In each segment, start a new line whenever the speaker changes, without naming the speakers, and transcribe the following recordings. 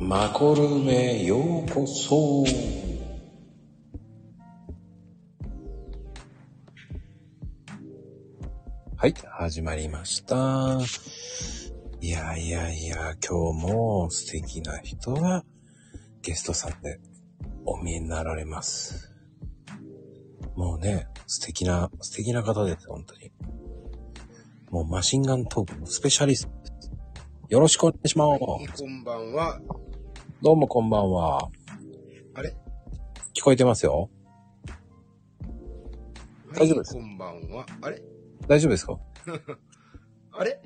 マコルームへようこそ。はい、始まりました。いやいやいや、今日も素敵な人がゲストさんでお見えになられます。もうね、素敵な、素敵な方です、本当に。もうマシンガントークのスペシャリストです。よろしくお願いします。
こんばんは。
どうもこんばんは。
あれ
聞こえてますよ大丈夫です
はいこんばんは。あれ
大丈夫ですか
あれ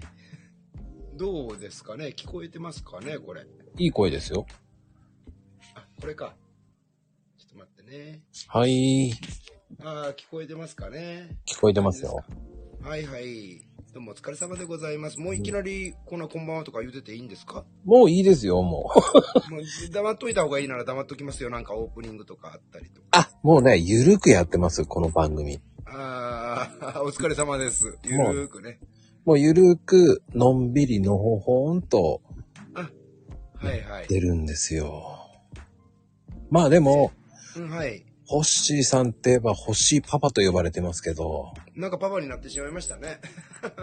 どうですかね聞こえてますかねこれ。
いい声ですよ。
あ、これか。ちょっと待ってね。
はい。
あー、聞こえてますかね
聞こえてますよ。
はいはい。どうもお疲れ様でございます。もういきなり、こんなこんばんはとか言うてていいんで すか
もういいですよ、もう。
もう黙っといた方がいいなら黙っときますよ。なんかオープニングとかあったりとか。
あ、もうね、ゆるくやってます、この番組。
あー、 お疲れ様です。ゆるーくね。
もうゆるく、のんびりのほほんと
はいはい。
出るんですよ。まあでも、
うん、はい。
ホッシーさんって言えばホッシーパパと呼ばれてますけど、
なんかパパになってしまいましたね。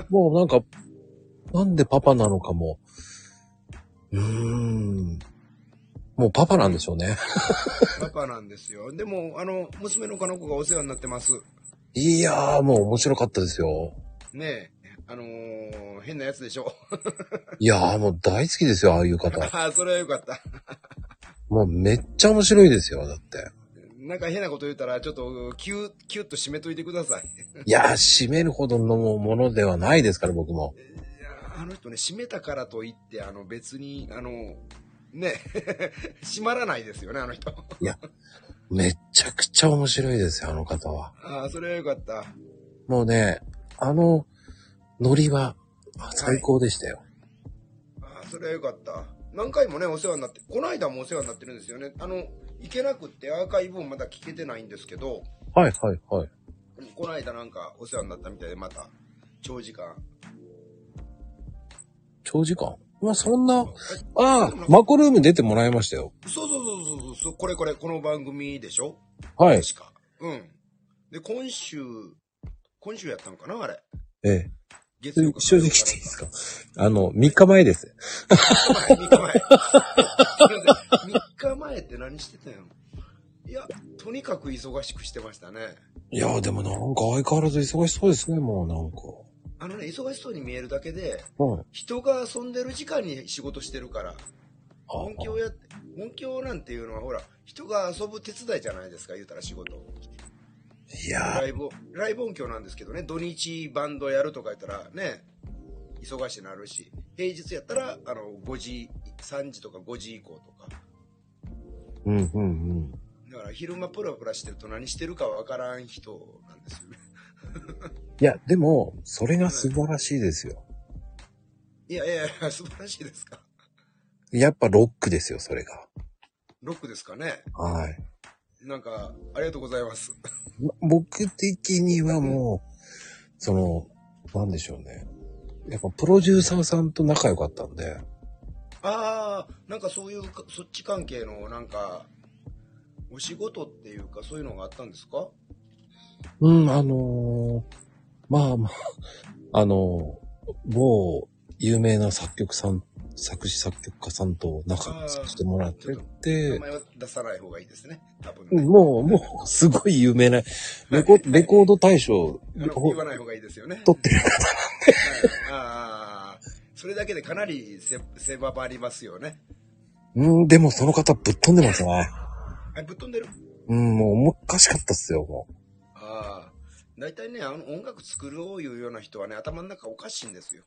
もうなんか、なんでパパなのかも。うーん。もうパパなんでしょうね。
パパなんですよ。でも、あの、娘の彼の子がお世話になってます。
いやー、もう面白かったですよ。
ねえ、あのー変なやつでしょ。
いやー、もう大好きですよ、ああいう方。
ああ、 それはよかった。
もうめっちゃ面白いですよ、だって。
なんか変なこと言ったら、ちょっと、キュー、キュッと締めといてください。
いやー、締めるほどのものではないですから、僕も。
いやーあの人ね、締めたからといって、あの、別に、あの、ねえ、 締まらないですよね、あの人。
めちゃくちゃ面白いですよ、あの方は。
ああ、それはよかった。
もうね、あの、ノリは、あ最高でしたよ。
ああ、それはよかった。何回もね、お世話になって、この間もお世話になってるんですよね。あの、行けなくってアーカイブもまだ聞けてないんですけど、
はい、はい、はい。
この間なんかお世話になったみたいで、また、長時間。
長時間まあ、そんな、
え
ああ、マコルーム出てもらいましたよ。
そうそうそうそうそうそう、これこれ、この番組でしょ
はい。
確か。うん。で、今週、今週やったのかなあれ。
ええ。
月曜か
正直言っていいですかあの、3日前です。
3日前。3日前って何してたんやろいや、とにかく忙しくしてましたね。
いやー、でもなんか相変わらず忙しそうですね、もうなんか。
あのね、忙しそうに見えるだけで、
うん。
人が遊んでる時間に仕事してるから、
あ
音響やって、音響なんていうのはほら、人が遊ぶ手伝いじゃないですか、言うたら仕事。
いやー、
ライブ、ライブ音響なんですけどね、土日バンドやるとかやったらね、忙しいなるし、平日やったら、あの、5時、3時とか5時以降とか。
うん、うん、うん。
だから昼間プラプラしてると何してるかわからん人なんですよね。
いや、でも、それが素晴らしいですよ。
いやいやいや、素晴らしいですか。
やっぱロックですよ、それが。
ロックですかね。
はい。
なんか、ありがとうございます。
ま僕的にはもう、その、なんでしょうね。やっぱプロデューサーさんと仲良かったんで、
あー、なんかそういうか、そっち関係のなんか、お仕事っていうかそういうのがあったんですか
うん、あのーまあまあ、あのー某有名な作曲さん、作詞作曲家さんと仲良くさせてもらって
名
て、
前は出さない方がいいですね。多分ね。
もう、もう、すごい有名な、レコレコード大賞、
あの言わない方がいいですよね。
取ってる
はいああ、それだけでかなりせ狭まりますよね。
うん、でもその方ぶっ飛んでますね。
あぶっ飛んでる。
うん、もうおかしかったっすよ、も
ああ、大体ね、あの音楽作ろういうような人はね、頭の中おかしいん ですよ。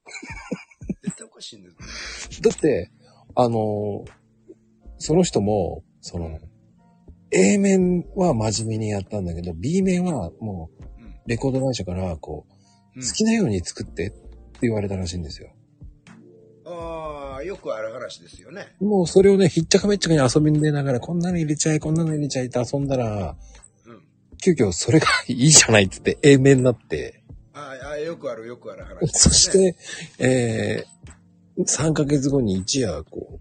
絶対おかしいんですよ。
う。だって、あのーその人も、その、A 面は真面目にやったんだけど、B 面はもう、
うん
レコード会社から、こ
う
う、
ん
好きなように作ってって言われたらしいんですよ。
ああ、よくある話ですよね。
もうそれをね、ひっちゃかめっちゃかに遊びに出ながら、こんなの入れちゃい、こんなの入れちゃいって遊んだら、
うん。
急遽それがいいじゃないって言って A 面になって、
あーあー、よくある、よくある話、ね。
そし、て、えー、3ヶ月後に一夜、こう、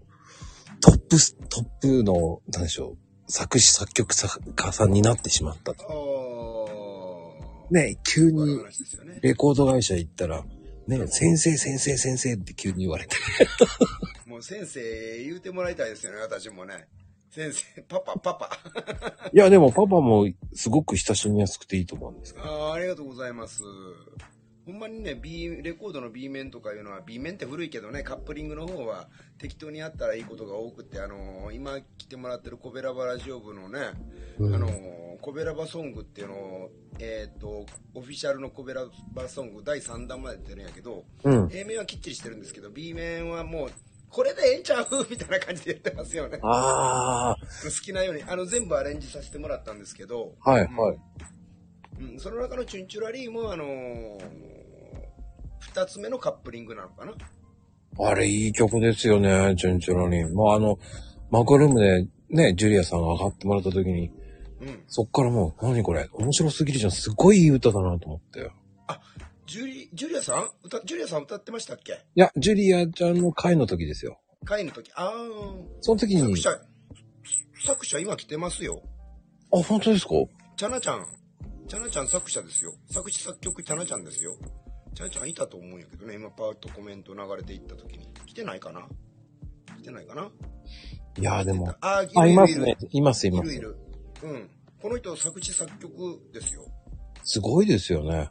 トップス、トップの、なんでしょう、作詞作曲作家さんになってしまったと。
ああ。。
ね、急
こういう
に
話ですよね。
レコード会社行ったら、ね、先生先生先生って急に言われて。
もう先生言うてもらいたいですよね、私もね。先生、パパ、パパ。
いや、でもパパもすごく親しみやすくていいと思うんですけど。
あーありがとうございます。ほんまにね、B、レコードの B 面とかいうのは、B 面って古いけどね、カップリングの方は適当にあったらいいことが多くて、あのー今来てもらってるコベラバラジオ部のね、
うん
あのーコベラバソングっていうのを、えっ、と、オフィシャルのコベラバソング第3弾まで出てるんやけど、
うん。
A 面はきっちりしてるんですけど、B 面はもう、これでええんちゃうみたいな感じでやってますよね。
あ
好きなように、あの、全部アレンジさせてもらったんですけど、
あ、はいはい。
うん、その中のチュンチュラリーも、あのー、2つ目のカップリングなのかな
あれ、いい曲ですよね、チュンチュラリン。まあ、あの、マコルームでね、ジュリアさんが上がってもらった時に、
うん。
そっからもう、何これ、面白すぎるじゃん、すごいいい歌だなと思って。い
ジュリ、ジュリアさん歌、ジュリアさん歌ってましたっけ
や、ジュリアちゃんの会の時ですよ。
会の時。あー、
その時に
作、者、作者今来てますよ。
あ、本当ですか
チャナちゃん。チャナちゃん作者ですよ。作詞作曲チャナちゃんですよ。チャナちゃんいたと思うんやけどね、今パーッとコメント流れていった時に。来てないかな来てないかない
や、でも、
あー、
あ、い
いる
ま
い
す
る
ね。います、い
い
ま
るい
す。
る。うん。この人作詞作曲ですよ。
すごいですよね。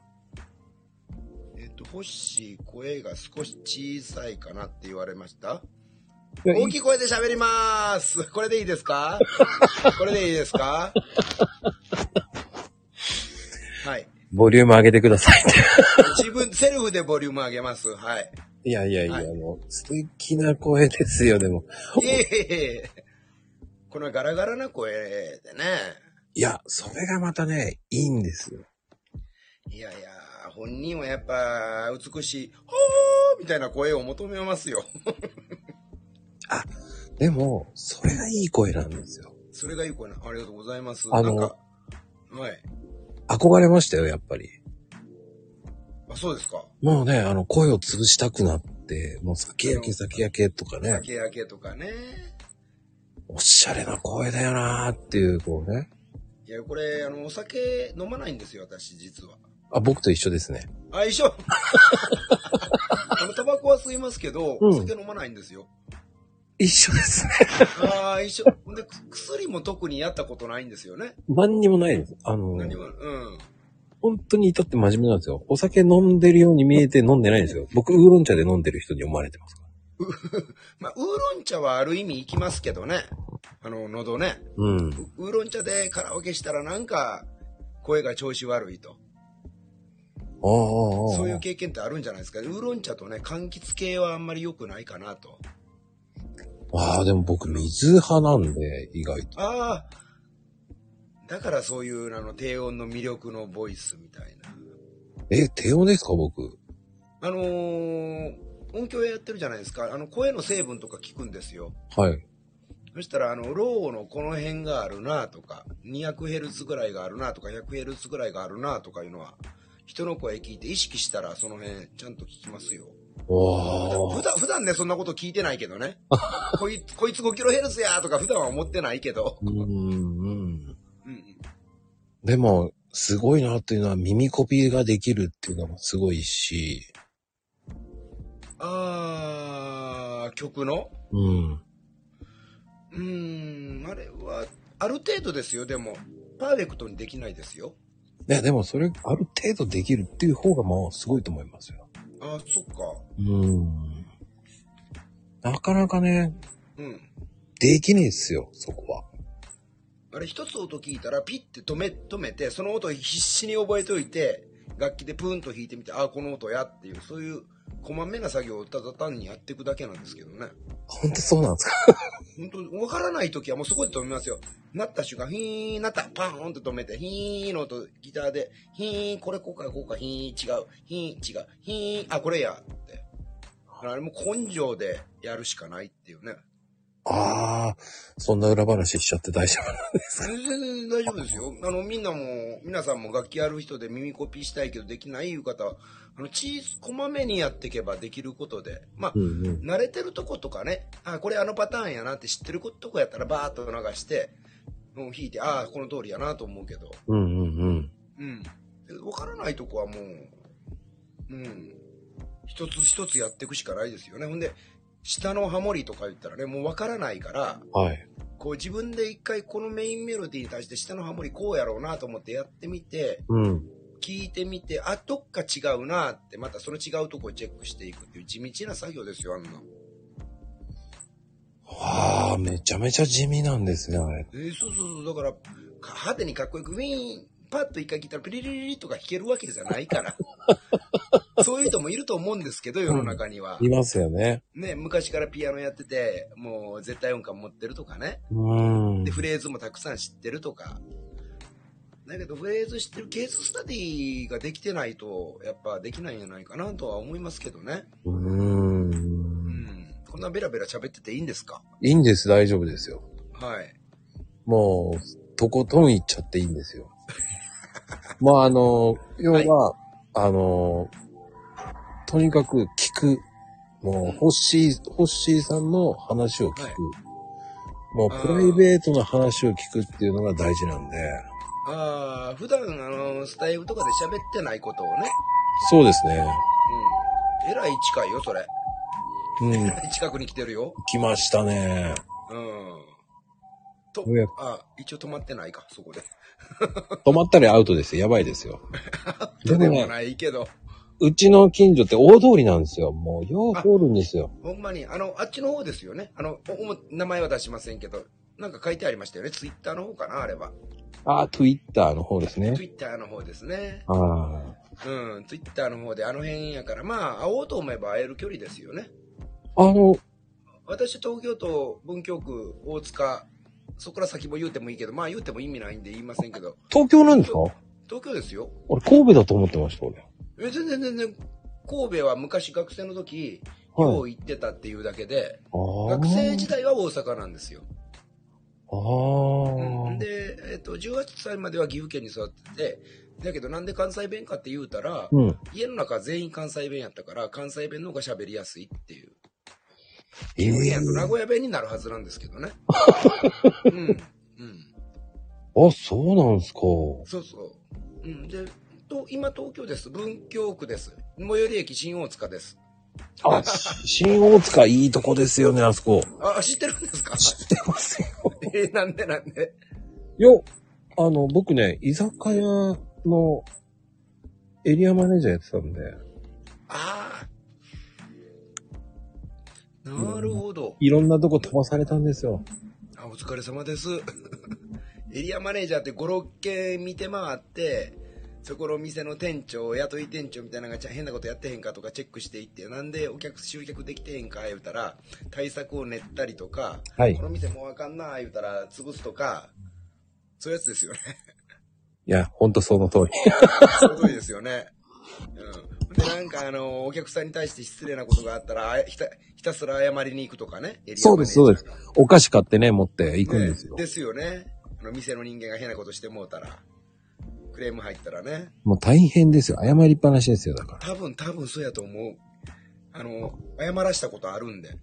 えっと、星、声が少し小さいかなって言われました。
いや、い
大きい声で喋りまーす。 これでいいです かこれでいいですかはい。
ボリューム上げてください。
自分、セルフでボリューム上げます。 はい。
いやいやいや、
はい
あの、素敵な声ですよ、でも。
いえいえいえ。このガラガラな声でね。
いや、それがまたね、いいんですよ。
いやいや、本人はやっぱ美しい、ほーみたいな声を求めますよ。
でも、それがいい声なんですよ。
それがいい声な。ありがとうございます。
あの
なんか、はい。
憧れましたよ、やっぱり。
あ、そうですか。
もうね、あの、声を潰したくなって、もう酒焼け酒焼けとかね、
酒焼けとかね。
おしゃれな声だよなーっていう、こうね。
いや、これ、あの、お酒飲まないんですよ、私、実は。
あ、僕と一緒ですね。
あ、一緒あ の、タバコは吸いますけど、
うん
お酒飲まないんですよ。
一緒ですね。
ああ、一緒。で、く薬も特にやったことないんですよね。
何にもないです。あの、
何も、うん。
本当に至って真面目なんですよ。お酒飲んでるように見えて飲んでないんですよ。僕、ウーロン茶で飲んでる人に思われてますから。
まあ、ウーロン茶はある意味行きますけどね。あの、喉ね。
うん。
ウーロン茶でカラオケしたらなんか、声が調子悪いと。
ああ、ああ。
そういう経験ってあるんじゃないですか。ウーロン茶とね、柑橘系はあんまり良くないかなと。
ああ、でも僕、水派なんで、意外と。
ああ。だからそういう、あの、低音の魅力のボイスみたいな。
え、低音ですか、僕。
あのー音響やってるじゃないですか。あの、声の成分とか聞くんですよ。
はい。
そしたら、あの、ローのこの辺があるなとか、200Hz ぐらいがあるなとか、100Hz ぐらいがあるなとかいうのは、人の声聞いて意識したら、その辺、ちゃんと聞きますよ。
わ
普段、普段ね、そんなこと聞いてないけどね。こいつ、こいつ 5kHz やとか、普段は思ってないけど。
うん、うん。
うんうん。
でも、すごいなっていうのは耳コピーができるっていうのもすごいし、
あー、曲の
うん。
うーん、あれは、ある程度ですよ、でも。パーフェクトにできないですよ。
いや、でもそれ、ある程度できるっていう方がもうすごいと思いますよ。
ああ、そっか。
うん。なかなかね、
うん。
できねえっすよ、そこは。
あれ、一つ音聞いたら、ピッて止め、止めて、その音を必死に覚えておいて、楽器でプーンと弾いてみて、ああ、この音やっていう、そういう、こまめな作業をただ単にやっていくだけなんですけどね。
ほんとそうなんですか。
本当わからない時はもうそこで止めますよ。なった瞬間、ヒーン、なった、パーンと止めて、ヒーンの音、ギターで、ヒーン、これこうか、こうか、ヒーン、違う、ヒーン、違う、ヒーン、あ、これや、って。あれも根性でやるしかないっていうね。
ああ、そんな裏話しちゃって大丈夫なんですか
全然大丈夫ですよ。あの、みんなも、皆さんも楽器ある人で耳コピーしたいけどできないいう方は、あの、チーズこまめにやっていけばできることで、まあ、
うんうん。
慣れてるとことかね、あ、これあのパターンやなって知ってるとこやったらバーッと流して、もう弾いて、ああ、この通りやなと思うけど、
うんうんうん。
うん。でわからないとこはもう、うん。一つ一つやっていくしかないですよね。ほんで、下のハモリとか言ったらね、もうわからないから、
はい。
こう自分で一回このメインメロディーに対して下のハモリこうやろうなと思ってやってみて、
うん。
聞いてみて、あ、どっか違うなって、またその違うとこをチェックしていくっていう地道な作業ですよ、あんな。
ああ、めちゃめちゃ地味なんですね、あれ。
えーそうそうそう、だから、か派手にかっこよく、ウィーン、パッと一回聞いたらピリリリリとか弾けるわけじゃない から。そういう人もいると思うんですけど、世の中には。
いますよね。
ね、昔からピアノやってて、もう絶対音感持ってるとかね。
うん
で、。フレーズもたくさん知ってるとか。だけど、フレーズ知ってるケーススタディができてないと、やっぱできないんじゃないかなとは思いますけどね。
う。
うんん。こんなベラベラ喋ってていいんですか
いいんです、大丈夫ですよ。
はい。
もう、とことん行っちゃっていいんですよ。 まあ、あの、要は、あの、とにかく聞く。もう、ホッシー、ホッシーさんの話を聞く。
はい
もう、
あー
プライベートな話を聞くっていうのが大事なんで。
ああ、普段、あの、スタイルとかで喋ってないことをね、
そうですね。
うん。えらい近いよ、それ。
うん。行
近くに来てるよ。
きましたね。
うん。と
おや、
あ、一応止まってないか、そこで。
止まったりアウトですよ。やばいです よ。でも
でも
ね、
ないけど。
うちの近所って大通りなんですよ。もう、よう通るんですよ。
ほんまに、あの、あっちの方ですよね。あの、おおも名前は出しませんけど、なんか書いてありましたよね。ツイッターの方かな、あれは。
ああ、Twitter の方ですね
ツ。イッターの方ですね。
ああ。
うん、ツイッターの方で、あの辺やから、まあ、会おうと思えば会える距離ですよね。
あの、
私、東京都文京区大塚、そこから先も言うてもいいけど、まあ言うても意味ないんで言いませんけど、
東京なんですか
東京ですよ。
俺、神戸だと思ってました、俺。
え全然全然神戸は昔学生の時、よ
は
う行ってたっていうだけで
い。
学生時
代
代は大阪なんですよ、
あ
う
ー
ん、で、えっと18歳までは岐阜県に育っててだけどなんで関西弁かって言うたら、
あー。うん。
家の中全員関西弁やったから関西弁の方が喋りやすいっていう
え
岐阜県やと名
え
古屋弁になるはずなんですけ どねうんうん
あ、そうなんすか。
そうそう、うん、でと今東京です文京区です最寄り駅新大塚です
あ、し新大塚いいとこですよね、あそこ。
あ知ってるんです か
ってますよ。
えーなんでなんで
よ、あの、僕ね、居酒屋のエリアマネージャーやってたんで、
ああ。なるほど。
いろんなとこ飛ばされたんですよ。
あお疲れ様です。 エリアマネージャーって5、6軒見て回って、そこのお店の店長、雇い店長みたいなのが、じゃあ変なことやってへんかとかチェックしていって、なんでお客集客できてへんか言うたら、対策を練ったりとか、
はい
この店もうあかんな言うたら潰すとか、そういうやつですよね。
いや、ほんとその通り。
すごいですよね。うん。で、なんかあの、お客さんに対して失礼なことがあったら、あやひたひたすら謝りに行くとかね。エリア
そうです、そうです
マネージャーが。
お菓子買ってね、持って行くんですよ。
ねですよね。あの、店の人間が変なことしてもうたら、クレーム入ったらね。
もう大変ですよ。謝りっぱなしですよ、だから。
多分、多分そうやと思う。あの、謝らしたことあるんで。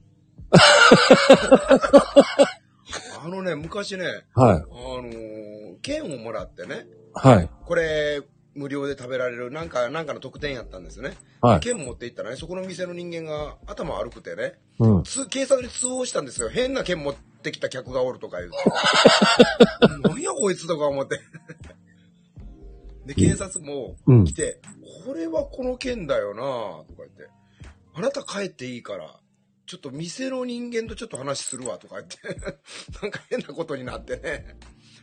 あのね、昔ね、
はい
あ、の、券をもらってね、
はい、
これ、無料で食べられる、なんか、なんかの特典やったんですよね。
はい。
券持って行ったらね、そこの店の人間が頭悪くてね、
うん。
通警察に通報したんですよ。変な券持ってきた客がおるとか言う て。何やこいつとか思って。で、警察も
うん
来て、これはこの件だよなとか言って、あなた帰っていいから、ちょっと店の人間とちょっと話するわとか言って、 なんか変なことになってね。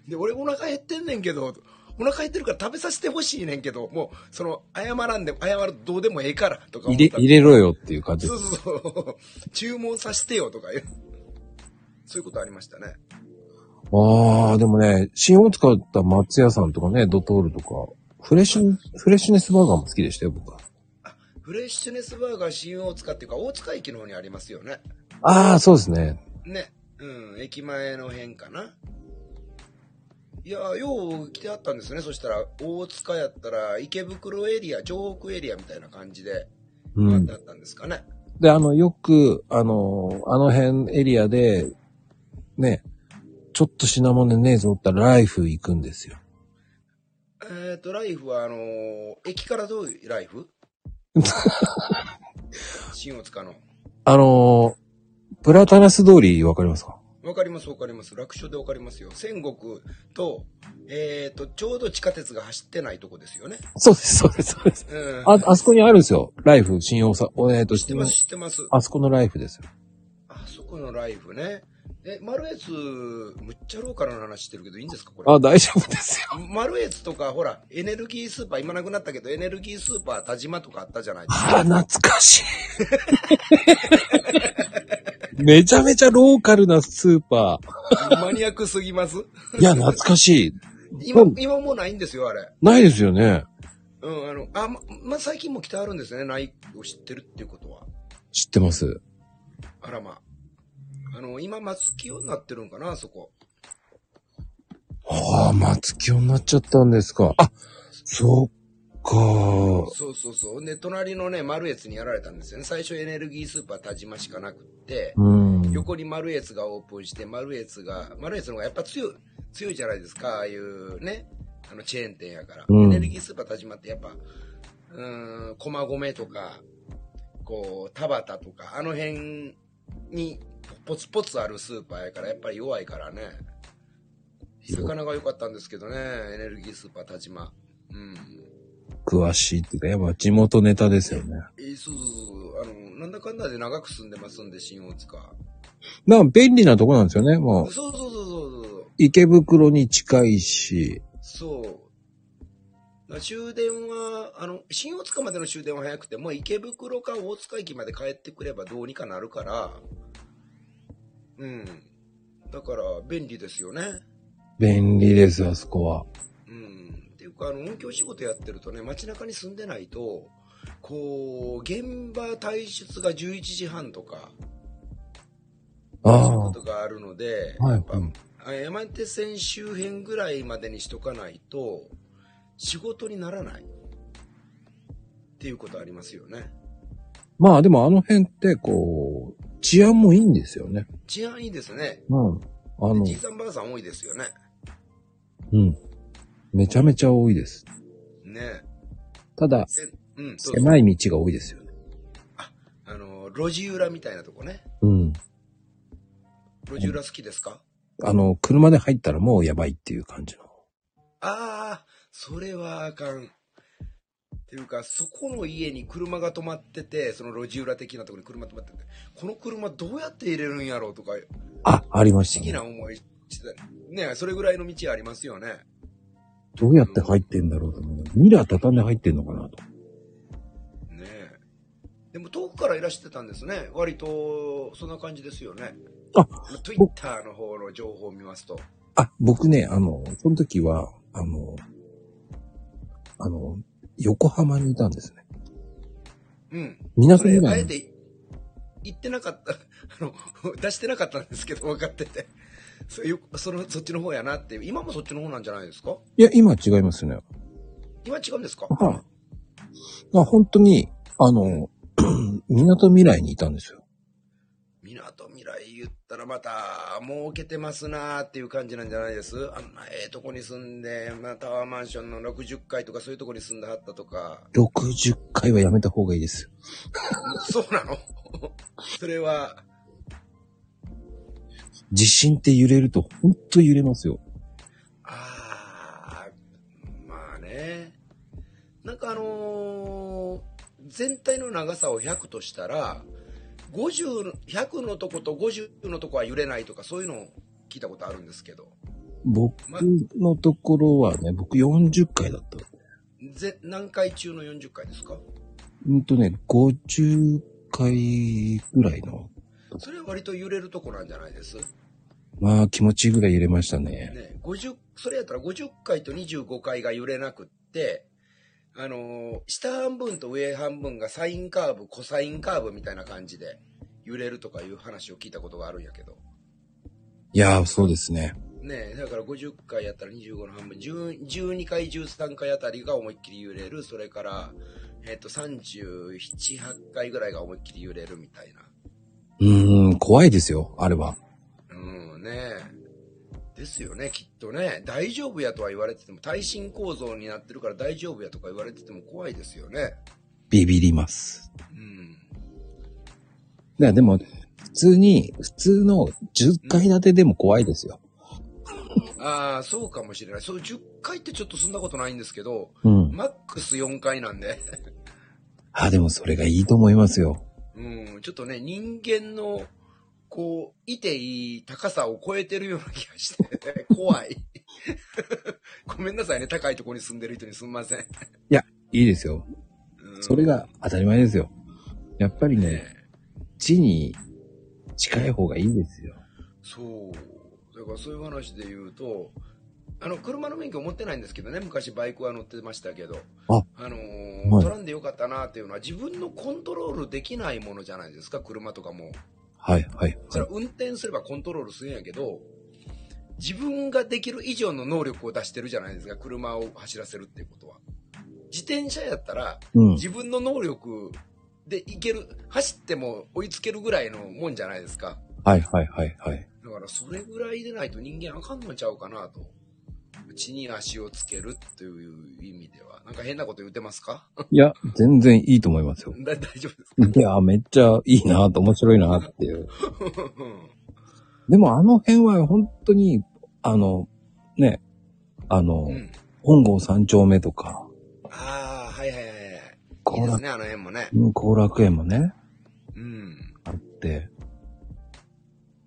で、俺お腹減ってんねんけど、お腹減ってるから食べさせてほしいねんけど、もう、その、謝らんでも、謝るどうでもええから、とか思っ
入れ、
た
入れろよっていう感じ
そうそうそう。注文させてよとか言う。そういうことありましたね。
ああ、でもね、新大塚だった松屋さんとかね、ドトールとか、フレッシュ、フレッシュネスバーガーも好きでしたよ、僕は。
フレッシュネスバーガー新大塚っていうか、大塚駅の方にありますよね。
ああ、そうですね。
ね。うん、駅前の辺かな。いやー、よう来てあったんですね。そしたら、大塚やったら、池袋エリア、城北エリアみたいな感じで、
う
あ
ん。
だったんですかね。
で、あの、よく、あの、あの辺エリアで、ね、ちょっと品物ねえぞって言ったらライフ行くんですよ。
えっ、と、ライフは、あのー駅からどういうライ フ新大塚の。
あの、プラタナス通りわかりますか
わかります、わかります。楽勝でわかりますよ。仙国と、えっ、と、ちょうど地下鉄が走ってないとこですよね。
そうです、そうです、そうです。
うん。
あ、あそこにあるんですよ。ライフ、新大阪、えっと、
知ってます、知ってます。
あそこのライフですよ。
あそこのライフね。え、マルエツ、むっちゃローカルな話してるけどいいんですかこれ。
あ、大丈夫ですよ。
マルエツとか、ほら、エネルギースーパー、今なくなったけど、エネルギースーパー、田島とかあったじゃないですか。
あ、懐かしい。めちゃめちゃローカルなスーパ
マニアックすぎます
ー。いや、懐かしい。
今
うん、
今もうないんですよ、あれ。
ないですよね。
うん、あの、あ、ま、ま最近も来てあるんですね、ないを知ってるっていうことは。
知ってます。
あらまあ。あの、今、松清になってるんかな、あそこ。
ああ、松清になっちゃったんですか。あ、そっか。
そうそうそう。で、隣のね、マルエツにやられたんですよね。最初エネルギースーパー田島しかなくって、
うん。
横にマルエツがオープンして、マルエツが、マルエツの方がやっぱ強い、強いじゃないですか、ああいうね、あのチェーン店やから。
うん
エネルギースーパー田島ってやっぱ、うーん、駒込とか、こう、田畑とか、あの辺にポツポツあるスーパーやから、やっぱり弱いからね。魚が良かったんですけどね、エネルギースーパー田島。うん。
詳しいっていうか、やっぱ地元ネタですよね。
えーそうそうそう。あの、なんだかんだで長く住んでますんで、新大塚。
なんか便利なとこなんですよね。も
そう
う、
そうそうそうそう。
池袋に近いし。
そう。だから終電は、あの、新大塚までの終電は早くて、もう池袋か大塚駅まで帰ってくればどうにかなるから、うん。だから、便利ですよね。
便利です、あそこは。
うん。っていうか、あの、音響仕事やってるとね、街中に住んでないと、こう、現場退出が11時半とか、そういう
あ
ことがあるので、
あ。は
や
い
っ。ぱあ山手線周辺ぐらいまでにしとかないと仕事にならないっていうことありますよね
まあでもあの辺って、こう、治安もいいんですよね。
治安いいですね
うん。あの
じい、さんばあさん多いですよね
うん。めちゃめちゃ多いです。
ね
ただ、
えうんそうそう
狭い道が多いですよね。
あの路地裏みたいなとこね
うん。
路地裏好きですか
あの、車で入ったらもうやばいっていう感じの。
ああそれはあかんっていうかそこの家に車が止まっててその路地裏的なところに車止まっててこの車どうやって入れるんやろうとか
あ、ありまし
不
た
思議
ね。
な思いしてたねそれぐらいの道ありますよね
どうやって入ってんだろうと思う。ミラー畳んで入ってんのかなと。
ねえでも遠くからいらしてたんですね割とそんな感じですよね
あ
Twitter の方の情報を見ますと
あ、僕ね、あの、その時は、あの、あの、横浜にいたんですね。
うんそ
港
れ
未
あ
来
え
に。
て言ってなかった あの出してなかったんですけど分かっててそういうそのそっちの方やなって今もそっちの方なんじゃないですか
いや、今違いますね。
今違うんですか
はい。あ本当に、あの、 港未来にいたんですよ。
みなとみらい言ったらまた儲けてますなーっていう感じなんじゃないですあんなええとこに住んで、まあ、タワーマンションの60階とかそういうとこに住んではったとか
60回はやめた方がいいですよ。
そうなのそれは
地震って揺れると、本当揺れますよ。
ああまあねなんかあのー全体の長さを100としたら50の100のとこと50のとこは揺れないとかそういうのを聞いたことあるんですけど
僕
ま
のところはね、僕40回だった。
ぜ何回中の40回ですか
うんとね、50回ぐらいの、
それは割と揺れるとこなんじゃないです。ね、
まあ気持ちいいぐらい揺れましたね。
50、それやったら50回と25回が揺れなくって、あのー下半分と上半分がサインカーブ、コサインカーブみたいな感じで揺れるとかいう話を聞いたことがあるんやけど。
いやー、そうですね。
ねえだから50回やったら25の半分10 12回13回あたりが思いっきり揺れるそれから、えっと378回ぐらいが思いっきり揺れるみたいな
うーん、怖いですよ、あれは。
うんねえですよねきっとね大丈夫やとは言われてても耐震構造になってるから大丈夫やとか言われてても怖いですよね
ビビります。
うん
いや、でも、普通に、普通の10階建てでも怖いですよ。
ああそうかもしれないそう10回ってちょっとそんなことないんですけど
うん。
マックス4回なんで
あ、でもそれがいいと思いますよ。
うん、ちょっとね、人間の、こう、いていい高さを超えてるような気がして、 怖い。ごめんなさいね、高いところに住んでる人にすんません。
いいですよ。
うん
それが当たり前ですよ。やっぱりね、地に近い方がいいですよ。
そう。だからそういう話で言うと、あの、車の免許持ってないんですけどね、昔バイクは乗ってましたけど、
あは
のー
い
取らんでよかったなっていうのは自分のコントロールできないものじゃないですか、車とかも。
はい、はい、
そ
は
れ
い
は。運転すればコントロールするんやけど、自分ができる以上の能力を出してるじゃないですか、車を走らせるっていうことは。自転車やったら、
うん。
自分の能力でいける、走っても追いつけるぐらいのもんじゃないですか。
はい、はい、はい、はい。
だからそれぐらいでないと人間あかんのちゃうかなと。地に足をつけるという意味では。なんか変なこと言ってますか
いや、全然いいと思いますよ。
だ大丈夫です
いや、めっちゃいいなと面白いなっていう。
か
でもあの辺は本当に、あの、ね、あの、
うん。
本郷三丁目とか、
ああ、はいはいはいはい。いい
後
です
楽
ね、あの辺もね。
うん後楽園もね、
うん。
あって、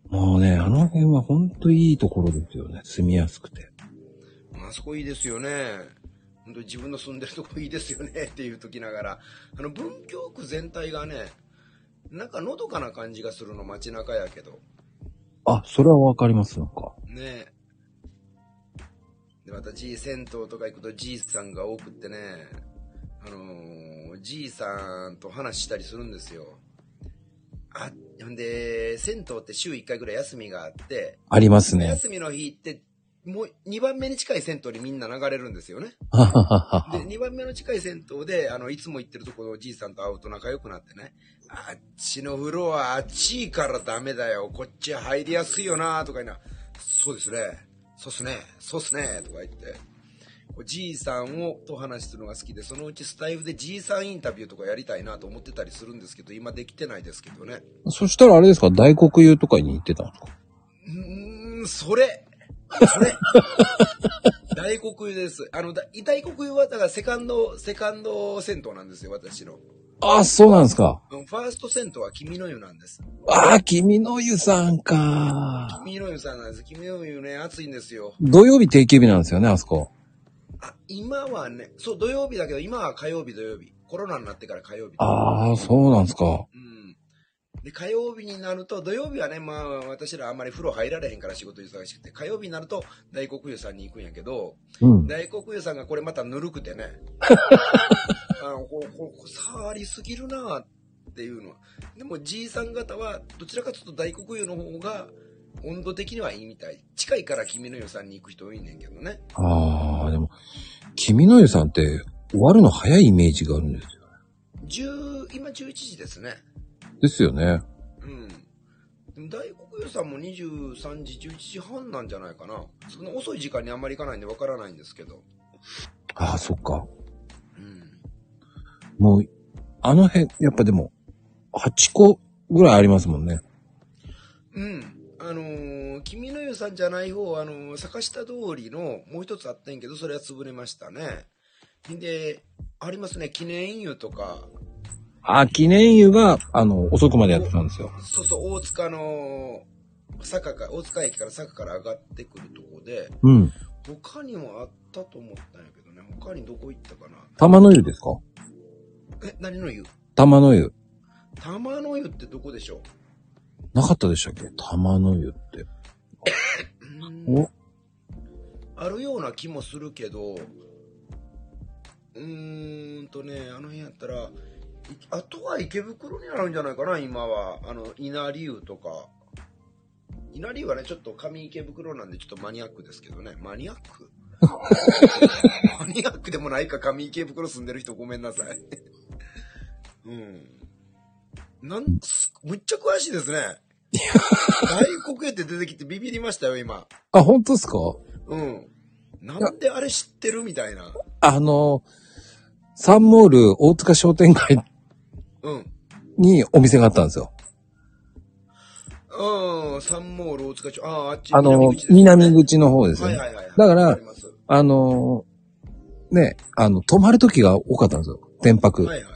もうね、あの辺は本当いいところですよね。住みやすくて。
あそこいいですよね。本当に自分の住んでるとこいいですよねっていうときながら、あの文京区全体がね、なんかのどかな感じがするの街中やけど。
あ、それはわかります、なんか。
ねで、また G 銭湯とか行くと G さんが多くってね、あのー、G さんと話したりするんですよ。あ、ほんで、銭湯って週1回ぐらい休みがあって、
ありますね。
休みの日って、もう2番目に近い銭湯にみんな流れるんですよね。
ははは
で、
は。
2番目の近い銭湯で、あの、いつも行ってるところおじいさんと会うと仲良くなってね、あっちのフロア、あっちいからダメだよ、こっち入りやすいよなとか言いな、そうですね、そうっすね、そうっすね、とか言って、こうじいさんをと話するのが好きで、そのうちスタイフでじいさんインタビューとかやりたいなと思ってたりするんですけど、今できてないですけどね。
そしたらあれですか、大黒湯とかに行ってたんですか
うーん、それ。それ。大黒湯です。あの、だ大黒湯は、だからセカンド、セカンド銭湯なんですよ、私の。
あ、そうなんですか。
うんファースト銭湯は君の湯なんです。
あ、君の湯さんか。
君の湯さんなんです。君の湯ね、暑いんですよ。
土曜日定休日なんですよね、あそこ。
あ、今はね、そう、土曜日だけど、今は火曜日、土曜日。コロナになってから火曜日。
ああ、そうなんですか。
うん。で、火曜日になると、土曜日はね、まあ、私らあんまり風呂入られへんから仕事忙しくて、火曜日になると、大黒湯さんに行くんやけど、
うん。
大黒湯さんがこれまたぬるくてね。あの、こう、こう、触りすぎるなっていうのは。でも、じいさん方は、どちらかというと大黒湯の方が、温度的にはいいみたい。近いから君の湯さんに行く人多いねんけどね。
ああ、でも、君の湯さんって終わるの早いイメージがあるんですよ。
10、今11時ですね。
ですよね。
うん。でも大黒湯さんも23時、11時半なんじゃないかな。そんな遅い時間にあんまり行かないんでわからないんですけど。
ああ、そっか。
うん。
もう、あの辺、やっぱでも、8個ぐらいありますもんね。
うん。あのー君の湯さんじゃない方、あのー坂下通りのもう一つあったんやけど、それは潰れましたね。で、ありますね、記念湯とか、
ああ、記念湯が、あの、遅くまでやってたんですよ。
そうそう、大塚の、坂か、大塚駅から坂から上がってくるとこで、
うん。
他にもあったと思ったんやけどね、他にどこ行ったかな。
玉の湯ですか
え、何の湯
玉の湯。
玉の湯ってどこでしょ
なかったでしたっけ玉の湯って。
ううん
お
あるような気もするけど、うーんとね、あの辺やったら、いあとは池袋になるんじゃないかな、今は。あの、稲荷湯とか。稲荷はね、ちょっと上池袋なんでちょっとマニアックですけどね。マニアックマニアックでもないか、上池袋住んでる人ごめんなさい。 うん。なん、すむっちゃ詳しいですね。外国へって出てきてビビりましたよ、今。
あ、本当ですか
うん。なんであれ知ってるみたいな。
あの、サンモール大塚商店街
うん。
にお店があったんですよ。
うん、サンモール大塚町。ああ、あっち。
あの、
口
南
ですね
口の方です
は
ね
い。はいはいはい。
だから
わります
あの、ね、あの、泊まる時が多かったんですよ。天泊。
はいはい。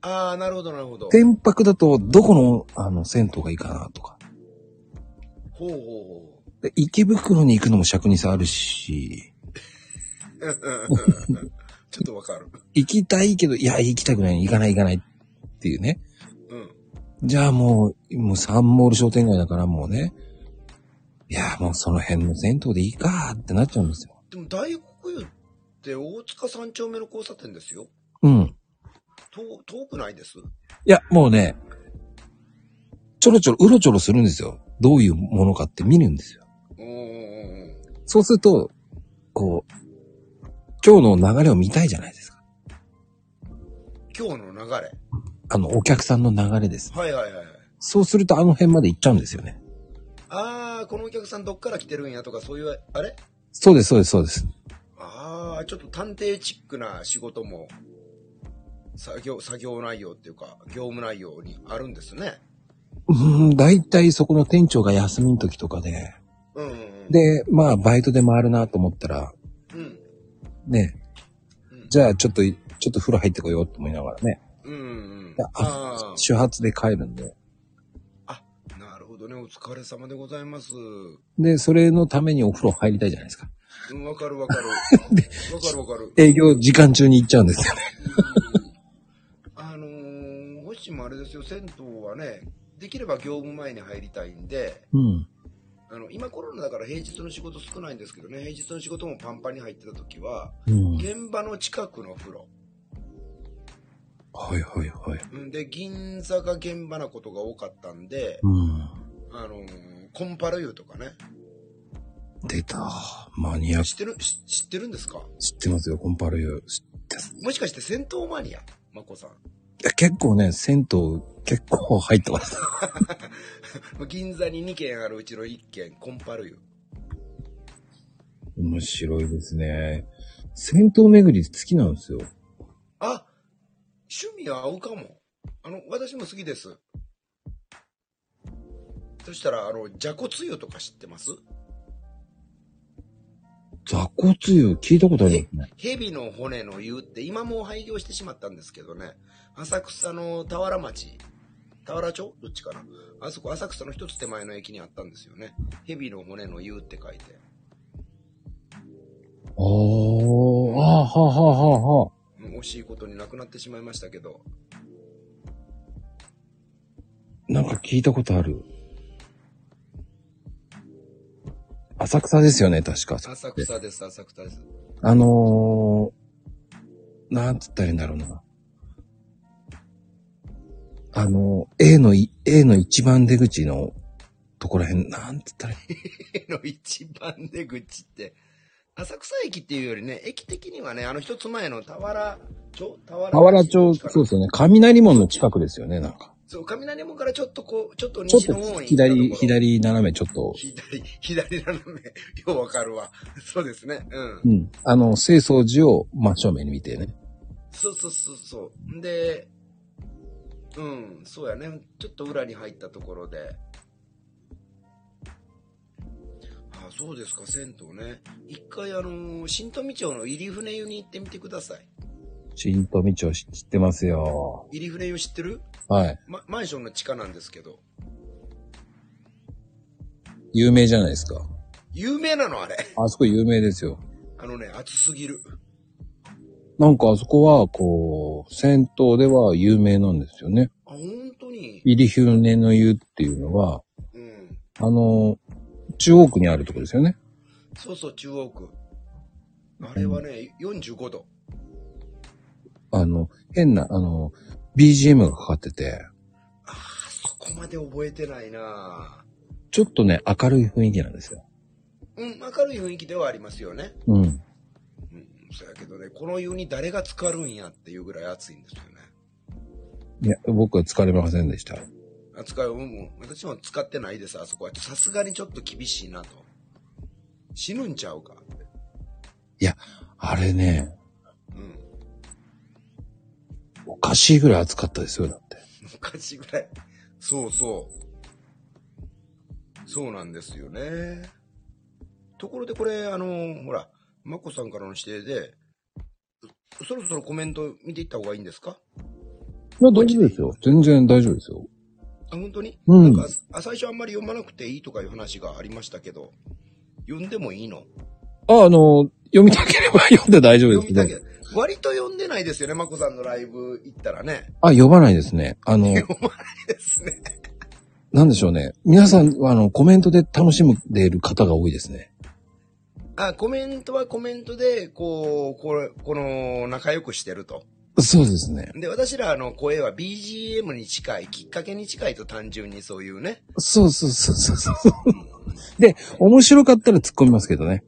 ああ、なるほど、なるほど。
天泊だと、どこの、あの、銭湯がいいかなとか。
ほうほうほう。
で池袋に行くのも尺に差あるし、
ちょっとわかる。
行きたいけど、いや、行きたくない、行かない、行かないっていうね。
うん。
じゃあもう、もうサンモール商店街だからもうね、いや、もうその辺の銭湯でいいかってなっちゃうんですよ。
でも大黒湯って大塚三丁目の交差点ですよ。
うん。
遠遠くないです。
いや、もうね、ちょろちょろ、うろちょろするんですよ。どういうものかって見るんですよ。
おーおーおー
そうすると、こう、今日の流れを見たいじゃないですか。
今日の流れ。
あの、お客さんの流れです。
はいはいはいはい。
そうするとあの辺まで行っちゃうんですよね。
ああ、このお客さんどっから来てるんやとかそういう、あれ
そうです、そうです、そうです。
ああ、ちょっと探偵チックな仕事も、作業、作業内容っていうか、業務内容にあるんですね。
うーん、大体そこの店長が休みの時とかで、
うんうんうん。
で、まあ、バイトで回るなと思ったら、
うん。
ね、
うん
じゃあちょっと、ちょっと風呂入ってこようと思いながらね、
うんうん
で。
あ
あ
ー
始発で帰るんで、
なるほどね。お疲れ様でございます。う
で、それのためにお風呂入りたいじゃないですか。
ん、わかるわかる。わかるわかる。
営業時間中に行っちゃうんですよね。
あのー、星もあれですよ、銭湯はね、できれば業務前に入りたいんで、
うん。
あの、今コロナだから平日の仕事少ないんですけどね、平日の仕事もパンパンに入ってた時は、
うん。
現場の近くの風呂。
はいはいはい。
うんで、銀座が現場なことが多かったんで、
うん。
あのー、コンパル湯とかね。
出た。マニアック
知ってる、し知ってるんですか
知ってますよ、コンパルユ
もしかして戦闘マニアまこさん。
結構ね、銭湯結構入ってます。
銀座に2軒あるうちの1軒、コンパル湯。
面白いですね。銭湯巡り好きなんですよ。
あ趣味は合うかも。あの、私も好きです。そしたら、あの、じゃこつゆとか知ってます
雑魚つゆ聞いたことありますね。
蛇の骨の湯って、今もう廃業してしまったんですけどね、浅草の田原町、田原町どっちかなあそこ、浅草の一つ手前の駅にあったんですよね。蛇の骨の湯って書いて。
おー、あーはあはあはあはあ。
うん惜しいことになくなってしまいましたけど。
なんか聞いたことある。浅草ですよね、確か。
浅草です、浅草です。
あのー、なんつったらいいんだろうな。あの、A のい、A の一番出口のところへん、なんつったらいい
の一番出口って、浅草駅っていうよりね、駅的にはね、あの一つ前の田原町田原。
河原町、そうですすよね。雷門の近くですよね、なんか。
そう、雷門からちょっとこう、ちょっと
ちょっ
西
と
の方に行ったとこ
左、
ろ。
左斜めちょっと。
左、左斜め。 ようわかるわ。 そうですね。うん。
うん。あの、清掃寺を真正面に見てね。
そうそうそうそう。んで、うん、そうやね。ちょっと裏に入ったところで。あそうですか、銭湯ね。一回、あのー新富町の入船湯に行ってみてください。
新富町知ってますよ。
入船湯知ってる、
はい。
ま、マンションの地下なんですけど。
有名じゃないですか。
有名なのあれ。
あそこ有名ですよ。
あのね、暑すぎる。
なんかあそこは、こう、銭湯では有名なんですよね。
あ、本当に。
入り昼寝の湯っていうのは、
うん。
あの、中央区にあるとこですよね。
そうそう、中央区。あれはね、45度。
あの、変な、あの、BGM がかかってて、
ああ、そこまで覚えてないなぁ
ちちょっとね、明るい雰囲気なんですよ。
うん、明るい雰囲気ではありますよね。
うん。
うん、そうやけどね、この湯に誰が浸かるんやっていうぐらい暑いんですよね。
いや、僕は疲れませんでした。
扱い、うんうん、私も使ってないです、あそこは。さすがにちょっと厳しいなと。死ぬんちゃうかって。
あれね、
うん。
おかしいぐらい暑かったですよ、だって。
昔ぐらい。そうそう。そうなんですよね。ところでこれ、あの、ほら、マコさんからの指定で、そろそろコメント見ていった方がいいんですか
まあ大丈夫ですよ。全然大丈夫ですよ。
あ、本当に
う
なんんか、あ最初あんまり読まなくていいとかいう話がありましたけど、読んでもいいの
あ、あの、読みたければ読んで大丈夫
読
で
み
す
た
ね
け。ど、割と読んでないですよね、マコさんのライブ行ったらね。
あ、読まないですね。あの、
ですね。
なんでしょうね。皆さん、あの、コメントで楽しんでいる方が多いですね。
あ、コメントはコメントで、こう、これ、この、仲良くしてると。
そうですね。
で、私らの声は BGM に近い、きっかけに近いと単純にそういうね。
そうそうそうそうそう。で、面白かったら突っ込みますけどね。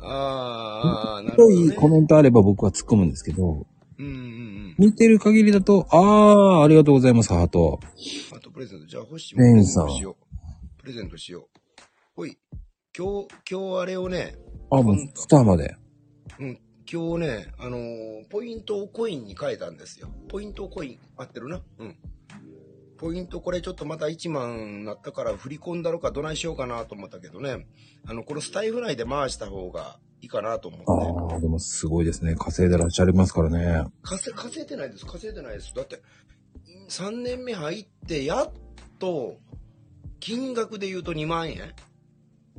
あーあー、なる
黒
ほど、
い
ね。
コメントあれば僕は突っ込むんですけど、
うんうん
見てる限りだと、あー、ありがとうございます、ハート。
うん。あとプレゼント、じゃあ欲しい
レインさん
しよう。プレゼントしよう。ほい。今日、今日あれをね、
あ、もう、スターまで。
うん、今日ね、あのーポイントをコインに変えたんですよ。ポイントをコイン、合ってるなうん。ポイントこれちょっとまた1万なったから振り込んだろかどないしようかなと思ったけどね。あの、このスタイフ内で回した方がいいかなと思って。
あー、でもすごいですね。稼いでらっしゃいますからね。
稼稼いでないです稼いでないですだって3年目入ってやっと金額で言うと2万円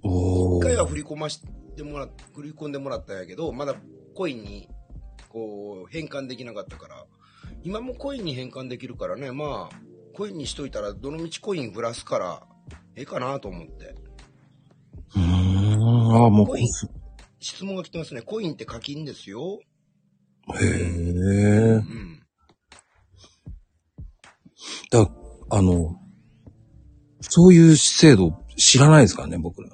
お
1回は
ー。
振り込ましてもらっ振り込んでもらったんやけどまだコインにこう変換できなかったから今もコインに変換できるからねまあコインにしといたらどのみちコイン増らすからええかなと思って
うーん、あー、もう、
コ
へ
イン質問が来てますねコインって課金ですよ
ー
う。ん
だ、あの、そういう制度知らないですからね、僕ら。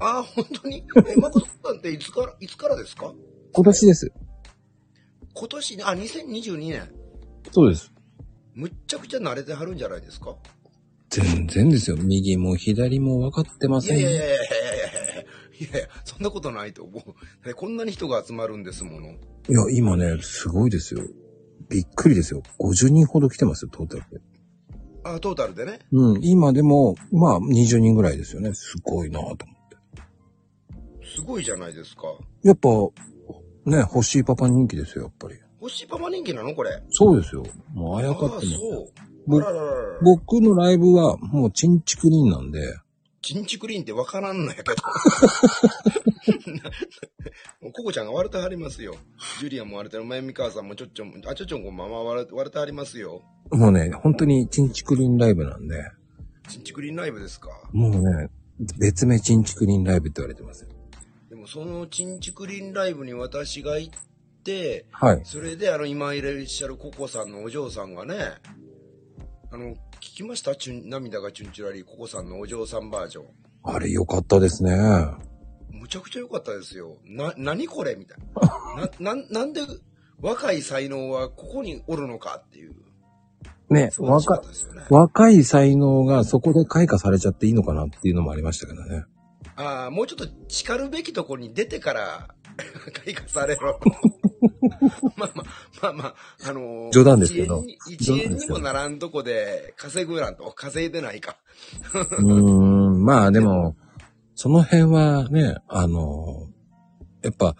ああ本当にえ誠さんっていつからいつからですか
今年です。
今年ね、あ、2022年、
そうです。
むっちゃくちゃ慣れてはるんじゃないですか
全然ですよ。右も左も分かってま
い
せ
や
ん
い
よ。
やいやいやいやいやいやいや、そんなことないと思う。でこんなに人が集まるんですもの。
いや、今ね、すごいですよ。びっくりですよ。50人ほど来てますよ、トータルで。
あ、トータルでね。
うん、今でも、まあ、20人ぐらいですよね。すごいなぁと思って。
すごいじゃないですか。
やっぱ、ね、欲しいパパ人気ですよ、やっぱり。
星パパ人気なのこれ。
そうですよ。もう、あ
あ
や
あ、
かってま
そ
すよ。
う。あ
ぼ
らららら。
僕のライブは、もう、チンチクリンなんで、
チンチクリーンってわからんのやけど。もうココちゃんが笑ってはりますよ。ジュリアンも笑ってる。まゆみ母さんもちょっちょん、あ、ちょっちょんこんばんは笑って笑ってはりますよ。
もうね、本当にチンチクリンライブなんで、
チンチクリーンライブですか。
もうね、別名チンチクリンライブって言われてますよ。
でもそのチンチクリンライブに私が行って、
はい。
それであの今いらっしゃるココさんのお嬢さんがね、あの、聞きましたチュン涙がチュンチュラリーココさんのお嬢さんバージョン。
あれ、良かったですね。
むちゃくちゃ良かったですよ。な、何これみたいな。な、なん、なんで若い才能はここにおるのかっていう。
ね、
素晴らしか
若
っ、たですよね。
若い才能がそこで開花されちゃっていいのかなっていうのもありましたけどね。
ああ、もうちょっと叱るべきところに出てから、 開花さ れろ。まあまあ、まあまあ、あのー
冗談ですけど
一
冗
円に一
談
円
で
に
すけ
も
ど
ならんとこで稼ぐなんと、稼いでないか。
うーん、まあでも、その辺はね、あの、やっぱ、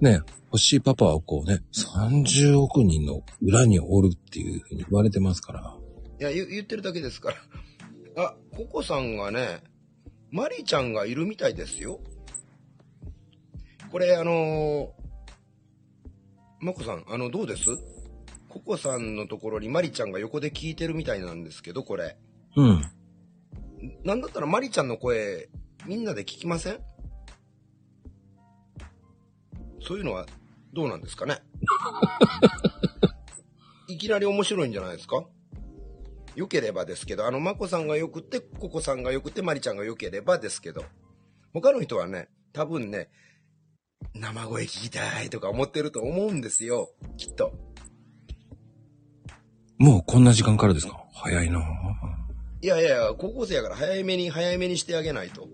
ね、欲しいパパはこうね、30億人の裏におるっていうふうに言われてますから。
いや、言言ってるだけですから。あ、ココさんがね、マリちゃんがいるみたいですよ。これ、あのー、マコさん、あの、どうですココさんのところにマリちゃんが横で聞いてるみたいなんですけど、これ。
うん。
なんだったらマリちゃんの声、みんなで聞きませんそういうのはどうなんですかねいきなり面白いんじゃないですか良ければですけど、あの、まこさんが良くて、ココさんが良くて、まりちゃんが良ければですけど、他の人はね、多分ね、生声聞きたいとか思ってると思うんですよ、きっと。
もうこんな時間からですか早いなぁ
いやいやいや、高校生やから早めに、早めにしてあげないと。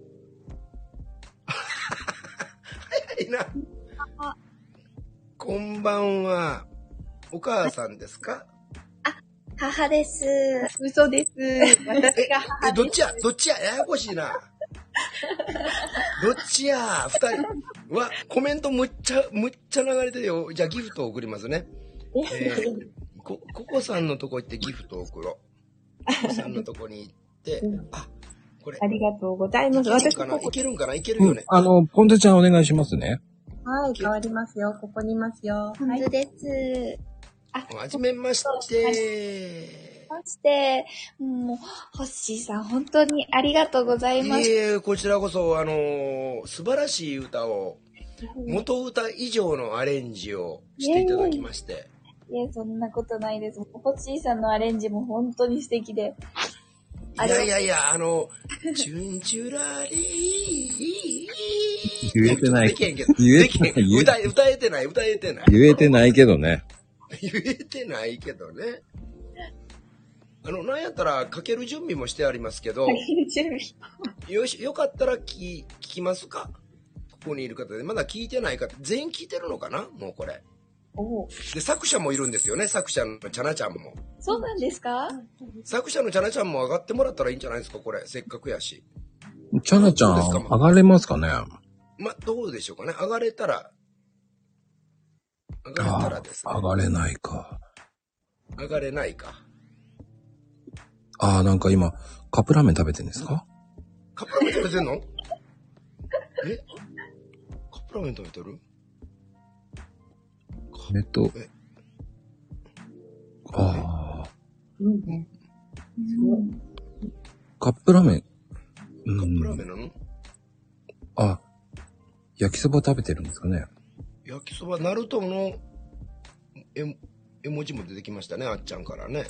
早いな。こんばんは。お母さんですか
母です。
嘘です。私が
え、
母
ど
で
っちやどっちやややこしいな。どっちや二人。うわ、コメントむっちゃ、むっちゃ流れてるよ。じゃあギフト送りますね。えーこ、ココさんのとこ行ってギフト送ろう。ココさんのとこに行って、あ、これ
あ。りがとうございます。
いける
私
か
こ
な
こ
いけるんかないける
う
よ
ん
ね。。
あの、ポンテちゃんお願いしますね。
はい、変わりますよ。ここにいますよ。
本
はい
当。です。
はじめまして。
そして、もう、ホッシーさん、本当にありがとうござい
い
ま
えい
す。
え、こちらこそ、あのー素晴らしい歌を、元歌以上のアレンジをしていただきまして。
いえ、そんなことないです。ホッシーさんのアレンジも本当に素 敵で。
いやいやいや、あの、チュンチュラリー。
言えてない
できへんけど。
言え
できへん
言え
歌え歌えてない、歌えてない。
言えてないけどね。
言えてないけどね。あの、なんやったら、かける準備もしてありますけど、
準備。
よし、よかったら聞聞きますかここにいる方で、まだ聞いてない方、全員聞いてるのかなもうこれ。
お
で、作者もいるんですよね、作者のチャナちゃんも。
そうなんですか
作者のチャナちゃんも上がってもらったらいいんじゃないですか、これ。せっかくやし。
チャナちゃん、
そうですか
上がれますかね
ま、どうでしょうかね。上がれたら、上がれたら
あ
ですね。
あ、上がれないか。
上がれないか。
ああ、なんか今、カップラーメン食べてんですか
カップラーメン食べてんのえカップラーメン食べてる
えっと
え、
ああ、
いいね。
カップラーメン。
カップラ
う
ー
ん
メンなの
あ、焼きそば食べてるんですかね
焼きそば、ナルトの絵絵文字も出てきましたね、あっちゃんからね。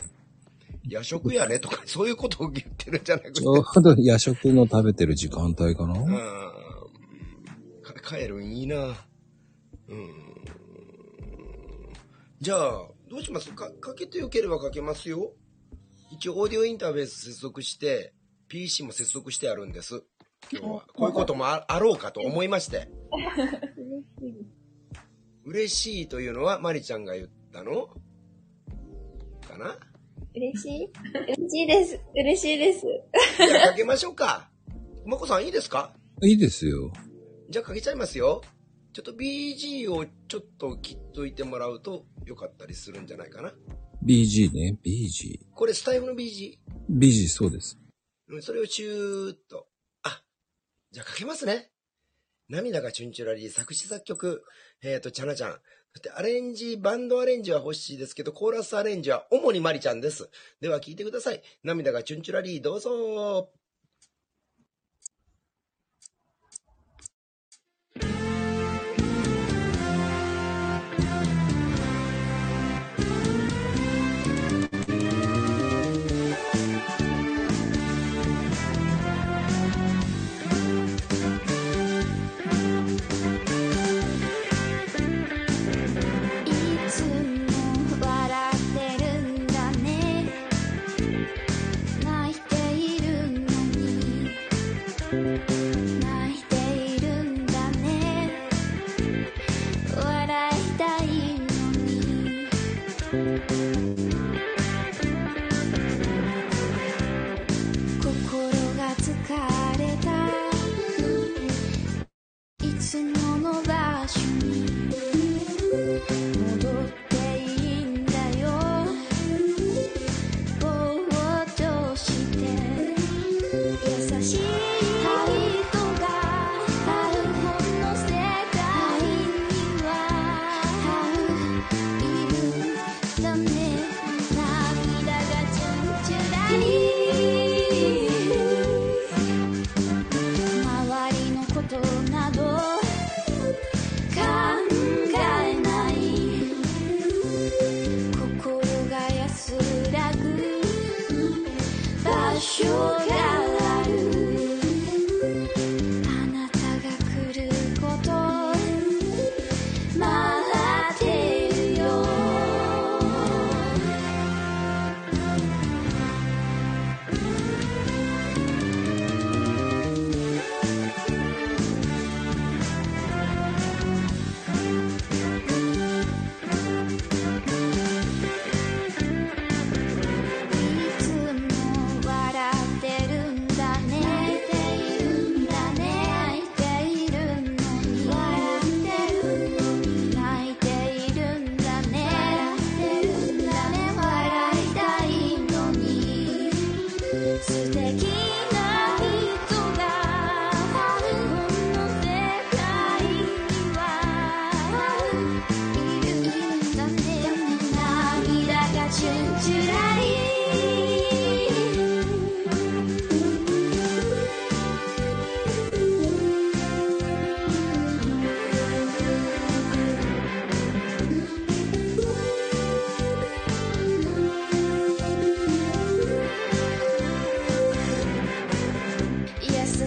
夜食やねとか、 そういうことを言ってるんじゃなくて
ち。ょうど夜食の食べてる時間帯かな、
うんか帰るんいいな。うん。じゃあ、どうしますかかけてよければかけますよ。一応、オーディオインターフェース接続して、PC も接続してあるんです。今日は。こういうこともああろうかと思いまして。嬉しいというのは、まりちゃんが言ったのかな
嬉しい嬉しいです。嬉しいです。
じゃあ、かけましょうか。まこさん、いいですか
いいですよ。
じゃあかけちゃいますよ。ちょっと BG をちょっと切っといてもらうとよかったりするんじゃないかな。
BG ね、BG。
これスタイフの BG。
BG そうです。
うんそれをチューっと。あ、じゃあかけますね。涙がチュンチュラリー、作詞作曲、えっ、と、ちゃなちゃん。そしてアレンジ、バンドアレンジは欲しいですけど、コーラスアレンジは主にマリちゃんです。では聞いてください。涙がチュンチュラリー、どうぞ。
いつも笑ってるんだね泣いているのに泣いているんだね笑いたいのに心が疲れたいつもの場所に戻っていいんだよぼーっとして優しい人が台本の世界にはいるんだね涙がチュンチュラリ周りのことなど考えない心が安らぐ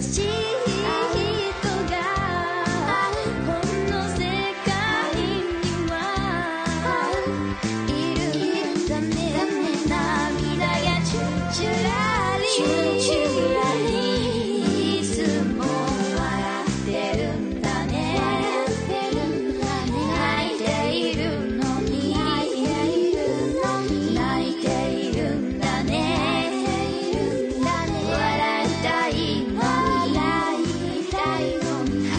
しい人がこの世界にはいるだね涙がチュチュラリチュラリいつも笑ってるんだね泣いているのに泣いているんだね笑いたいのに遊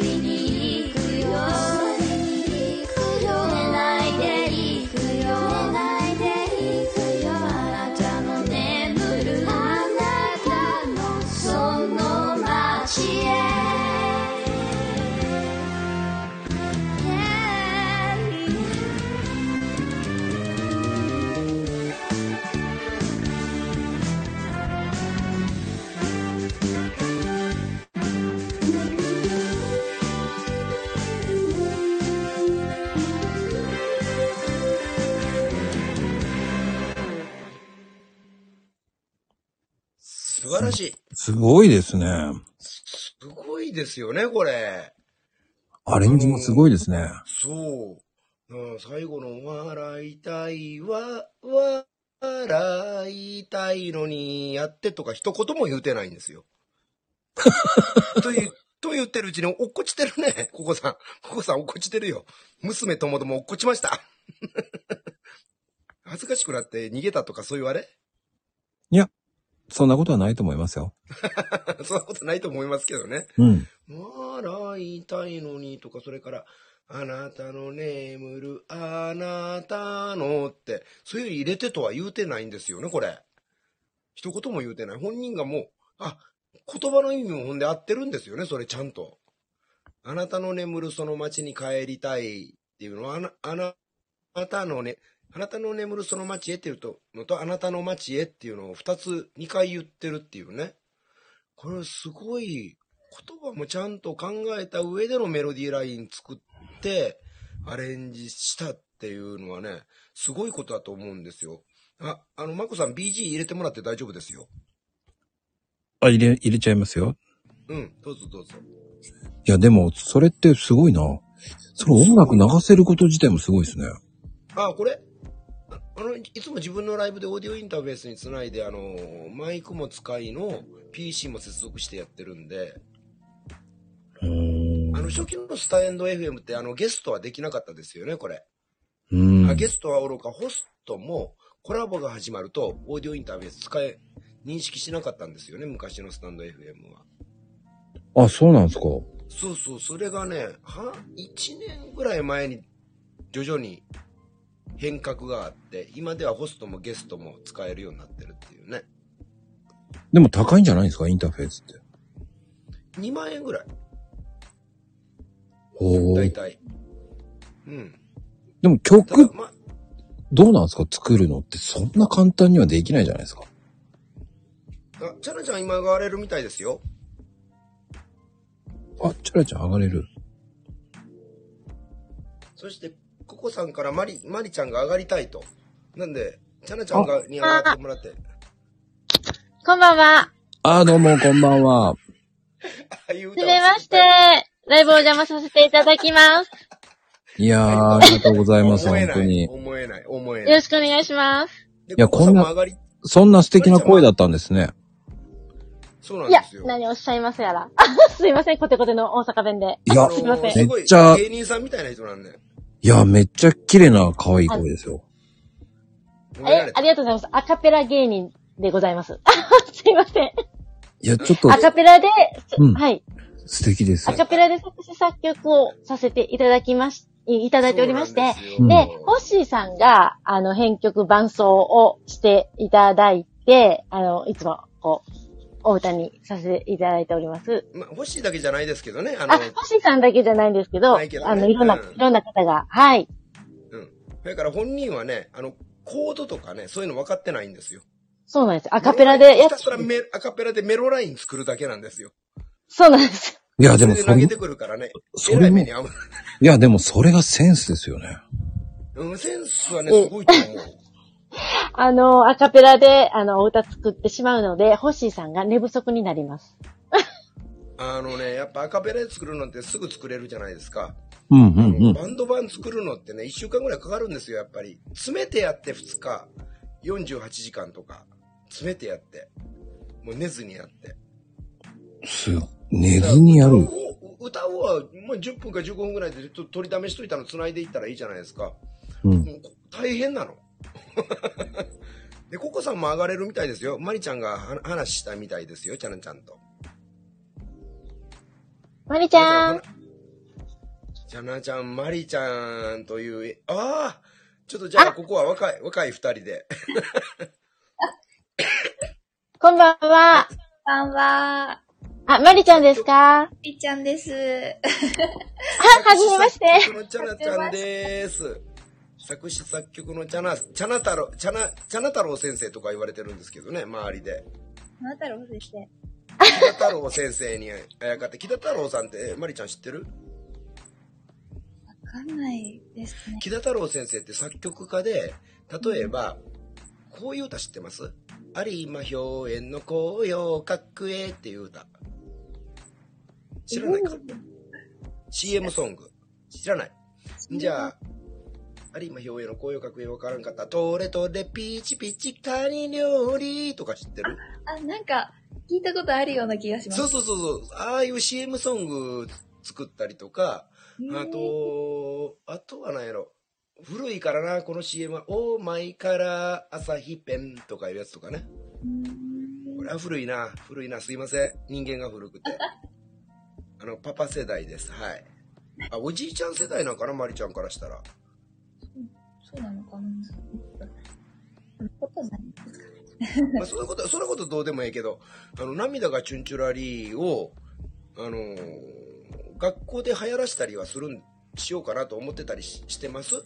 びに行くよ寝ないで行くよあなたの眠るその街へ Yeah.
素晴らしい。
すごいですね。
すごいですよね、これ。
アレンジもすごいですね。
そう。うん、最後の笑いたいわ、わ笑いたいのにやってとか一言も言うてないんですよ。と言う、と言ってるうちに落っこちてるね、ココさん。ココさん落っこちてるよ。娘ともども落っこちました。 恥ずかしくなって逃げたとかそういうあれ
そんなことはないと思いますよ。
そんなことないと思いますけどね。
うん。
笑いたいのにとか、それから、あなたの眠るあなたのって、そういう入れてとは言うてないんですよね、これ。一言も言うてない。本人がもう、あ、言葉の意味もほんで合ってるんですよね、それちゃんと。あなたの眠るその街に帰りたいっていうのは、あな、あなあなたのね、あなたの眠るその街へっていうとのと、あなたの街へっていうのを二つ、二回言ってるっていうね。これすごい、言葉もちゃんと考えた上でのメロディーライン作ってアレンジしたっていうのはね、すごいことだと思うんですよ。あ、あの、マコさん BG 入れてもらって大丈夫ですよ。
あ、入れ、入れちゃいますよ。
うん、どうぞどうぞ。
いや、でも、それってすごいな。それ音楽流せること自体もすごいですね。
あ、これああの、いつも自分のライブでオーディオインターフェースにつないで、あの、マイクも使いの PC も接続してやってるんで、
うーん
あの、初期のスターエンド FM ってあの、ゲストはできなかったですよね、これ。
うん。
あゲストはおろか、ホストもコラボが始まると、オーディオインターフェース使え、認識しなかったんですよね、昔のスタンド FM は。
あ、そうなんですか。
そうそう、それがね、は、1年ぐらい前に、徐々に変革があって、今ではホストもゲストも使えるようになってるっていうね。
でも高いんじゃないんですかインターフェースって。
2万円ぐらい、
お
だい
ー
たい。うん。
でも
ただ
曲、
まあ、
どうなんですか作るのってそんな簡単にはできないじゃないですか。
あチャラちゃん今上がれるみたいですよ。
あ、チャラちゃん上がれる。
そして、ココさんからマリ、マリちゃんが上がりたいと。なんで、チャナちゃんがに上がってもらって。
こんばんは。
あ、どうも、こんばんは。
あいう歌
す
を
みまして。ライブお邪魔させていただきます。
いやー、ありがとうございます、
思え
本
な
当
い。
に。
思えない。思え
よ
ない。
ろしくお願いします。
で
いや
ココさ
こんな
も上がり、
そんな素敵な声だったんですね。
そうなん
いや
です、よ。
何をおっしゃいますやら。 すいません、コテコテの大阪弁で。
いや
あの、
すいません
すごい
めっちゃ
芸人さんみたいな人なんで。
いや、めっちゃ綺麗な可愛い声ですよ。
褒めら
え
れ、た
ありがとうございます。アカペラ芸人でございます。 すいません。
いや、ちょっと
アカペラで、
うん
はい。
素敵です
ア。カペラで作詞作曲をさせていただきまし、いただいておりまして。
そうな
で
んですよ、
ホッシーさんが、あの、編曲伴奏をしていただいて、あの、いつも、こう、お歌にさせていただいております。
まあ、欲しいだけじゃないですけどね。あの
あ、、ホッシーさんだけじゃないんですけど、
ないけどね
あの、いろんな、
うん
いろんな方が、はい。
それから本人はね、あの、コードとかね、そういうの分かってないんですよ。
そうなんです。アカペラでや
ひ
った
すらメアカペラでメロライン作るだけなんですよ。
そうなんです。
いや、でも
それ
そ
投
れ、
げ
い
てくるからね。
そ
え
れも
らい目に遭う。
や、でもそれがセンスですよね。
うん、センスはね、すごいと思う。
あの、アカペラで、あの、お歌作ってしまうので、ホッシーさんが寝不足になります。
あのね、やっぱアカペラで作るのってすぐ作れるじゃないですか。
うんうんうん。
バンド版作るのってね、1週間ぐらいかかるんですよ、やっぱり。詰めてやって2日、48時間とか、詰めてやって、もう寝ずにやって。
すごい。寝ずにやる。
歌をは、まあ、10分か15分ぐらいでちょっと取りだめしといたの繋いでいったらいいじゃないですか。
うん。
もうこ大変なの。 で、ココさんも上がれるみたいですよ。マリちゃんがは話したみたいですよ、チャランちゃんと。
まりちゃん。
チャランちゃん、マリちゃんという、えああちょっとじゃあ、ここは若い、若い二人で。
こんばんは。
こんばんは。
あ、まりちゃんですかあ、は
りっちゃんです。
じめまして。
作曲のチャナちゃんです。作詞作曲のチャナ、チャナ太郎、チャナ、チャナ太郎先生とか言われてるんですけどね、周りで。
あなたらお先生。
北太郎先生にあやかって、北太郎さんって、えマリちゃん知ってる
わかんないですね。
木田太郎先生って作曲家で、例えば、こういう歌知ってます有馬表園の紅葉角栄っていう歌。知らないか ?CM ソング。知らない。じゃあ、有馬表園の紅葉角栄わからんかった。トレトレピチピチカニ料理とか知ってる
あ、なんか、聞いたことあるような気がします。
そうそうそうそう。ああいう CM ソング作ったりとか、あと、あとは何やろ。古いからな、この CM は。オーマイから朝日ペンとかいうやつとかね。これは古いな、古いな、すいません。人間が古く て。あの、パパ世代です。はい。あ、おじいちゃん世代なんかな、マリちゃんからしたら。
そうなのかなそんなことないですか
まあ、そういうこと、そんなことどうでもいいけど、あの、涙がチュンチュラリーを、あのー学校で流行らしたりはするん、しようかなと思ってたりししてます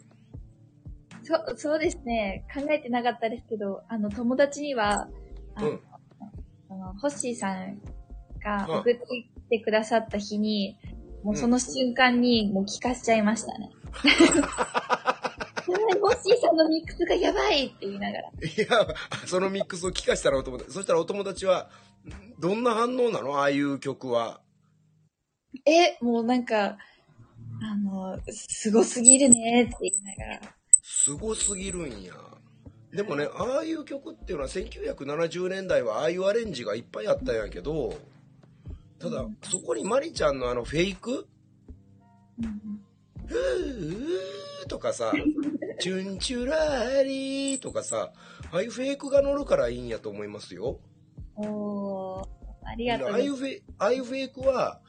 そそうですね。考えてなかったですけど、あの、友達には、あの、
うん
あのホッシーさんが送ってきてくださった日に、もうその瞬間にもう聞かしちゃいました ね。やばいホッシーさんのミックスがやばいって言いながら。
いや、そのミックスを聞かしたらお友達、そしたらお友達は、んどんな反応なのああいう曲は。
え、もうなんか、あの、すごすぎるねって言いながら。
すごすぎるんや。でもね、ああいう曲っていうのは1970年代はああいうアレンジがいっぱいあったんやけど、ただ、そこにマリちゃんのあのフェイクふーとか さ、チュンチュラーリーとかさ、ああいうフェイクが乗るからいいんやと思いますよ。
おー、ありがとう
ああいうフェイああいうフェイクは、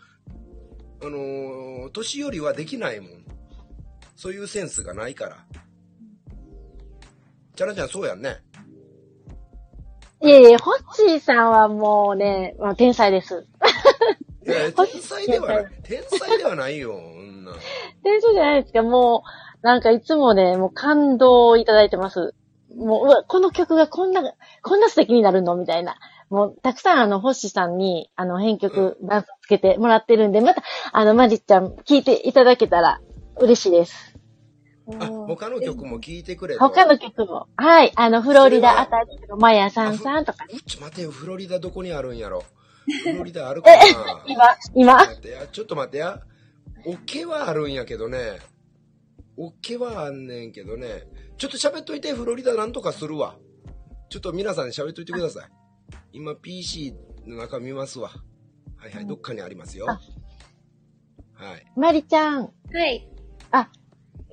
あのー年寄りはできないもん。そういうセンスがないから。チャラちゃんそうやんね。
いえいえ、ホッチーさんはもうね、まあ、天才です。
いや天才ではない。天才ではないよ、 女。
天才じゃないですか。もう、なんかいつもね、もう感動をいただいてます。もう、うわ、この曲がこんな、こんな素敵になるのみたいな。もう、たくさんあの、星さんに、あの、編曲、ダンスつけてもらってるんで、また、あの、マジちゃん、聞いていただけたら嬉しいです。
あ、他の曲も聴いてくれと
他の曲も。はい、あの、フロリダあたりのマヤさんさんとか、
ちょっと待てよ、フロリダどこにあるんやろ。フロリダある かな
今、今、
待ってや、ちょっと待ってや。オケはあるんやけどね。オケはあんねんけどね。ちょっと喋っといて、フロリダなんとかするわ。ちょっと皆さん喋っといてください。今 PC の中見ますわ。はいはい、どっかにありますよ。は
あ
い。
マリちゃん、
はい。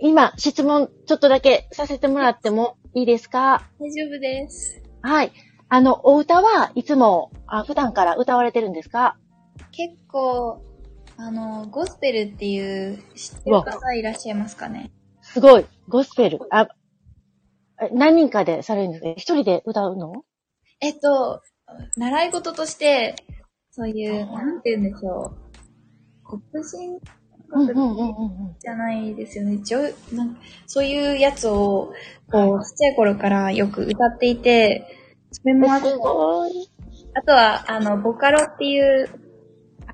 今、質問ちょっとだけさせてもらってもいいですか
大丈夫です。
はい。あの、お歌はいつも、あ普段から歌われてるんですか
結構、あの、ゴスペルっていう、知ってる方いらっしゃいますかね
すごい。ゴスペル。あ、え何人かでされるんですか一人で歌うの
えっと、習い事として、そういう、なんて言うんでしょう。黒人
うんうんうんうん
じゃないですよね。女優なんかそういうやつを、こう、ちっちゃい頃からよく歌っていて、それ
うん。
もあ
え
って
すごい。
あとは、あの、ボカロっていう、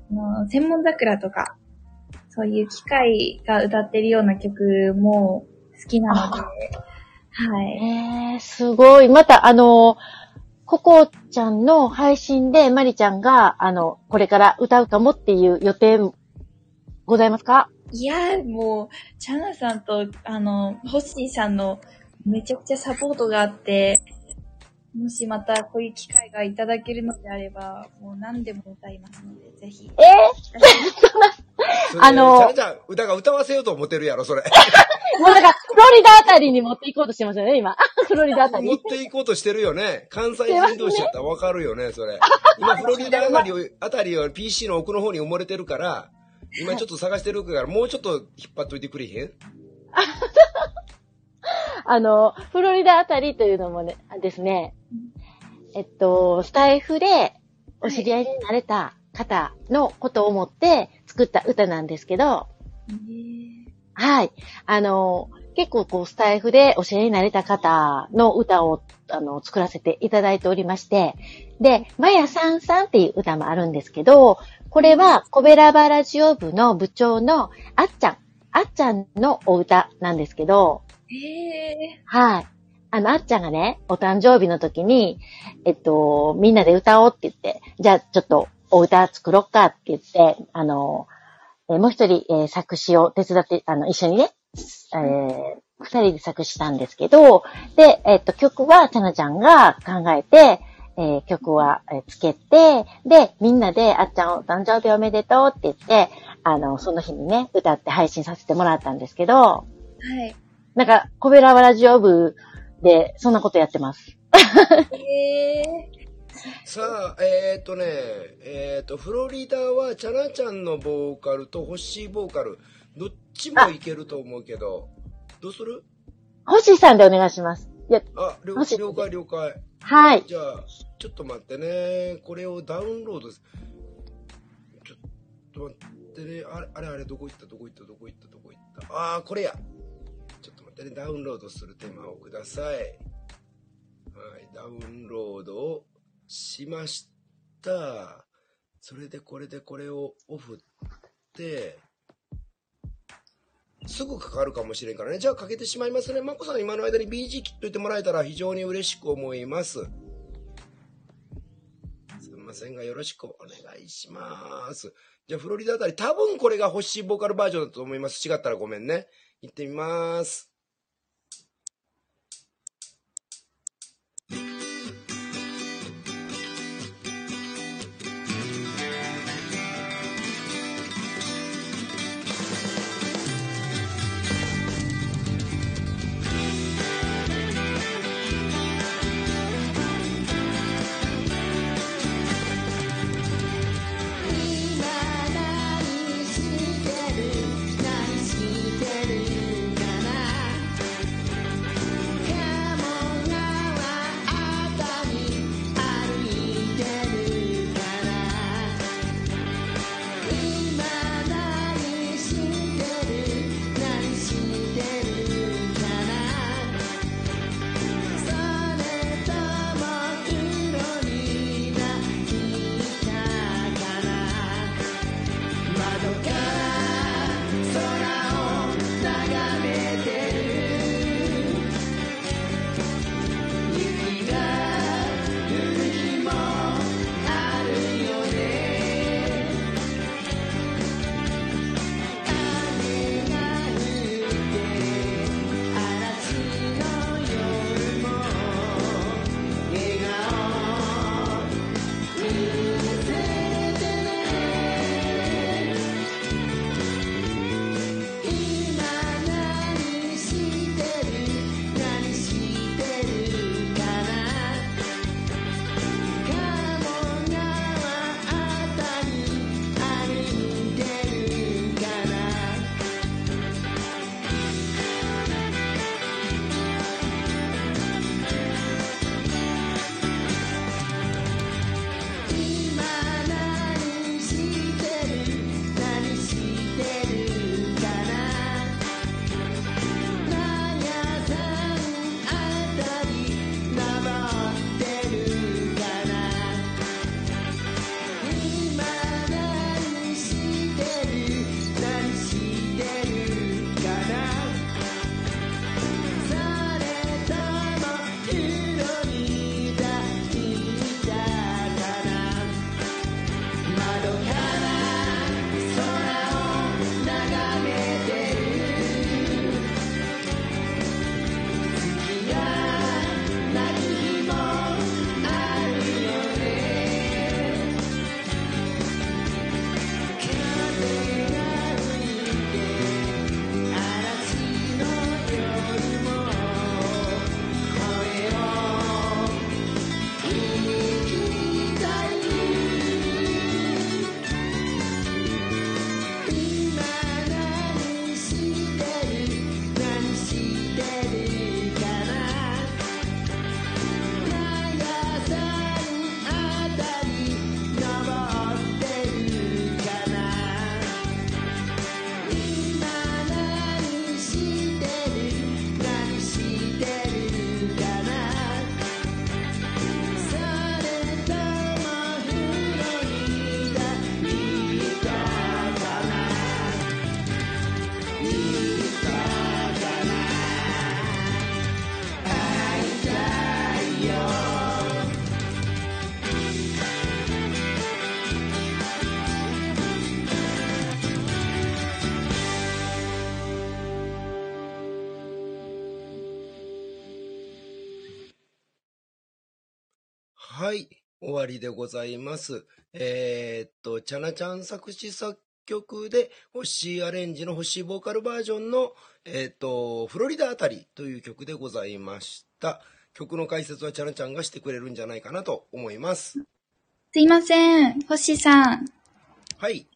あの、専門桜とか、そういう機械が歌ってるような曲も好きなので、はい。
えー、すごい。また、あの、ココちゃんの配信でマリちゃんが、あの、これから歌うかもっていう予定、ございますか
いやー、もう、チャナさんと、あの、ホッシーさんのめちゃくちゃサポートがあって、もしまたこういう機会がいただけるのであれば、もう何でも歌いますので、ぜひ。
え
それ
あの
チャラちゃん、歌が歌わせようと思ってるやろ、それ。
え もうなんか、フロリダあたりに持っていこうとしてますよね、今。 フロリダあ た
持っ
り。
ていこうとしてるよね。関西人同士だったらわかるよね、それ。今、フロリダあたりを、あたりを PC の奥の方に埋もれてるから、今ちょっと探してるから、もうちょっと引っ張っといてくれへん
あの、フロリダあたりというのもね、あですね、えっと、スタイフでお知り合いになれた方のことを思って作った歌なんですけど、はい。あの、結構こう、スタイフでお知り合いになれた方の歌を、あの、作らせていただいておりまして、で、まやさんさんっていう歌もあるんですけど、これは、コベラバラジオ部の部長のあっちゃん、あっちゃんのお歌なんですけど、
え
はい。あの、あっちゃんがね、お誕生日の時に、えっと、みんなで歌おうって言って、じゃあちょっとお歌作ろっかって言って、あの、えーもう一人、えー作詞を手伝って、あの、一緒にね、えー二人で作詞したんですけど、で、えっと、曲は、ちゃなちゃんが考えて、えー曲は、えーつけて、で、みんなで、あっちゃんお誕生日おめでとうって言って、あの、その日にね、歌って配信させてもらったんですけど、
ー、
なんか、コベラワラジオ部で、そんなことやってます。
はい。え
さあ、えっ、ー、とね、えっ、ー、と、フロリダは、チャラちゃんのボーカルと、ホッシーボーカル、どっちもいけると思うけど、どうする
星さんでお願いします。いや、
あ、了
もし
了解了解。
はい。
じゃあ、ちょっと待ってね。これをダウンロードすちょっと待ってね。あれ、あれ、あれ、どこ行ったどこ行ったどこ行ったどこ行った。ああ、これや。ちょっと待ってね。ダウンロードする手間をください。はい、ダウンロードをしました。それでこれでこれをオフって、すぐかかるかもしれんからね。じゃあかけてしまいますね。まこさん今の間に BG 切っといてもらえたら非常に嬉しく思います。すみませんが、よろしくお願いします。じゃあ、フロリダあたり、多分これが欲しいボーカルバージョンだと思います。違ったらごめんね。行ってみます。
今何してる何してるかな
はい、終わりでございます。えーっと、チャナちゃん作詞作曲で、星アレンジの星ボーカルバージョンの、えーっと、フロリダあたりという曲でございました。曲の解説はチャナちゃんがしてくれるんじゃないかなと思います。
すいません。星さん。
はい。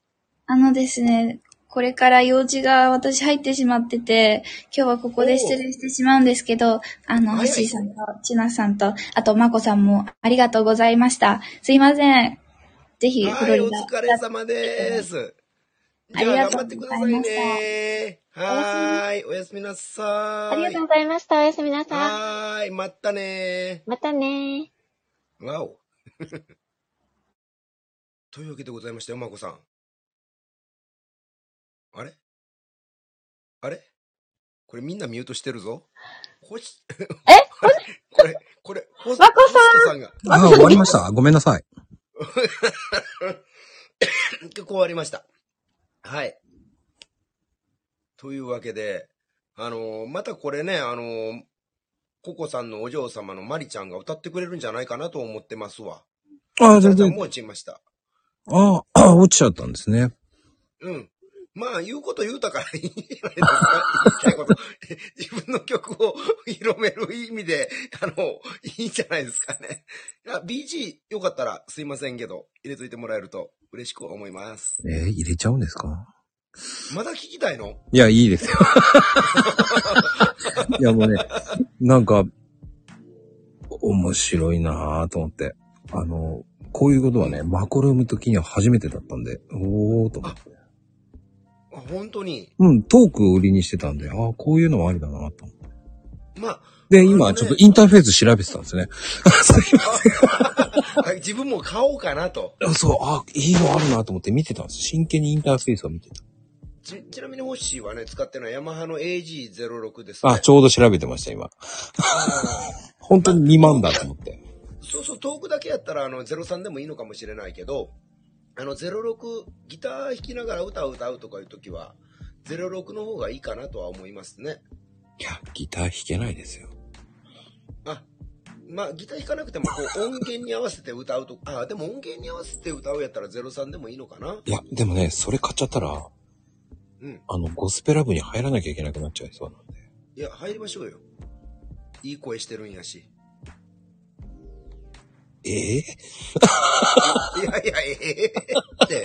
あのですね、これから用事が私入ってしまってて、今日はここで失礼してしまうんですけど、あの、
はいはい
星さんと、ちなさんと、あと、まこさんもありがとうございました。すいません。ぜひ、フ
は
ロ
い、お
リダ。
疲れ様です。
あ
じ
り
ゃあ頑
がと
張
う
って
ご
く
ざ
だ
い
さ
ました
いね。はーい、おやすみなさ
あ
ー
り
い。
がとうございました。おやすみなさい。
はーい、まったね
またね
ー。わお。 というわけでございまして、まこさん。あれあれこれみんなミュートしてるぞ。ほ し、えこれ、これ、ほま
まこさん
さんが、
あ、終わりました。ごめんなさい。
結局終わりました。はい。というわけで、あのーまたこれね、あのーココさんのお嬢様のマリちゃんが歌ってくれるんじゃないかなと思ってますわ。
あ、
じ
全
ゃあ、
然。
もう落ちました。
ああ、落ちちゃったんですね。
うん。まあ、言うこと言うたからいいんじゃないですか。 言いたいこと自分の曲を広める意味で、あの、いいんじゃないですかね。いや BG よかったらすいませんけど、入れといてもらえると嬉しく思います。
えー入れちゃうんですか
まだ聞きたいの
いや、いいですよ。 いや、もうね、なんか、面白いなぁと思って。あの、こういうことはね、マコルーム時には初めてだったんで、おーと思って。
あ本当に。
うん、トークを売りにしてたんで、ああ、こういうのもありだなぁと思って。
まあ、
で、今、ちょっとインターフェース調べてたんですね。
あ自分も買おうかなと。
あそう、あいいのあるなと思って見てたんです。真剣にインターフェースを見てた。
ち、ちなみにホッシーはね、使ってるのはヤマハの AG06 です、ね。
あ、ちょうど調べてました、今。 本当に2万だと思って。
そうそう、トークだけやったら、あの、03でもいいのかもしれないけど、あの、06、ギター弾きながら歌を歌うとかいう時は、06の方がいいかなとは思いますね。
いや、ギター弾けないですよ。
あ、まあ、ギター弾かなくても、こ う、音源に合わせて歌うとか、あ、でも音源に合わせて歌うやったら03でもいいのかない
や、でもね、それ買っちゃったら、
うん。
あの、ゴスペラ部に入らなきゃいけなくなっちゃいそうなんで。
いや、入りましょうよ。いい声してるんやし。
ええ
いやいや、ええって。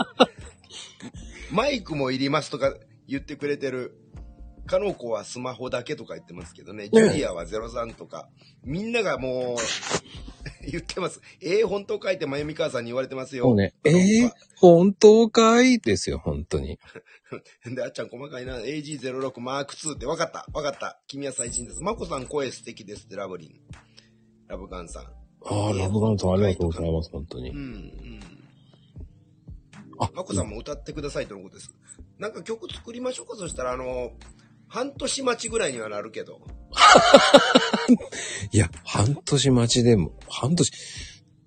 マイクもいりますとか言ってくれてる。かの子はスマホだけとか言ってますけどね。ジュリアは03とか。みんながもう、言ってます。ええ本当書いて、まゆみ母さんに言われてますよ。
もうね、え
かの子
え
は
本当かいですよ、本当に。
で、あっちゃん細かいな。AG06 マーク2って分かった。分かった。君は最新です。まこさん声素敵ですって、ラブリン。ラブガンさん。
ああ、ラブガンさんありがとうございます、本当に
うん、う。ん。
あ、
マコさんも歌ってくださいとのことです。なんか曲作りましょうかそしたら、あの、半年待ちぐらいにはなるけど。
いや、半年待ちでも、半年、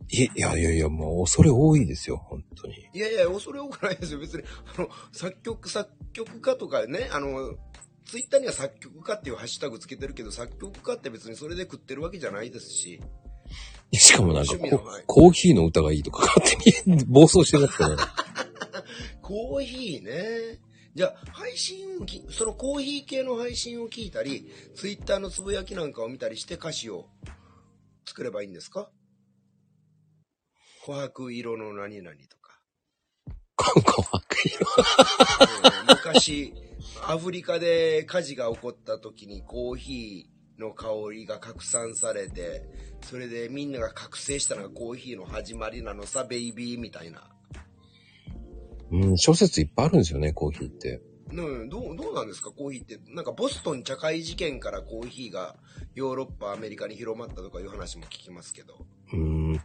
いいやいやいや、もう恐れ多いですよ、本当に。
いやいや、恐れ多くないですよ。別に、あの、作曲、作曲家とかね、あの、ツイッターには作曲家っていうハッシュタグつけてるけど、作曲家って別にそれで食ってるわけじゃないですし。
しかもなんか
趣味の
コ
はい、
コーヒーの歌がいいとか勝手に 暴走してますからね。
コーヒーね。じゃあ、配信をき、そのコーヒー系の配信を聞いたり、ツイッターのつぶやきなんかを見たりして歌詞を作ればいいんですか琥珀色の何々とか。
コンコン白色。
うん昔、アフリカで火事が起こった時にコーヒーの香りが拡散されて、それでみんなが覚醒したのがコーヒーの始まりなのさ、ベイビーみたいな。
うん、小説いっぱいあるんですよね、コーヒーって。
うん、どう、どうなんですかコーヒーって。なんかボストン茶会事件からコーヒーがヨーロッパ、アメリカに広まったとかいう話も聞きますけど。
うん。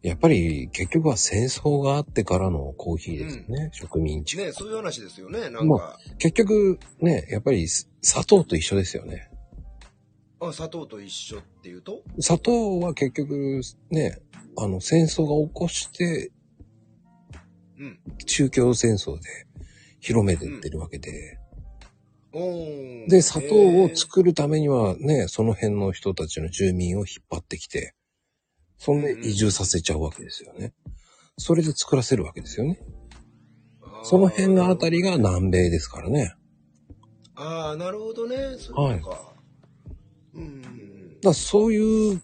やっぱり結局は戦争があってからのコーヒーですよね、植民地。
ねそういう話ですよね。なん
ま
か、
結局ね、やっぱりす砂糖と一緒ですよね。
あ、砂糖と一緒っていうと
砂糖は結局ね、あの戦争が起こして
うん。
中共戦争で広めてってるわけで、
おー
で、砂糖を
へー
作るためにはね、その辺の人たちの住民を引っ張ってきて、そんで移住させちゃうわけですよね。それで作らせるわけですよね。その辺のあた
り。
りが南米ですからね。
ああ、なるほどね。そういうことか。うんうんうん。
だからそういう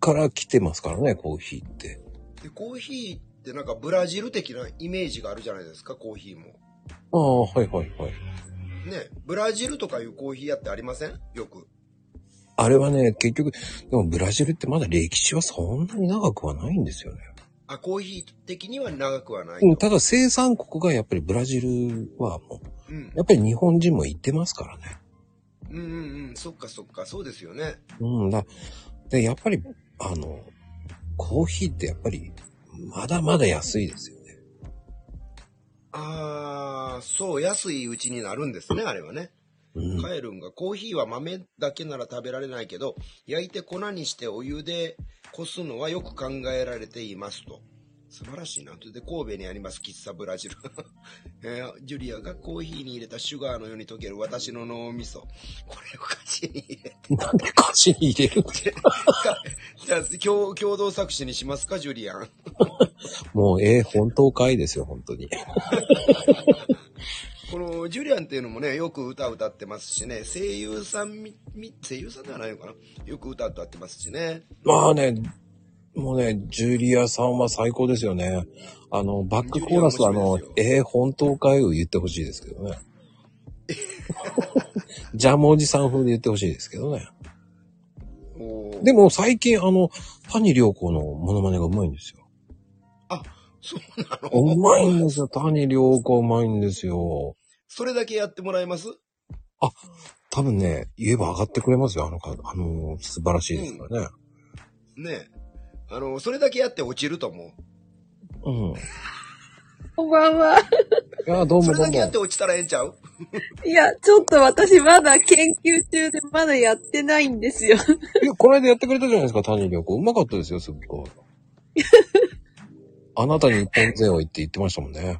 から来てますからね、コーヒーって。
で、コーヒーってなんかブラジル的なイメージがあるじゃないですか、コーヒーも。
ああ、はいはいはい。
ね、ブラジルとかいうコーヒー屋ってありませんよく。
あれはね、結局、でもブラジルってまだ歴史はそんなに長くはないんですよね。
あ、コーヒー的には長くはないと。
うん、ただ生産国がやっぱりブラジルはもう、
うん
やっぱり日本人も行ってますからね。
うんうんうん、そっかそっか、そうですよね。
うんだ。で、やっぱり、あの、コーヒーってやっぱり、まだまだ安いですよね。
ああ、そう、安いうちになるんですね、あれはね。
うん。
カエルンが、コーヒーは豆だけなら食べられないけど、焼いて粉にしてお湯でこすのはよく考えられていますと。素晴らしいな。それで神戸にあります、喫茶ブラジル、 えージュリアがコーヒーに入れたシュガーのように溶ける私の脳みそ。これを歌詞に入れて。
なんで歌詞に入れるって。
じゃあ、共共同作詞にしますか、ジュリアン。
もう、ええ本当かいですよ、本当に。
このジュリアンっていうのもね、よく歌歌ってますしね、声優さんみ、み声優さんではないのかなよく歌歌ってますしね。
まあね、もうね、ジュリアさんは最高ですよね。あの、バックコーラスはあの
ジュリア面白いですよ、
ええ本当かいを言ってほしいですけどね。 ジャムおじさん風で言ってほしいですけどね。
おー
でも最近あの、谷良子のモノマネがうまいんですよ。
そうなの
うまいんですよ。谷良子うまいんですよ。
それだけやってもらえます
多分ね、言えば上がってくれますよ。あのか、あのー素晴らしいですからね。
ねえ。あの、それだけやって落ちると思
うん。い
こんばんは。
や、どう
う。
も
それ
どう
だけやっ
も
て。落ちたらええんちゃう
いや、ちょっと私まだ研究中でまだやってないんですよ。
いや、この間やってくれたじゃないですか、谷良子。うまかったですよ、すっごい。あなたに一本背負いって言ってましたもんね。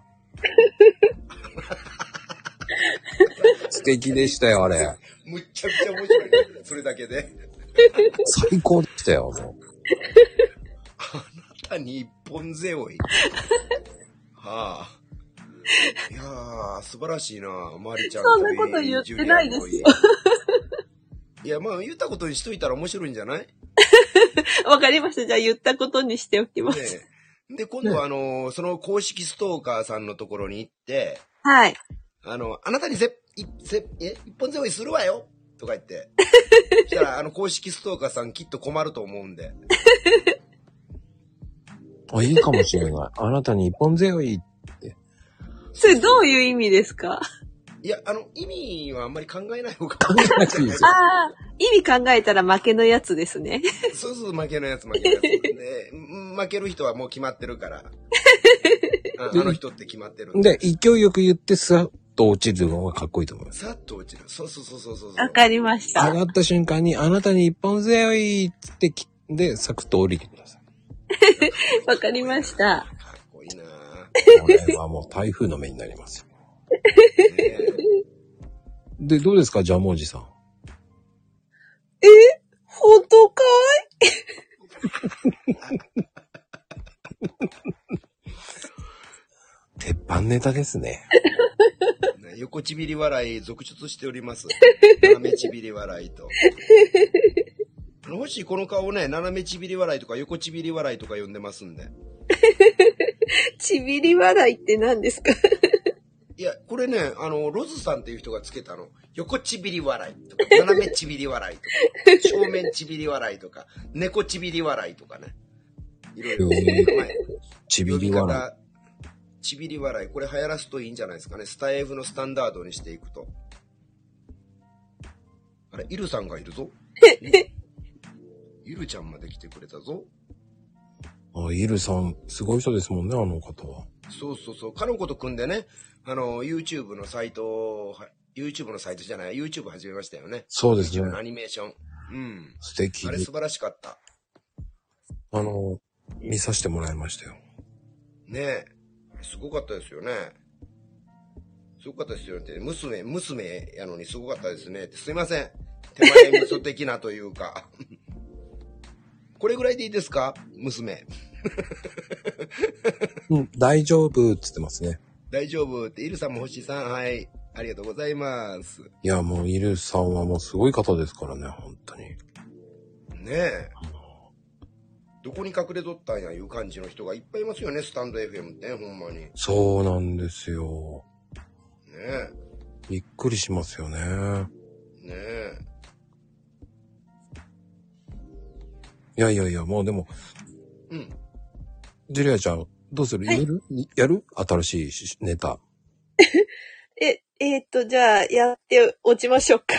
素敵でしたよ、あれ。
むっちゃくちゃ面白いね。それだけで。
最高でしたよ、もう。
単に一本背負い。はあ。いやー、素晴らしいなマリちゃん
そんなこと言ってないです
よ。いや、まあ、言ったことにしといたら面白いんじゃない
わかりました。じゃあ言ったことにしておきます。
ねえで、今度はあの、その公式ストーカーさんのところに行って、
はい。
あの、あなたにせ、いせ、え、一本背負いするわよとか 言って。そしたら、あの、公式ストーカーさんきっと困ると思うんで。
あ、いいかもしれない。あなたに一本背負い。
それどういう意味ですか
いや、あの、意味はあんまり考えない方が考えな
くていいです よ
ああ、意味考えたら負けのやつですね。
そうそう、負けのやつ、負けのやつ。で、うん負ける人はもう決まって るから。ああの人って決まってるんで。
で、勢いよく言って、スワッと落ちるのがかっこいいと思います。
さっと落ちる。そうそうそうそうそう。
わかりまし
上
た。
がった瞬間に、あなたに一本背負いっつってき、で、サクッと降りてください。
わかりました。
かっこいいなぁ。
これはもう台風の目になりますよ。
ね
で、どうですか、ジャムおじさん。
本当か
鉄板ネタですね。
えね横ちびり笑い、続出しております。斜めちびり笑いと。あのもしこの顔ね、斜めちびり笑いとか横ちびり笑いとか呼んでますんで。
いちびり笑いって何ですか
いや、これね、あの、ロズさんっていう人がつけたの。横ちびり笑いとか、斜めちびり笑いとか、正面ちびり笑いとか、猫ちびり笑いとかね。いろいろ。はい
ちびり
呼び
笑
方ちびり笑い。これ流行らすといいんじゃないですかね。スタイフのスタンダードにしていくと。あれ、イルさんがいる ぞ。イルちゃんまで来てくれたぞ。
い。あ、イルさん、すごい人ですもんね、あの方は。
そうそうそう。かのこと組んでね、あの、YouTube のサイトをは YouTube のサイトじゃない、YouTube 始めましたよね。
そうですね
YouTube のアニメーション。うん。
素敵
あれ
に
素晴らしかった。
あの、見させてもらいましたよ。
ねえ。あれすごかったですよね。すごかったですよねって。娘、娘やのにすごかったですねって。すいません。手前味噌的なというか。 これぐらいでいいですか娘。
うん、大丈夫って言ってますね。
大丈夫って、イルさんも星さん、はい。ありがとうございます。
いや、もう、イルさんはもうすごい方ですからね、本当に。
ねえ。どこに隠れとったんやいう感じの人がいっぱいいますよね、スタンド FM ってね、ほんまに。ね
そうなんですよ。
え。
びっくりしますよね。
ねえ。
いやいやいや、もうでも、
うん。
ジュリアちゃん、どうする、やるやる新しいしネタ。
え、えーっと、じゃあ、やって落ちましょうか。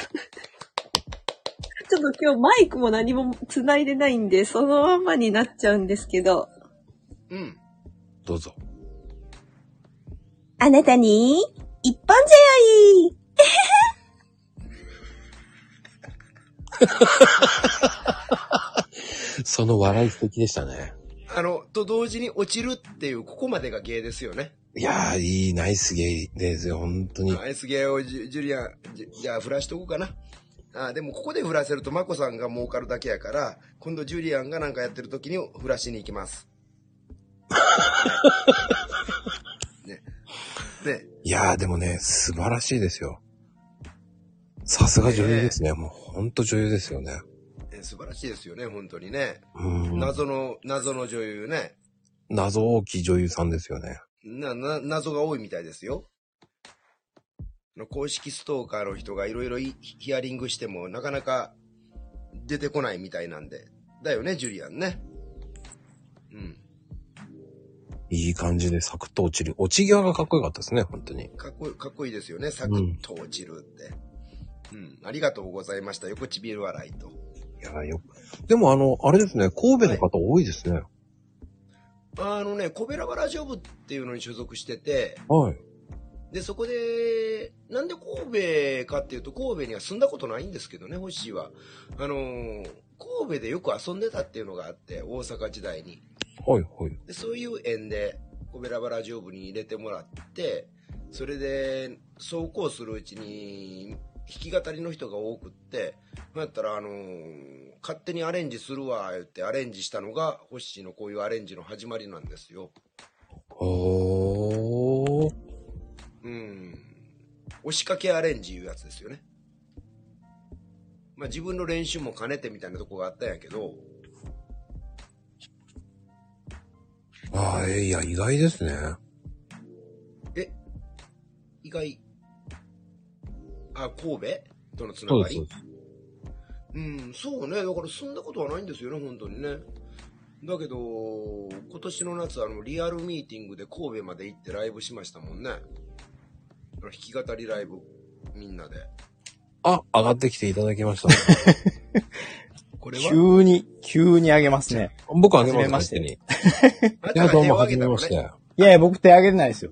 ちょっと今日マイクも何も繋いでないんで、そのままになっちゃうんですけど。
うん。
どうぞ。
あなたに、一本強い
その笑い素敵でしたね。
あの、と同時に落ちるっていう、ここまでが芸ですよね。
いやー、いい、ナイスゲイですよ、本当に。
アイス芸をジュジュリアン、じじゃあ振らしとこうかな。あでもここで振らせるとマコさんが儲かるだけやから、今度ジュリアンがなんかやってる時に振らしに行きます。ね。ね。
いやー、でもね、素晴らしいですよ。さすが女優ですね。もう本当女優ですよね。
え素晴らしいですよね、本当にね。
うん。
謎の、謎の女優ね。
謎大きい女優さんですよね。
な、な、謎が多いみたいですよ。あの公式ストーカーの人がいろいろヒヒアリングしてもなかなか出てこないみたいなんで。だよね、ジュリアンね。うん。
いい感じでサクッと落ちる。落ち際がかっこよかったですね、本当に。
かっこいい、かっこいいですよね。サクッと落ちるって。うん、ありがとうございました。横唇笑いと。
いやーよでもあの、あれですね、神戸の方多いですね。
あのね、コベラバラジオ部っていうのに所属してて、
はい。
で、そこで、なんで神戸かっていうと、神戸には住んだことないんですけどね、星は。あのー神戸でよく遊んでたっていうのがあって、大阪時代に。
はい、はい。
でそういう縁で、コベラバラジオ部に入れてもらって、それで、走行するうちに、弾き語りの人が多くって、そうやったら、あのー勝手にアレンジするわ、言ってアレンジしたのが、ホッシーのこういうアレンジの始まりなんですよ。
おー。
うん。押しかけアレンジいうやつですよね。まあ自分の練習も兼ねてみたいなとこがあったんやけど、
ああ、えーいや、意外ですね。
え、意外、あ、神戸とのつな
そう
が
です
り。うん、そうね。だから住んだことはないんですよね、本当にね。だけど、今年の夏、あの、リアルミーティングで神戸まで行ってライブしましたもんね。あの弾き語りライブ、みんなで。
あ、上がってきていただきました、 ね。
これは、
急に、急に上げますね。
僕あげます、
初めまして
手に。い
あ
や、どうも、
あ
は
げ
じ
た
め
の
まして。
ね。
いやいや、僕手上げてないですよ。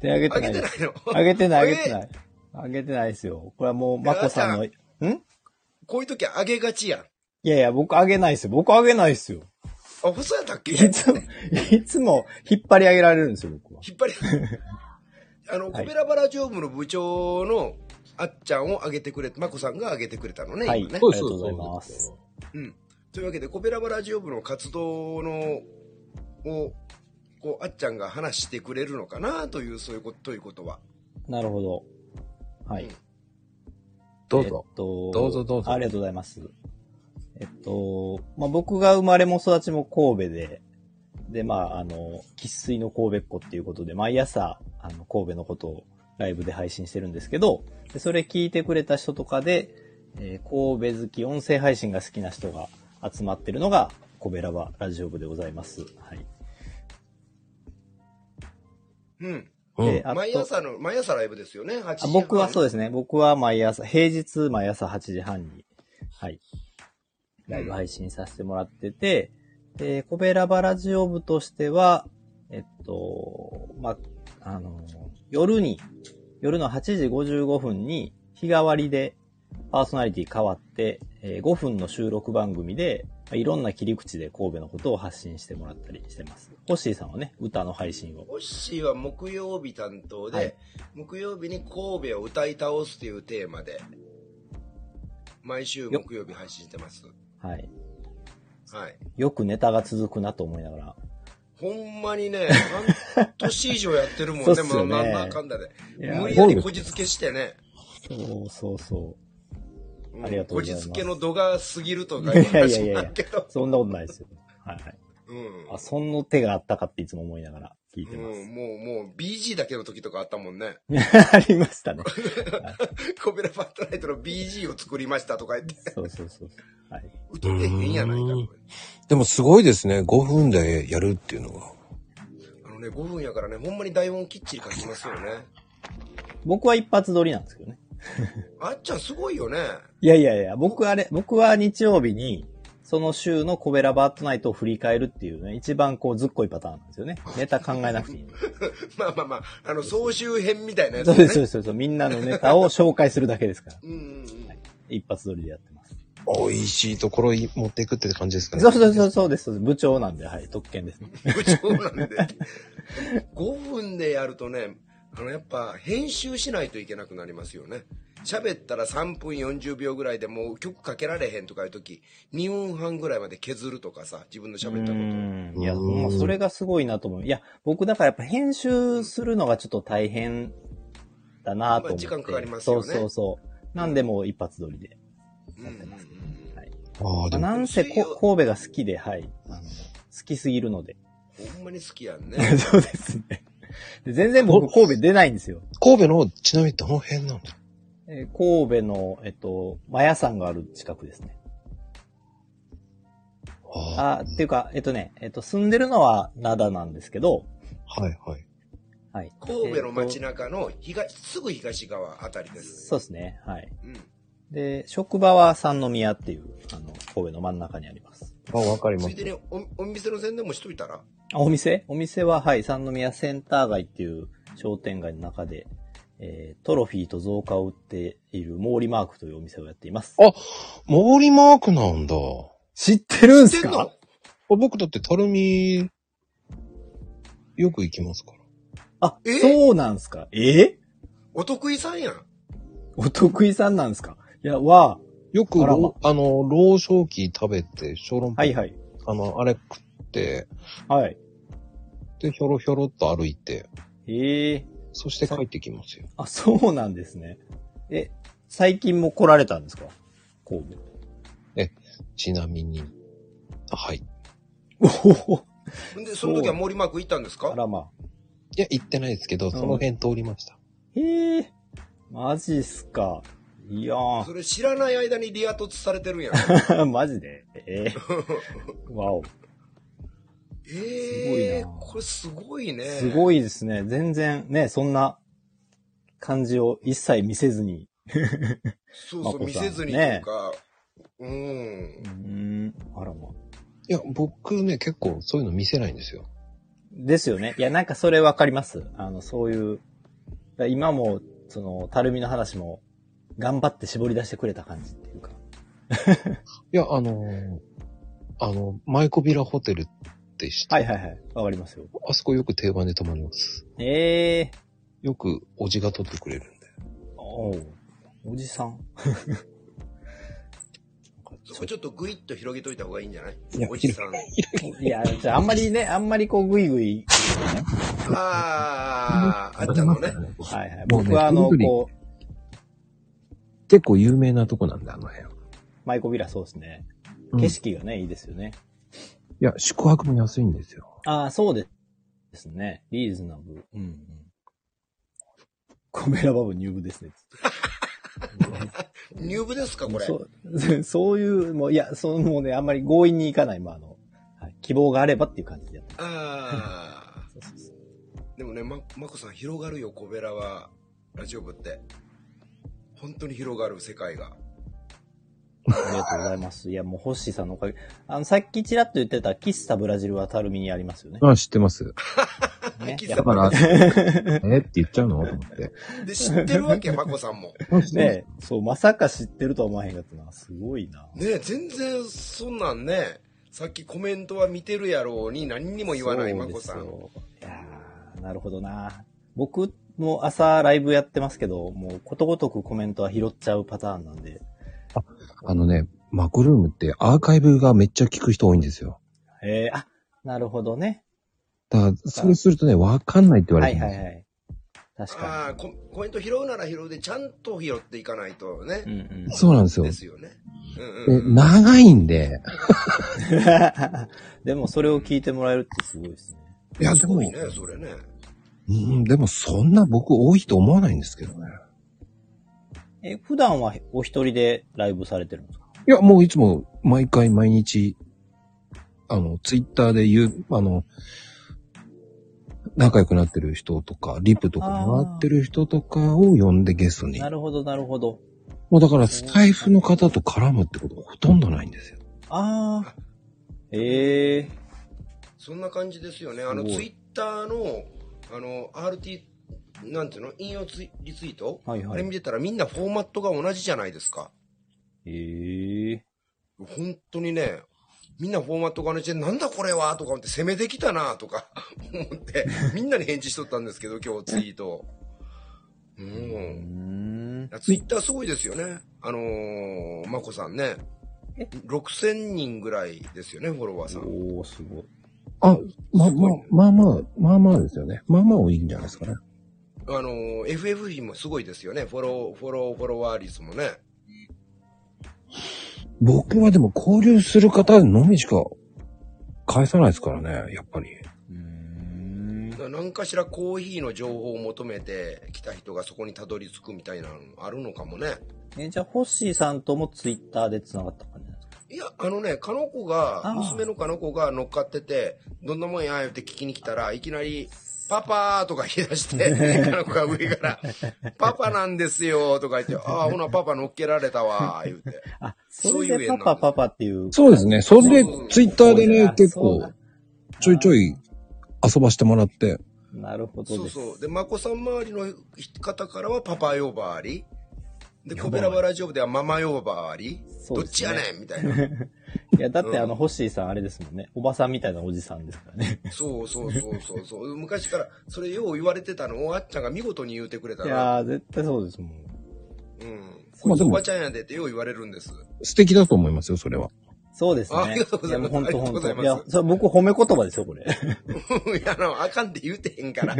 手上げ
あ
てな
げて
いで
ない
す。
の。
上げてない、上げてな いい。上げてないですよ。これはもう、まこさんの、
や
んい
こういう時はあげがちやん。あ、
やいや、僕上げないですよ。僕上げないですよ。
細やったっけ
い つも、いつも引っ張り上げられるんですよ、僕は。
引っ 張り、あの、
はい
コベラバラ常務の部長のあっちゃんをあげてくれて、まこさんがあげてくれたのね、
はい。
今
あり
ね
が。
そ
と
うです
うございます。
うん。というわけで、コベラバラ常務の活動の、を、こう、あっちゃんが話してくれるのかな、という、そういうこと、ということは。
なるほど。はい。
どうぞ
え。っと、
どうぞどうぞ
ありがとうございます。えっと、まあ、僕が生まれも育ちも神戸で、で、まあ、あの、喫水の神戸っ子っていうことで、毎朝、あの、神戸のことをライブで配信してるんですけど、でそれ聞いてくれた人とかで、えー神戸好き、音声配信が好きな人が集まってるのが、コベラバラジオ部でございます。はい。
うん。
うん
で。あと
毎朝の、毎朝ライブですよね、8時
あ僕はそう
う
ですね。僕は毎朝、平日毎朝8時半に、はい、ライブ配信させてもらってて、で、コベラバラジオ部としては、えっと、ま、あの、夜に、夜の8時55分に日替わりでパーソナリティ変わって、えー5分の収録番組で、まいろんな切り口で神戸のことを発信してもらったりしてます。ホッシーさんはね、歌の配信を。
ホッシーは木曜日担当で、
はい
木曜日に神戸を歌い倒すというテーマで、毎週木曜日配信してます。
はい。
はい。
よくネタが続くなと思いながら。
ほんまに ね、半年以上やってるもん
そう
ね、
っすよね
まあなんだかんだで。
いや
無理やりこじつけしてね。
そうそうそ
うん
ありがとうございます
こじつけの度が過ぎるとか
い
言
やい
い
やいや
始めたけど
う。。そんなことないですよ。はい、はい。
うん
あ、そんな手があったかっていつも思いながら聞いてま
う
す。
ん、もう、もう、BG だけの時とかあったもんね。
ありましたね。
コベラバットライトの BG を作りましたとか言って、
そうそうそうそう。はい。
歌ってへんやないか、これ
でもすごいですね。5分でやるっていうのは。
あのね、5分やからね、ほんまに台本きっちり書きますよね。
僕は一発撮りなんですけどね。
あっちゃんすごいよね。
いやいやいや、僕あれ、僕は日曜日に、その週のコベラバットナイトを振り返るっていうね、一番こうずっこいパターンなんですよね。ネタ考えなくていい。
まあまあまあ、あの、総集編みたいなやつ
そ
ね。
うです、そうですそうです。みんなのネタを紹介するだけですから。
うんうんうん。
一発撮りでやってます。
美味しいところに持っていくって感じですかね。
そうそうそうそうです。そうです部長なんで、はい、特権ですね。
部長なんで。5分でやるとね、あの、やっぱ、編集しないといけなくなりますよね。喋ったら3分40秒ぐらいでもう曲かけられへんとかいう時、2分半ぐらいまで削るとかさ、自分の喋ったこと。
いや、ほんまそれがすごいなと思う。いや、僕だからやっぱ編集するのがちょっと大変だなと思って。
まあ時間かかりますよね
そうそうそう。なんでもう一発撮りで。
うんうんうん
ああ、
ま
で
あ、
も、
なんせ
水曜
こ神戸が好きで、はい。あの好きすぎるので。
ほんまに好きやんね。
そうですね。で全然僕神戸出ないんですよ。
神戸の、ちなみにどの辺なの
えー神戸の、えっと、マヤさんがある近くですね。
あ
あ、っていうか、えっとね、えっと、住んでるのは灘なんですけど、
あ、はいはい。
はい。
神戸の街
な、
中の東、すぐ東側あたりです。
そうですね、はい。
うん。
で、職場は三宮っていう、あの、神戸の真ん中にあります。
あわかりま
つ
す
い。でにお、お店の宣伝もしといたら
あ、お店お店は、はい、三宮センター街っていう商店街の中で、えートロフィーと造花を売っているモーリマークというお店をやっています。
あ、モーリマークなんだ。
知ってるん
知ってんの
僕だって、たるみ、よく行きますから。
あ、
え
そうなんすかえ
お得意さんやん。
お得意さんなんすかいや、わ
よく
あらま
ろう、あの、老少期食べて、小籠包、
あ、はいはい。
あの、あれ食って、
はい。
で、ひょろひょろっと歩いて、
ええ
そして帰ってきますよ。
あ、そうなんですね。え、最近も来られたんですか神戸。
ちなみに。はい。い
おほ ほ
ほんで、その時は森マーク行ったんです
あ
から
まあ。
や、行ってないですけど、その辺通りました。
へえマジっすか。いや
それ知らない間にリア凸されてるやん。
ー、 マジで。ええわお。
ええ
すごいな
これすごいね。
すごいですね。全然ね、そんな感じを一切見せずに。
そうそう、
まこ
見
さん
せずにというか、うん
う。ん、あらまあ。
いや、僕ね、結構そういうの見せないんですよ。
ですよね。いや、なんかそれわかります。あの、そういう、だ今も、その、たるみの話も、頑張って絞り出してくれた感じっていうか。
いや、あのーあの、マイコビラホテルって知って、
はいはいはい。わかりますよ。
あそこよく定番で泊まります。
ええ
よく、おじが取ってくれるんで。
おうおじさん。
そこちょっとグイッと広げといた方がいいんじゃない
いや
おじさん。
いや、じゃああんまりね、あんまりこう、ぐいぐい。
ああ、 あったのね。
はいはい。
もうね
僕はあの、
ぐいぐい
こう、
結構有名なとこなんで、あの辺。い
マイコビラそうですね
う。ん
景色がね、いいですよね。
や、宿泊も安いんですよ。
ああ、そうです。ですね。リーズナブル。うんうん。コメラバブ入部ですね。
入部ですか、これ。
そう、 そういう、もう、いや、そのもうね、あんまり強引にいかない、まあ、あの、はい、希望があればっていう感じでやって
ああ。
ます。そうそうそう
でもね、ま、まこさん、広がるよ、コベラは、ラジオ部って。本当に広がる、世界が。
ありがとうございます。いや、もう、ホッシーさんのおかげ。あの、さっきちらっと言ってた、キッサブラジルはたるみにありますよね。
あ、知ってます。
ね
キッ
や
サ
だ
っぱ
から、えって言っちゃうのと思って。
で、知ってるわ け、まこさんも。
ね、そう、まさか知ってるとは思わへんかったな。すごいな。
ねえ全然、そんなんね、さっきコメントは見てるやろうに、何にも言わない、まこさん。
そうですよいやーなるほどな。僕も朝ライブやってますけど、もうことごとくコメントは拾っちゃうパターンなんで。
あのね、マコルームってアーカイブがめっちゃ聞く人多いんですよ。
えー、あ、なるほどね。
だから、それするとね、わかんないって言わ
は
れ
い
てるん
は
です
い
よ。
はい。確
ああ
か
ー、ココメント拾うなら拾うで、ちゃんと拾っていかないとね。
に。うんうん。
そうなんですよ
で。すよね。うんう
で
んうん、
長いんで、
でもそれを聞いてもらえるってすごいですね。
いや、です
ご
も、
いね、それね。
うん、でもそんな僕多いと思わないんですけどね。
え、普段はお一人でライブされてるんですか
いや、もういつも、毎回毎日、あの、ツイッターで言う、あの、仲良くなってる人とか、リプとかもらってる人とかを呼んでゲストに。
なるほど、なるほど。
もうだから、スタイフの方と絡むってことがほとんどないんですよ。
ああ。ええ
そんな感じですよね。あの、
すごい
ツイッターの、あの、RT、なんていうの引用ツイリツイート、
はいはい
あれ見てたらみんなフォーマットが同じじゃないですか。
ええ
本当にね、みんなフォーマットが同じで、なんだこれはとか思って、攻めてきたなとか 思って、みんなに返事しとったんですけど、今日ツイート。う
うー
ん。
ん。
ツイッターすごいですよね。あのー、まこさんね。6000人ぐらいですよね、フォロワーさん。
おー、すごい。
あ、ま、ま、まあまあ、まあまあですよね。まあまあ多いんじゃないですかね。
あのー、FF 比もすごいですよね。フォロー、フォロー、フォロワー率もね。
僕はでも交流する方のみしか返さないですからね、やっぱり。
うーん。
何かしらコーヒーの情報を求めて来た人がそこにたどり着くみたいなのあるのかもね。
え、じゃあ、ホッシーさんともツイッターで繋がった感じなんですか
いや、あのね、かの子が
あ、ー
娘のかの子が乗っかってて、どんなもんや言って聞きに来たら、いきなり、パパーとか言い出 して、かの子が上から、パパなんですよとか言って、ああ、ほな、パパ乗っけられたわ、言うて。
あ、
そ
そう
いう
れで
縁なん
パ
だ
パパパっていう。
そうですね。それで
そうそう、
ツイッターで
そう
ね
だ、
結
そう
構
だ、
ちょいちょい遊ばしてもらって、
なるほど
そう
です。
そう。で、まこさん周りの方からはパパ呼ばわり。で、コベラバラジオ部ではママ呼ばわり。
そ
ど
う
っ
ですね
ちやねんみたいな。
いや、だってあ
う
の、ホッシーさんあれですもんね。おばさんみたいなおじさんですからね。
そうそうそうそうそう。昔から、それよう言われてたのをあっちゃんが見事に言うてくれた
い
ら、
やー、絶対そうですもん。
うん。
ま
こ
あ
いつ
で
お
も
ばちゃんやでってよう言われるんです。
素敵だと思いますよ、それは。
そうですね。
ありがとうございます
やもう
ありがとうご
本
ざい
当
ます
本当。いや、それ僕褒め言葉ですよ、これ。
いや、あの、あかんって言うてへん から。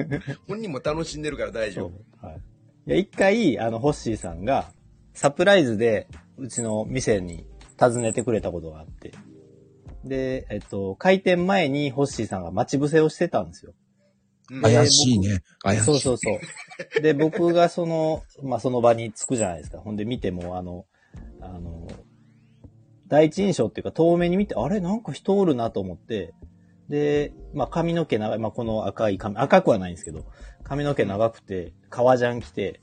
本人も楽しんでるから大丈夫。
はい。いや、一回、あの、ホッシーさんが、サプライズで、うちの店に訪ねてくれたことがあって。で、えっと、開店前にホッシーさんが待ち伏せをしてたんですよ。
うん
怪しいね。怪しい。
そうそうそう。で、僕がその、 まあ、その場に着くじゃないですか。ほんで見ても、あの、あの、第一印象っていうか、遠目に見て、あれなんか人おるなと思って、で、まあ、髪の毛長い、まあ、この赤い髪、赤くはないんですけど、髪の毛長くて、革ジャン着て、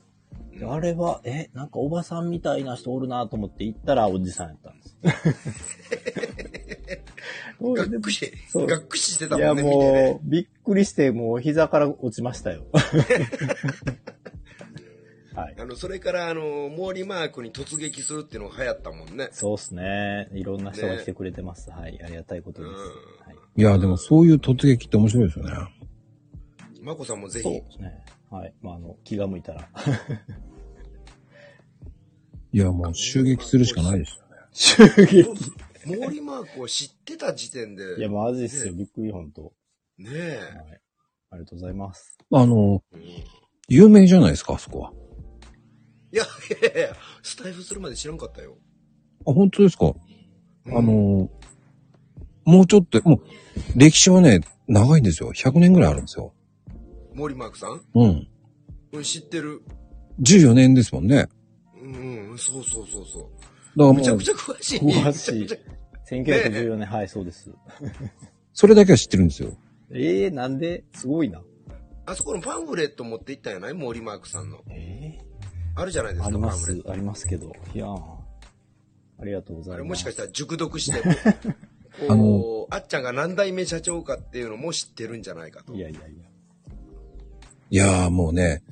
であれは、え、なんかおばさんみたいな人おるなと思って行ったらおじさんやった んです。
がっくし、
そう
がっくししてた
い
も
や、
んね、見てね。
もう、びっくりして、もう膝から落ちましたよ。はい。
あの、それから、あの、毛利マークに突撃するっていうのが流行ったもんね。
そうですね。いろんな人が来てくれてます。はい。ありがたいことで
う
す。
ん
はい。
いや、でもそういう突撃って面白いですよね。
まこさんもぜ
そう
ひ
で。すね。はい。まあ、あの、気が向い たら。
いや、もう襲撃するしかないですよね。
襲撃。
毛利マークを知ってた時点で、
い
ね
や、マジっすよ。びっくり、ほんと。
え
はい。ありがとうございます。
あの、
うんい
有名じゃないですか、あそこは。
や、いやいや、スタイフするまで知らんかったよ。
あ、本当ですか。
うん
あの、もうちょっと、もう、歴史はね、長いんですよ。100年ぐらいあるんですよ。
毛利マークさん
うん。
うん知ってる。
14年ですもんね。
うん、うん、そうそうそうそ
だから
う。
も
むちゃ
う
く、ちゃ詳しい。
詳しい
めちゃくち
1914年、はい、そうです。
それだけは知ってるんですよ。
ええー、なんですごいな。
ゃあそこのパンフレット持って行ったんやない毛利マークさんの。
え
あるじゃないで
ー、
す
あ
か、
り
パン
ま
フレッ
す
ト。、
ありますけど。いやーありがとうござ
あ
い
れ
ます。
もしかしたたら熟読 しても、
あ
こう、あっちゃんが何代目社長かっていうのも知ってるんじゃないかと。
いやいやいや。
いやーもうね、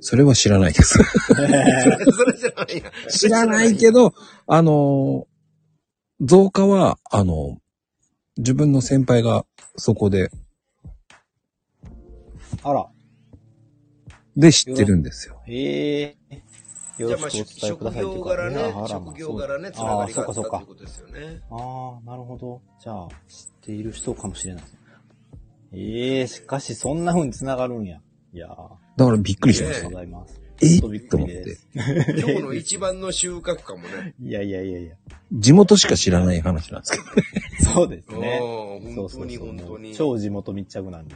それは知らないです。
それそれじゃないや。
知らないけど、あのー、増加は、あのー、自分の先輩がそこで、
あら、
で知ってるんですよ。
ええよ
じゃ
ろ
あ
し
まあ
くお伝えくだ
職
さいってい
業
うか、
柄ね
あ、らま
職業柄ね、つ
そ
な
う
がり
あー、そ
が
う
あ
か
ったっ
そう
て
か
こ。とですよね。
ああ、なるほど。じゃあ、知っている人かもしれない。ええしかしそんな風に繋がるんや。いやーあ
だからびっくりし
り
ま
が
し
とう
た。
ございます。
え
ちょっとびっくりです。
今日の一番の収穫かも ね。
いやいやいやいや。
地元しか知らない話なんですけど。
そうですね。
うん本
そうそ
当
う
に
そう
本当
もう
に。
超地元密着なんで。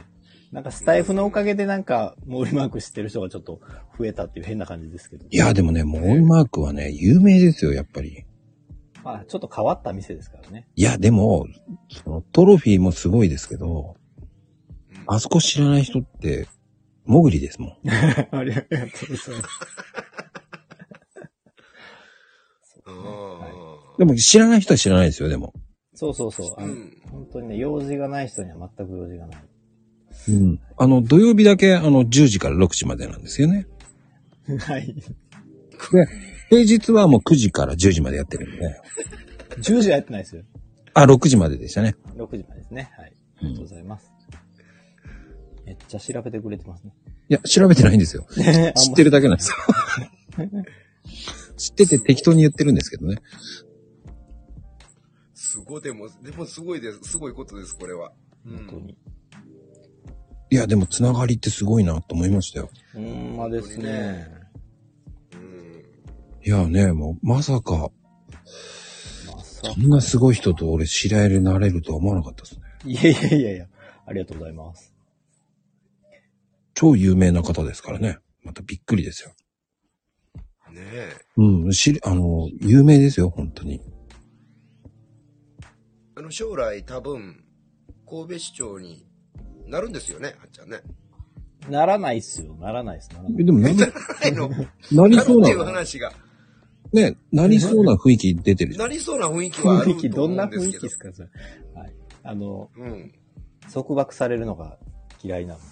なんかスタイフのおかげでなんか、モーリーマークしてる人がちょっと増えたっていう変な感じですけど。
いや、でもね、モーリマークはね、有名ですよ、やっぱり。
まあ、ちょっと変わった店ですから ね。
いや、でも、そのトロフィーもすごいですけど、あそこ知らない人って、もぐりですもん。
ありがとうございます。
うん
でも知らない人は知らないですよ、でも。
そうそうそう。あの
うん
本当にね、用事がない人には全く用事がない。
うん。あの、土曜日だけ、あの、10時から6時までなんですよね。
はい。
で、平日はもう9時から10時までやってるんで。
10時はやってないですよ。
あ、6時まででしたね。
6時までですね。はい。ありがとうございます。めっちゃ調べてくれてますね。
いや、調べてないんですよ。 知ってるだけなん ですよ。知ってて適当に言ってるんですけどね。
すごい、でも、でもすごいです。すごいことです、これは。う
本当
ん。
に。
いや、でもつながりってすごいなと思いましたよ。
ほんまですね。
うん
いやね、もう、まさか、
まさ
こんなすごい人と俺知り合いになれるとは思わなかったですね。
いやいやいやいや。ありがとうございます。
超有名な方ですからね。またびっくりですよ。
ねえ。
うん、知り、あの、有名ですよ、本当に。
あの、将来多分、神戸市長になるんですよね、あっちゃん ね。
ならないっすよ。ならないっす。ならない
えでもな り、
はいの、なる
なりそう
って
な
いう、話が、
ね、なりそうな雰囲気出てるじゃん。
なりそうな雰囲気はあ
雰
る
囲気、
と
どん
思う
なん
で
雰
す
囲
け
気
ど
で。すかそれ。はい。あの、
うん。
束縛されるのが嫌いなんで。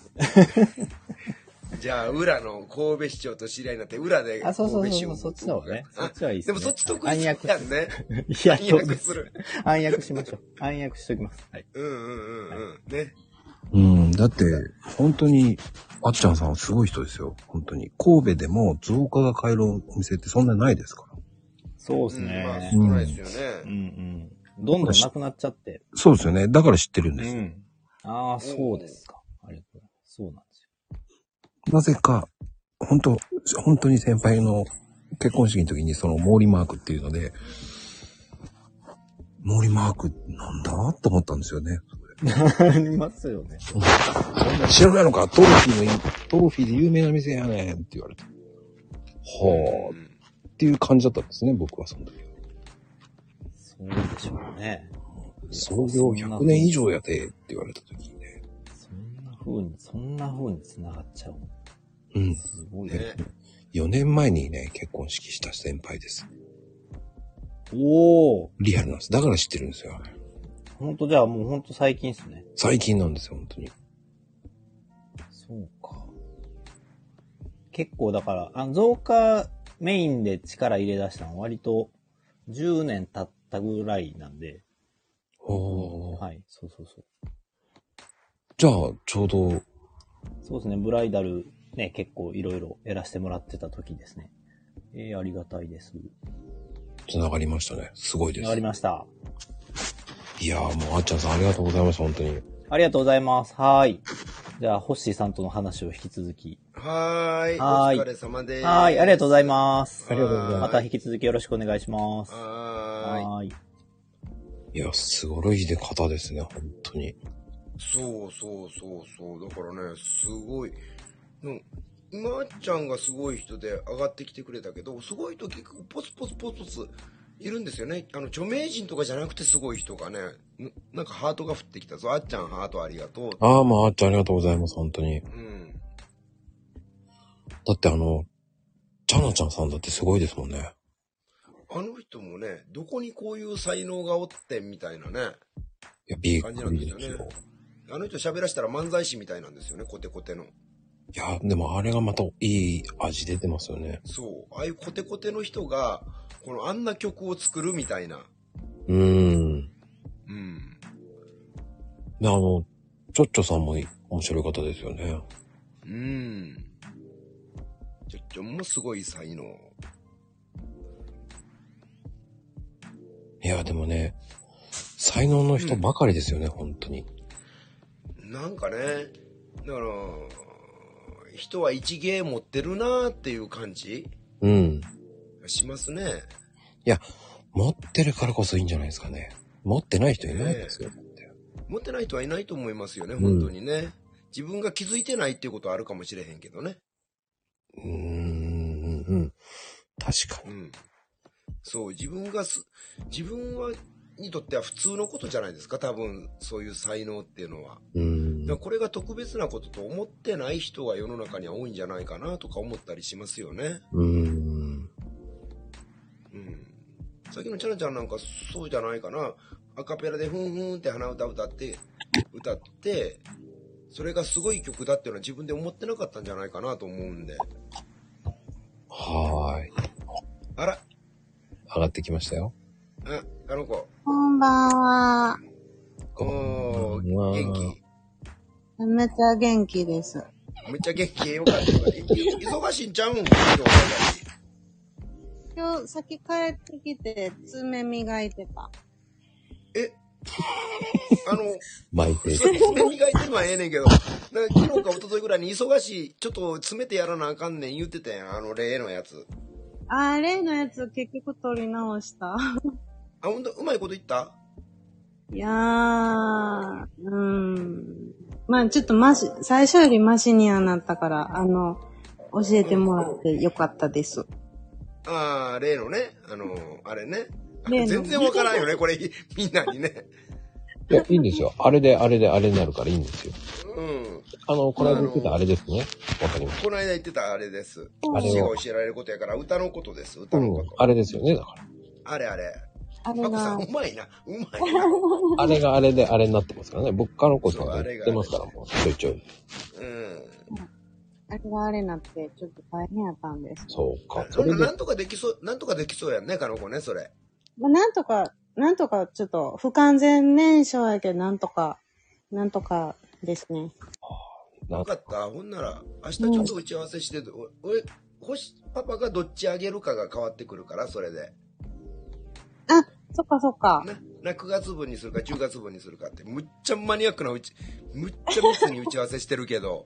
じゃあ、裏の神戸市長と知り合いになって、裏で
あ、そうそう
神戸
そう
市
そう、
を。
そっちの方がね。そっちはいいっす、
で
ね。
もそっち得
暗
意
躍
やんね。
いや、
暗
そう
躍
ですす。
る。
暗躍しましょう。暗躍しときます。はい。
うんうんうんうん。ね。
うん、だって、本当に、あっちゃんさんはすごい人ですよ。本当に。神戸でも造花が買えるお店ってそんなにないですから。
そうで
う
す
ん、まあ、
ね
少。ないですよ
うん
ね。
うん。どんどんなくなっちゃって。
そうですよね。だから知ってるん
う
です。
ん。ああ、そうですか。ありがとうございます。そうなんですよ。
なぜか、本当本当に先輩の結婚式の時にそのモーリーマークっていうので、モーリーマークなんだと思ったんですよね。
ありますよね。
知らないのかトロフィーのい、トロフィーで有名な店やねんって言われて。は
う
あ、
ん
っていう感じだったんですね、僕はその時。
そうでしょうね。
創業100年以上やでって言われた時にね。
そんな風に、そんな風に繋がっちゃう。
うん。
すごい。
ね。
4年前にね、結婚式した先輩です。
おお。
リアルなんです。だから知ってるんですよ。
ほんとじゃあもうほんと最近っすね。
最近なんですよ、本当に。
そうか。結構だから、あの、増加メインで力入れ出したのは割と10年経ったぐらいなんで。
おー
はい、そうそうそう。
じゃあ、ちょうど、
そうですね、ブライダルね、結構いろいろやらせてもらってた時ですね。えー、ありがたいです。
繋がりましたね。すごいで
わかり
す。
ました。
いやーもう、あっちゃんさんありがとうございました、本当に。
ありがとうございます。はーい。じゃあ、ホッシーさんとの話を引き続き。
はーい。お
はーい
疲れ様です。
はーい、ありがとうござい
ま
ます。
ありがとうございます
また引き続きよろしくお願いします。は
は
ーい。
いや、すごい出方ですね、本当に。
ーい。そうそうそうそう。だからね、すごい。うん今あっちゃんがすごい人で上がってきてくれたけど、すごい人結構ポツポツポツポツいるんですよね。あの、著名人とかじゃなくてすごい人がね、んなんかハートが降ってきたぞ。あっちゃんハートありがとう。
ああ、もう、あっちゃんありがとうございます、本当に。
うん。
だってあの、ちゃなちゃんさんだってすごいですもんね。
あの人もね、どこにこういう才能がおってみたいなね。
いや、びっ
感じ
く
なん
り
です
で
よ
すよ
ね。あの人喋らせたら漫才師みたいなんですよね、コテコテの。
いや、でもあれがまたいい味出てますよね。
そう。ああいうコテコテの人が、このあんな曲を作るみたいな。
うーん。
うん。
で、あの、ちょっちょさんも面白い方ですよね。
うん。ちょ、ちょもすごい才能。
や、でもね、才能の人ばかりですよね、本当に。
なんかね、だから、人は一芸持ってるなーっていう感じ
うん。
しますね。
持ってるからこそいいんじゃないですかね。持ってない人いないですよ。
持ってない人はいないと思いますよね、本当にね。自分が気づいてないっていうことはあるかもしれへんけどね。
うーん、うんうん。確か
う
に。
ん。そう、自分がす、自分は、にとっては普通のことじゃないですか、多分、そういう才能っていうのは。
う
だ
ん
から。これが特別なことと思ってない人が世の中には多いんじゃないかなとか思ったりしますよね。
うん。
うん。さっきのチャラちゃんなんかそうじゃないかな。アカペラでふんふんって鼻歌歌って、歌って、それがすごい曲だっていうのは自分で思ってなかったんじゃないかなと思うんで。
はーい。
あら、
上がってきましたよ。
あ、あの子、
こんばんは。
おー、
うわー
元気。
めっちゃ元気です。
めっちゃ元気よかった。忙しいんちゃうん今日
今日、先帰ってきて、爪磨いてた。
えあの、
巻いてい
そ
く。
れ爪磨いてるのはええねんけど、なんか昨日か一昨日ぐらいに忙しい、ちょっと詰めてやらなあかんねん言ってたやん、あの例のやつ。
あれのやつ結局取り直した。
あ、ほんと、うまいこと言った
いやー、うーん。まあちょっとマシ、最初よりマシにはなったから、あの、教えてもらってよかったです。
ああ、例のね、あのーあれね。
例の
全然わからんよね、これ、みんなにね。
いや、いいんですよ。あれで、あれで、あれになるからいいんですよ。
うん。
あの、この間言ってたあれですね。わかりまし
この間言ってたあれです。
あれを
父が教えられることやから、歌のことです、
た。
歌
う
の
ん
こ。
あ
と。
れですよね、だから。
あれあれ。
あれ
パクさ
が
ん、、うまいな。うまい な。
あれがあれであれになってますからね。僕からのことは言ってますから、もうちょいちょい。
うん。
あれがあれになって、ちょっと大変やったんです。
そうか。そ
そん
れ
な、
で
な、んとかできそう、なんとかできそうやんね、かの子ね、それ。
まあ、なんとか、なんとか、ちょっと、不完全燃焼やけど、なんとか、なんとかですね。
な
よかった。ほんなら、明日ちょっと打ち合わせしてて、お俺、星パパがどっちあげるかが変わってくるから、それで。
あ、そっかそっか。
な、な、9月分にするか10月分にするかって、むっちゃマニアックなうち、むっちゃ密に打ち合わせしてるけ ど。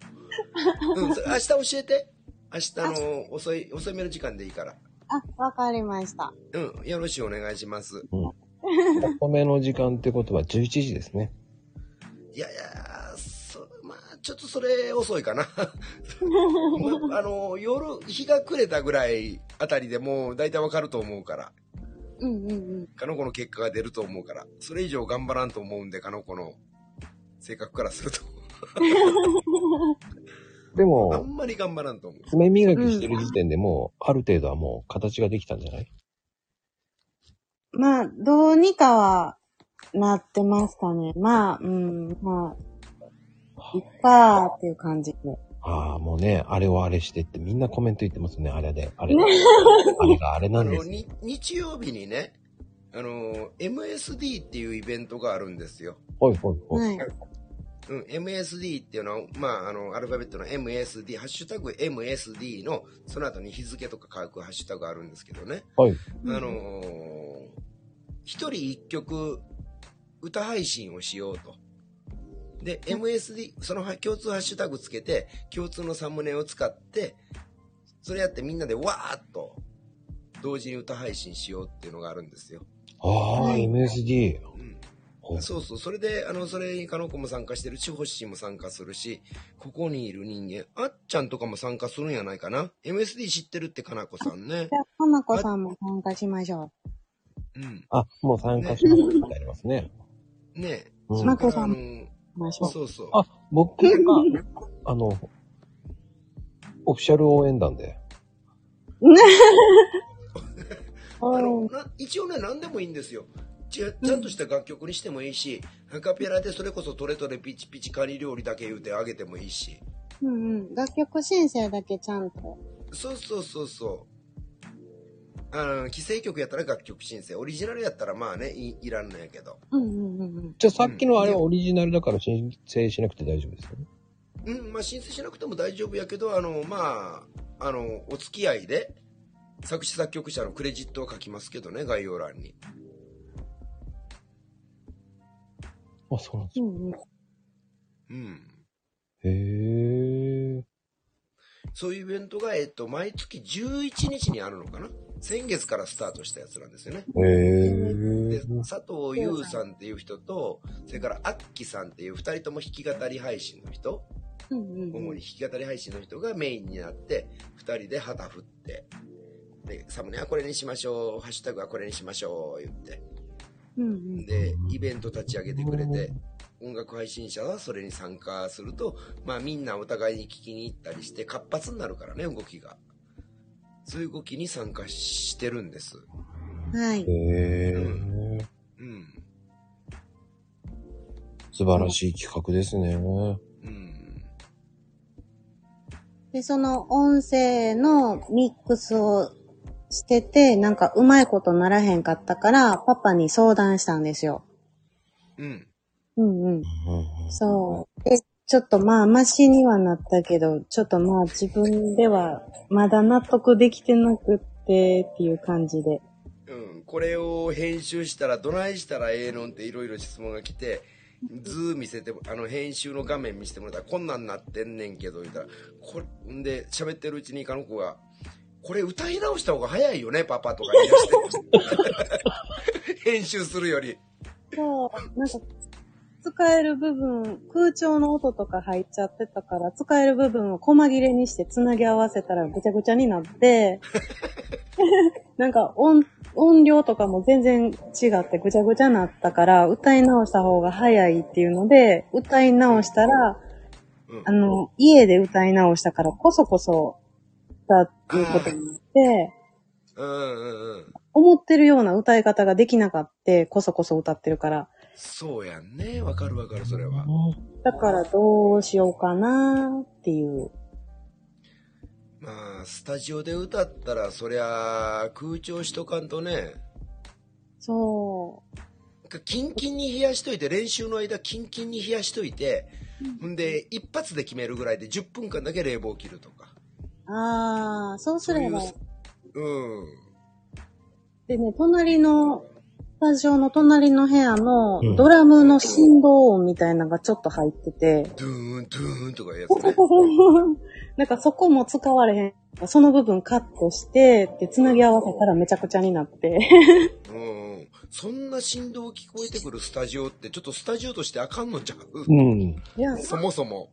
うん、それ明日教えて。明日の遅い、遅めの時間でいいから。
あ、わかりました。
うん、よろしくお願いします。
遅めの時間ってことは11時ですね。
いやいや、そまあ、ちょっとそれ遅いかな。 まあ、あの、夜、日が暮れたぐらいあたりでもう大体わかると思うから。
うんうんうん。
かのこの結果が出ると思うから。それ以上頑張らんと思うんで、かのこの性格からすると。
で
あ
も、
んまり頑張らんと思う。
爪磨きしてる時点でもう、ある程度はもう形ができたんじゃない
まあ、どうにかは、なってますかね。まあ、うん、まあ、いっかーっていう感じで。
ああ、もうね、あれをあれしてってみんなコメント言ってますね。あれで、あ れで。あれがあれな
あ
んで
の、
す。
に日曜日にね、あの、MSD っていうイベントがあるんですよ。
ほいほいほい。
はい。
うん、MSD っていうのは、まあ、あの、アルファベットの MSD、ハッシュタグ MSD の、その後に日付とか書くハッシュタグあるんですけどね。
はい。
あのー一人一曲歌配信をしようと。で、MSD、その共通ハッシュタグつけて、共通のサムネを使って、それやってみんなでわーっと、同時に歌配信しようっていうのがあるんですよ。
ああ、MSD。
うん
ほう
そうそう、それで、あの、それにかのこも参加してるし、星氏も参加するし、ここにいる人間、あっちゃんとかも参加するんやないかな。MSD 知ってるってかなこさんね
じ。ゃあ、かなこさんも参加しましょ
うん。
あ、もう参加しますってあります ね。
ねえ。
うん
それ
まこ
か
さ
ら、あ
ん
の、
う。ましょう。
そうそう。
あ、僕が、あの、オフィシャル応援団で。
あのな一応ね、何でもいいんですよ。ちゃちゃんとした楽曲にしてもいいし、アカペラでそれこそトレトレピチピチカニ料理だけ言うてあげてもいいし。
うんうん。楽曲申請だけちゃんと。
そうそうそうそう。あの、既成曲やったら楽曲申請。オリジナルやったらまあね、いいらんのやけど。
うんうんうんうん。
じゃあさっきのあれはオリジナルだから申請しなくて大丈夫ですよね。
うん、まあ申請しなくても大丈夫やけど、あの、まあ、あの、お付き合いで、作詞作曲者のクレジットを書きますけどね、概要欄に。
あ、そうなんで
うんうん。
うん。
す。へえ。
そういうイベントが、えっと、毎月11日にあるのかな先月からスタートしたやつなんですよね。
へ
で、
え。
佐藤優さんっていう人と、それからアッキさんっていう二人とも弾き語り配信の人、
うんうん
主に弾き語り配信の人がメインになって、二人で旗振って、で、サムネはこれにしましょう、ハッシュタグはこれにしましょう、言って。
うん
で、イベント立ち上げてくれて、音楽配信者はそれに参加すると、まあみんなお互いに聞きに行ったりして活発になるからね、動きが。そういう動きに参加してるんです。
うん。はい。
へえ。
うん。
素晴らしい企画ですね。
うん。
で、その音声のミックスをしてて、なんかうまいことならへんかったから、パパに相談したんですよ。
うん。
うんうん。
うんうん
そう。で、ちょっとまあ、マシにはなったけど、ちょっとまあ自分ではまだ納得できてなくってっていう感じで。
うん。これを編集したら、どないしたらええのんっていろいろ質問が来て、図見せても、あの、編集の画面見せてもらったら、こんなんなってんねんけど、言ったら、これ、んで、喋ってるうちに、かの子が、これ歌い直した方が早いよね、パパとか言い出して。 編集するより。
そう、なんか、使える部分、空調の音とか入っちゃってたから、使える部分を細切れにして繋ぎ合わせたらぐちゃぐちゃになって、 なんか音、音量とかも全然違ってぐちゃぐちゃになったから、歌い直した方が早いっていうので、歌い直したら、
うん
あの、家で歌い直したから、こそこそ、だっていうことになって、
うんうんうん。
思ってるような歌い方ができなかって、こそこそ歌ってるから。
そうやんね。わかるわかる、それは。
だからどうしようかなっていう。
まあ、スタジオで歌ったら、そりゃ、空調しとかんとね、
そ
キンキンに冷やしといて、練習の間、キンキンに冷やしといて、ほんで、一発で決めるぐらいで、10分間だけ冷房を切るとか。
う。ああ、そうす
そうい
れ
う
ば。、
うん。
でね、隣の、スタジオの隣の部屋
うん
のドラムの振動音みたいなのがちょっと入ってて、
ドゥーン、ドゥーンとかいうやつね。
なんかそこも使われへん。その部分カットして、で、繋ぎ合わせたらめちゃくちゃにな って。
うんうん。そんな振動聞こえてくるスタジオって、ちょっとスタジオとしてあかんのちゃう
うん。
いや、
そもそも。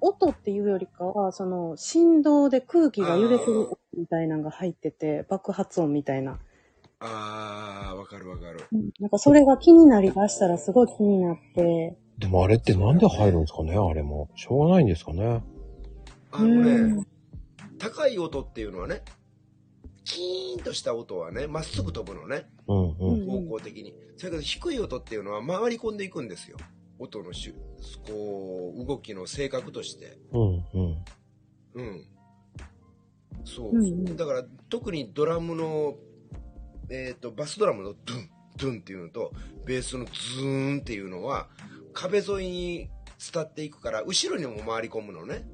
音っていうよりかは、その、振動で空気が揺れてる音みたいなのが入ってて、爆発音みたいな。
あー、わかるわかる。
なんかそれが気になりだしたらすごい気になって。
でもあれってなんで入るんですかねあれも。しょうがないんですかね。
あのね、
うん
高い音っていうのはね、キーンとした音はね、まっすぐ飛ぶのね、
うんうん。
うん
方向的に。それから低い音っていうのは回り込んでいくんですよ。音の種、こう、動きの性格として。
うんうん。
うん。そう。
うんうん
だから、特にドラムの、えっ、と、バスドラムのドゥン、ドゥンっていうのと、ベースのズーンっていうのは、壁沿いに伝っていくから、後ろにも回り込むのね。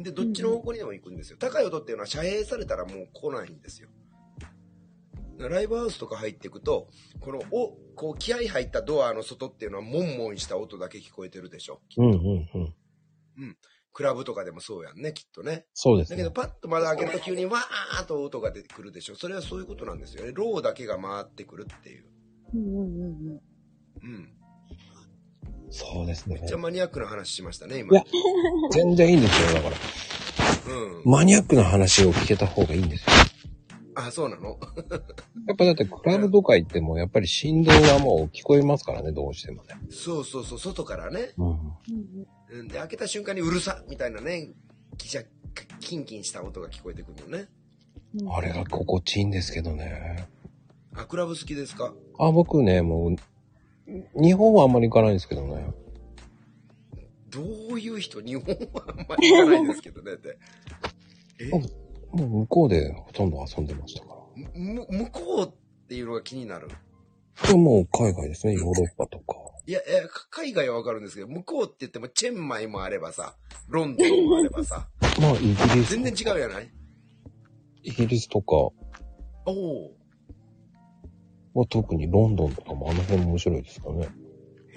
で、どっちの方向にでも行くんですよ。高い音っていうのは遮蔽されたらもう来ないんですよ。だからライブハウスとか入っていくと、この、お、こう気合入ったドアの外っていうのは、モンモンした音だけ聞こえてるでしょ。
うんうんうん。
クラブとかでもそうやんね、きっとね。
そうです
だけど、
ね。
パッと窓開けると急にわーっと音が出てくるでしょ。それはそういうことなんですよね。ローだけが回ってくるっていう。
うんうんうんうん。
うん。
そうですね
めっ。ちゃマニアックな話しましたね、
い
今
や。全然いいんですよ。だから。
うん。
マニアックな話を聞けた方がいいんですよ。
あ、そうなの
やっぱだってクラブとか行っても、やっぱり振動はもう聞こえますからね、どうしてもね。
そうそうそう、外からね。
うん。
うんで、開けた瞬間にうるさみたいなね、ギシャ、キンキンした音が聞こえてくるのね。
あ れが心地いいんですけどね。
あ、クラブ好きですか
あ、僕ね、もう、日本はあんまり行かないんですけどね。
どういう人日本はあんまり行かないですけどね、って。え
あもう向こうでほとんど遊んでましたから。
む、向こうっていうのが気になる。
これもう海外ですね、ヨーロッパとか。
いや、いやか海外はわかるんですけど、向こうって言っても、チェンマイもあればさ、ロンドンもあれば さ、
まあ、イギリス。
全然違うやない
イギリスとか、
おお
まあ、特にロンドンとかもあの辺面白いですかね。
ー。へ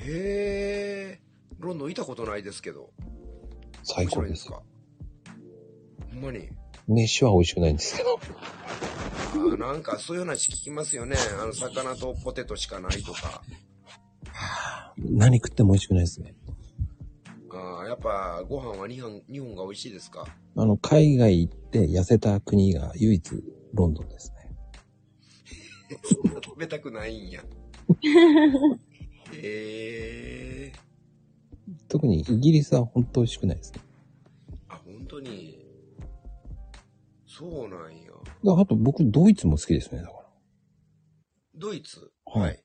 え。ロンドンいたことないですけど。
最
面白
高
いで
ですす。
か。ほんまに。
飯は美味しくないんですけど。
あなんかそういう話聞きますよね。あの、魚とポテトしかないとか。
何食っても美味しくないですね。
あーやっぱご飯は日本日本が美味しいですか。
あの、海外行って痩せた国が唯一ロンドンですね。
そんな食べたくない んや。へえ。
特にイギリスは本当美味しくないですね。
あ、本当に。そうなんや。
であと僕、ドイツも好きですね、だから。
ドイツ
はい。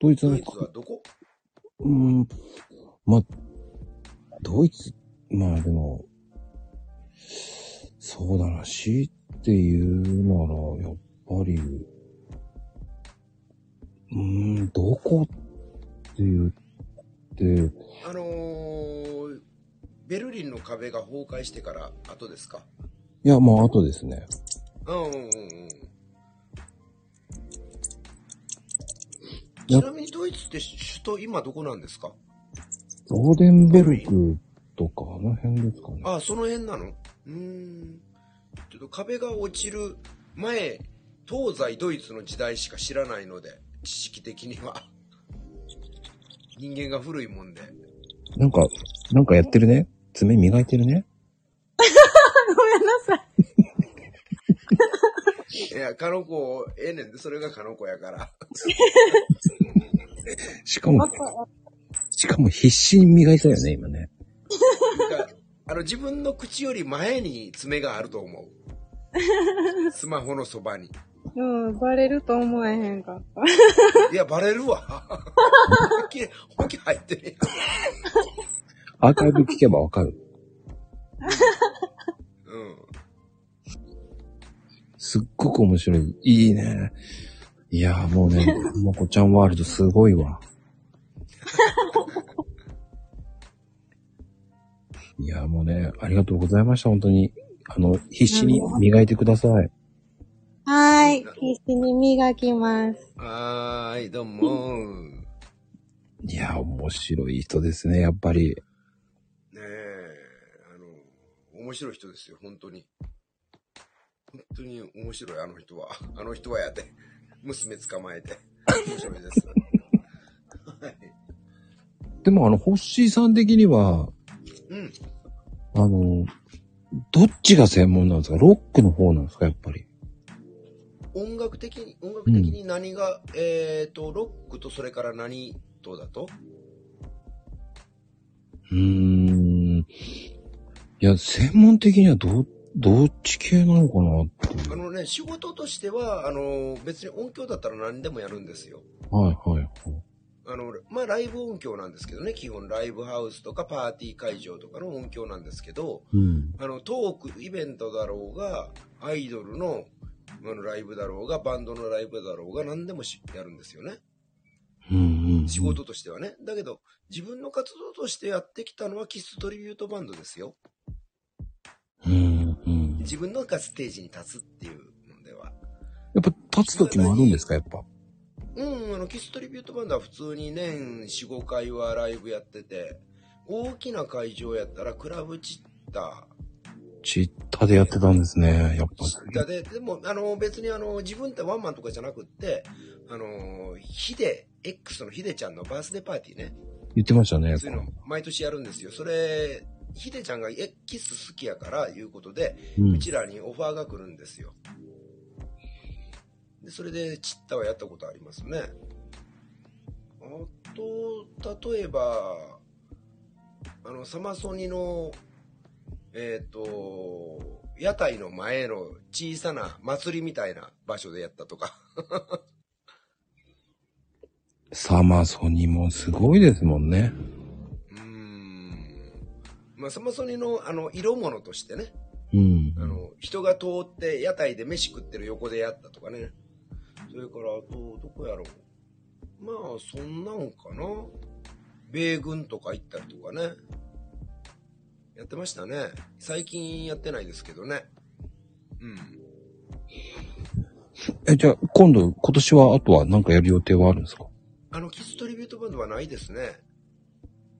ドイツ
ド
の
イ、ツはどこ
うん、まあ、ドイツ、まあでも、そうだな、しって言うなら、やっぱり、うーん、どこって言って、
あのー、ベルリンの壁が崩壊してから後ですか
いや、まあ、あとですね。
うんうんうんうん。
や
ちなみにドイツって首都今どこなんですか
ローデンベルクとか、あの辺ですかね。
あ、その辺なのうーん。ちょっと壁が落ちる前、東西ドイツの時代しか知らないので、知識的には。人間が古いもんで。
なんか、なんかやってるね。爪磨いてるね。
いや、カノコ、ええねんで、それがカノコやから。
しかも、しかも必死に磨いたよね、今ね。
なんかあの、自分の口より前に爪があると思う。スマホのそばに。
うん、バレると思えへんかった。
いや、バレるわ。本気、本気入ってる
アーカイブ聞けばわかる。
やん。うん。
すっごく面白い。いいね。いやーもう ね、もこちゃんワールドすごいわ。いやーもうね、ありがとうございました、本当に。あの、必死に磨いてください。
はーい。必死に磨きます。
はーい、どうも。ね
いやー面白い人ですね、やっぱり。
え、あの、面白い人ですよ、本当に。本当に面白い、あの人は。あの人はやで。娘捕まえて。面白いです。はい。
でもあの、ホッシーさん的には、
うん。
あの、どっちが専門なんですかロックの方なんですかやっぱり。
音楽的に、音楽的に何が、えっ、ー、と、ロックとそれから何とだと
うーん。いや、専門的にはど、どっち系なのかなっていう
あ。のね、仕事としては、あの、別に音響だったら何でもやるんですよ。
はいはいはい。
あの、まあ、ライブ音響なんですけどね、基本ライブハウスとかパーティー会場とかの音響なんですけど、
うん。
あの、トークイベントだろうが、アイドルの、あの、ライブだろうが、バンドのライブだろうが、何でもしやるんですよね。
うんうん。
仕。事としてはね。だけど、自分の活動としてやってきたのはキストリビュートバンドですよ。
うんうん。や
自分のがステージに立つっていうのでは。
っぱ立つ時もあるんですかやっぱ。
うん、あの、キストリビュートバンドは普通に年4、5回はライブやってて、大きな会場やったらクラブチッタ
チッタでやってたんですね。やっぱ。
ー。だで、でも、あの、別にあの、自分ってワンマンとかじゃなくって、あの、ヒデ、X のヒデちゃんのバースデーパーティーね。
言ってましたね。
そういうの、毎年やるんですよ。それ、ヒデちゃんがえキス好きやから、いうことで、
うん
う。ちらにオファーが来るんですよ。で、それで、チッタはやったことありますね。あと、例えば、あの、サマソニの、えっ、と、屋台の前の小さな祭りみたいな場所でやったとか。
サマソニもすごいですもんね。
うーん。まあ、サマソニの、あの、色物としてね、
うん。
あの、人が通って屋台で飯食ってる横でやったとかね。それから、あと、どこやろう。まあ、そんなんかな。米軍とか行ったりとかね。やってましたね。最近やってないですけどね。うん。
え、じゃあ今度、今年はあとは何かやる予定はあるんですか
あの、キストリビュートバンドはないですね。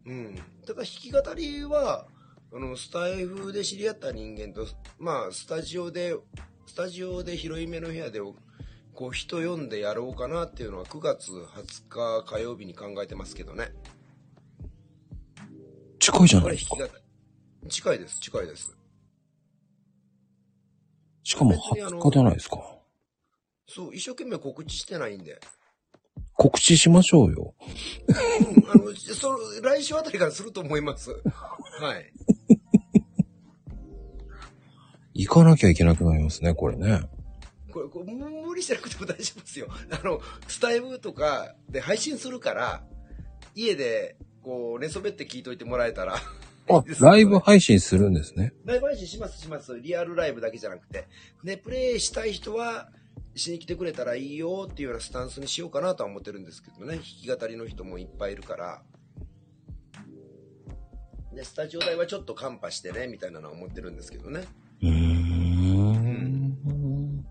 うん。ただ弾き語りは、あの、スタイフで知り合った人間と、まあ、スタジオで、スタジオで広い目の部屋で、こう、人呼んでやろうかなっていうのは9月20日火曜日に考えてますけどね。
近いじゃ
こ
な
れ
い
弾き語り。近いです、近いです。
しかも
別にあの
20日じゃないですか。
そう、一生懸命告知してないんで。
告知しましょうよ。
うん、あの、そ来週あたりからすると思います。はい。
行かなきゃいけなくなりますね、これね。
これ、これもう無理しなくても大丈夫ですよ。 あの、スタイブとかで配信するから、家で、こう、寝そべって聞いといてもらえたら、
あ、ライブ配信するんですね。
ライブ配信しますします。リアルライブだけじゃなくて。で、プレイしたい人は、しに来てくれたらいいよっていうようなスタンスにしようかなとは思ってるんですけどね。弾き語りの人もいっぱいいるから。で、スタジオ代はちょっとカンパしてね、みたいなのは思ってるんですけどね。
うーん。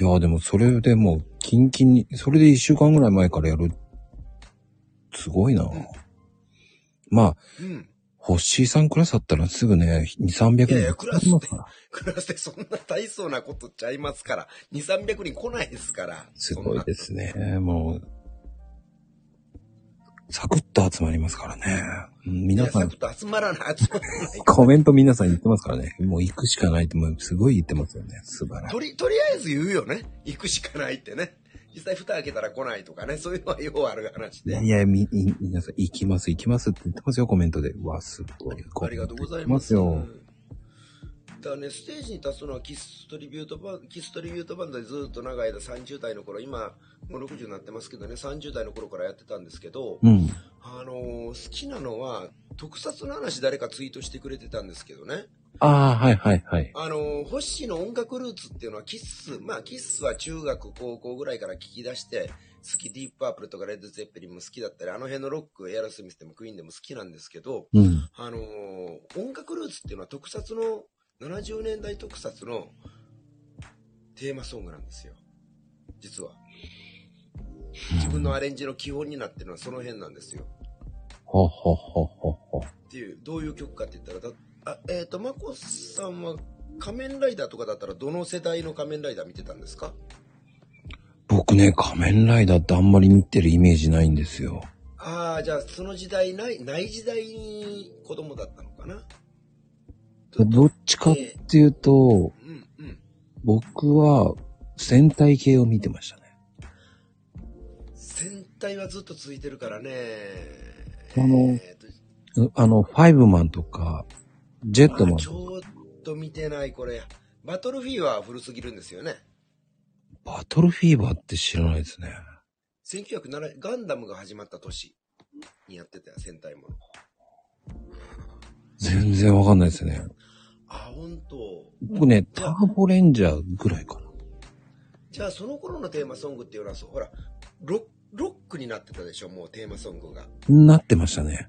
いや、でもそれでもう、キンキンに、それで一週間ぐらい前からやる。すごいな。まあ、
うん。
ホッシーさんクラスだったらすぐね、2、300人。
いやいやクラスって
来ますから
クラスでそんな大層なことちゃいますから、2、300人来ないですから。
すごいですね。もう、サクッと集まりますからね。うん
そんな。
皆
皆さ
さ
ん
ん、
と集まらない、集まらない。
コメント皆さん言ってますからね。もう行くしかないって、もうすごい言ってますよね。素晴らしい。
とり、とりあえず言うよね。行くしかないってね。実際蓋開けたら来ないとかね、そういうのはようある話
いや
で。
いや、み、み皆さん、行きます、行きますって言ってますよ、コメントで。うわ、すごい。
ありがとうござい
コメン
ま
ト
す。
言ってますよ。
だからね、ステージに立つのはキストリビュートバンド、キストリビュートバンドでずっと長い間30代の頃、今もう60になってますけどね、30代の頃からやってたんですけど、
うん。
あのー好きなのは、特撮の話誰かツイートしてくれてたんですけどね。
ああ、はいはいはい。
あのー、ホッシーの音楽ルーツっていうのはキッス、まあキッスは中学、高校ぐらいから聞き出して、好きディープパープルとかレッド・ゼッペリンも好きだったり、あの辺のロック、エアロスミスでもクイーンでも好きなんですけど、
うん。
あのー音楽ルーツっていうのは特撮の、70年代特撮のテーマソングなんですよ。実は。自分のアレンジの基本になってるのはその辺なんですよ。
ほほほほほ。
っていう、どういう曲かって言ったら、だあえっ、と、まこさんは仮面ライダーとかだったらどの世代の仮面ライダー見てたんですか
僕ね、仮面ライダーってあんまり見てるイメージないんですよ。
ああ、じゃあその時代ない、ない時代に子供だったのかな
どっちかっていうと、
うん、うん。
僕は戦隊系を見てましたね。
戦隊はずっと続いてるからね。
あの
えーと
うあの、ファイブマンとか、ジェットマ
あ
ン
ち。ょっと見てない、これ。バトルフィーバーは古すぎるんですよね。
バトルフィーバーって知らないですね。
1907、ガンダムが始まった年にやってたよ戦隊もの。
全然わかんないですね。
あ、ほんと。
僕ね、ターボレンジャーぐらいかな。
じゃあその頃のテーマソングっていうのはそう、ほら、ロロックになってたでしょ、もうテーマソングが。
なってましたね。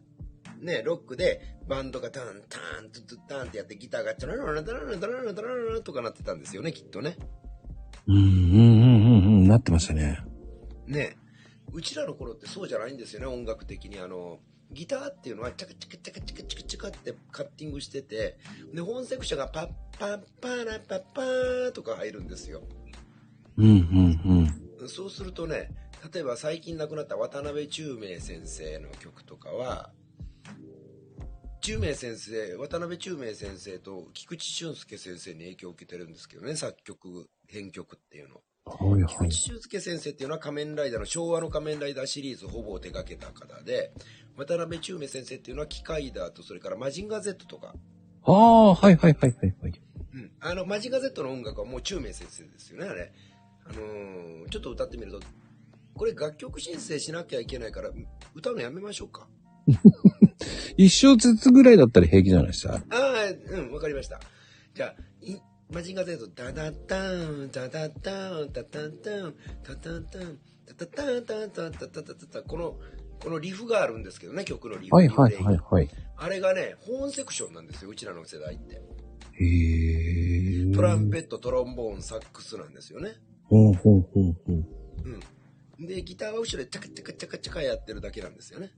ね、ロックでバンドがタンタントゥトゥタンってやってギターがチャラララララララララララとかなってたんですよね、きっとね。
うん、うん、うん、うん、うん、なってましたね。
ねうちらの頃ってそうじゃないんですよね音楽的にあのギターっていうのはチャカチャカチャカチャカチャカチャカってカッティングしててで本セクションがパッパッパーラパッパーとか入るんですよ
うん、うん、
そうするとね例えば最近亡くなった渡辺宙明先生の曲とかは宙明先生渡辺宙明先生と菊池俊介先生に影響を受けてるんですけどね作曲編曲っていうの
うん。はい、は
菊
い
池。俊介先生っていうのは仮面ライダーの昭和の仮面ライダーシリーズほぼ手掛けた方で渡辺宙明先生っていうのは機械だとそれからマジンガー Z とか、
ああ、はい、はい、はい、はい、はい。
うん、あのマジンガー Z の音楽はもう宙明先生ですよねあれ、あのーちょっと歌ってみるとこれ楽曲申請しなきゃいけないから歌うのやめましょうか
一生ずつぐらいだったら平気じゃないですか。
ああうんわかりましたじゃあいマジンガー Z ダダダーンダダダーンダダダーンダダダーンダダダーンダダダーンダダダダダこのこのリフがあるんですけどね曲のリフ
はい、はい、
リフ
は
レイ
い、はい。
あれがねホーンセクションなんですようちらの世代って
へえ。
トランペットトロンボーンサックスなんですよね
ほんほんほんほん。
うんで、ギターは後ろでチャカチャカチャカチャカやってるだけなんですよね。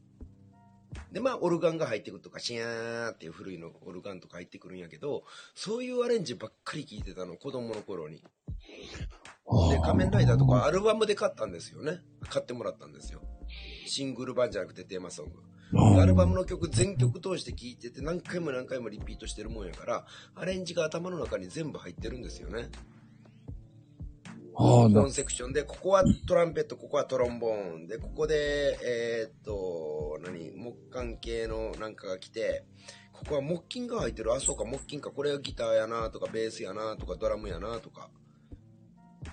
で、まあ、オルガンが入ってくるとか、シャーっていう古いのオルガンとか入ってくるんやけど、そういうアレンジばっかり聞いてたの、子供の頃に。で、仮面ライダーとかアルバムで買ったんですよね。買ってもらったんですよ。シングル版じゃなくてテーマソング。でアルバムの曲全曲通して聴いてて何回も何回もリピートしてるもんやから、アレンジが頭の中に全部入ってるんですよね。
ああ、な
4セクションで、ここはトランペット、ここはトロンボーンで、ここで、えーっと、何、木管系のなんかが来て、ここは木琴が入ってる、あ、そうか、木琴か、これがギターやなとか、ベースやなとか、ドラムやなとか、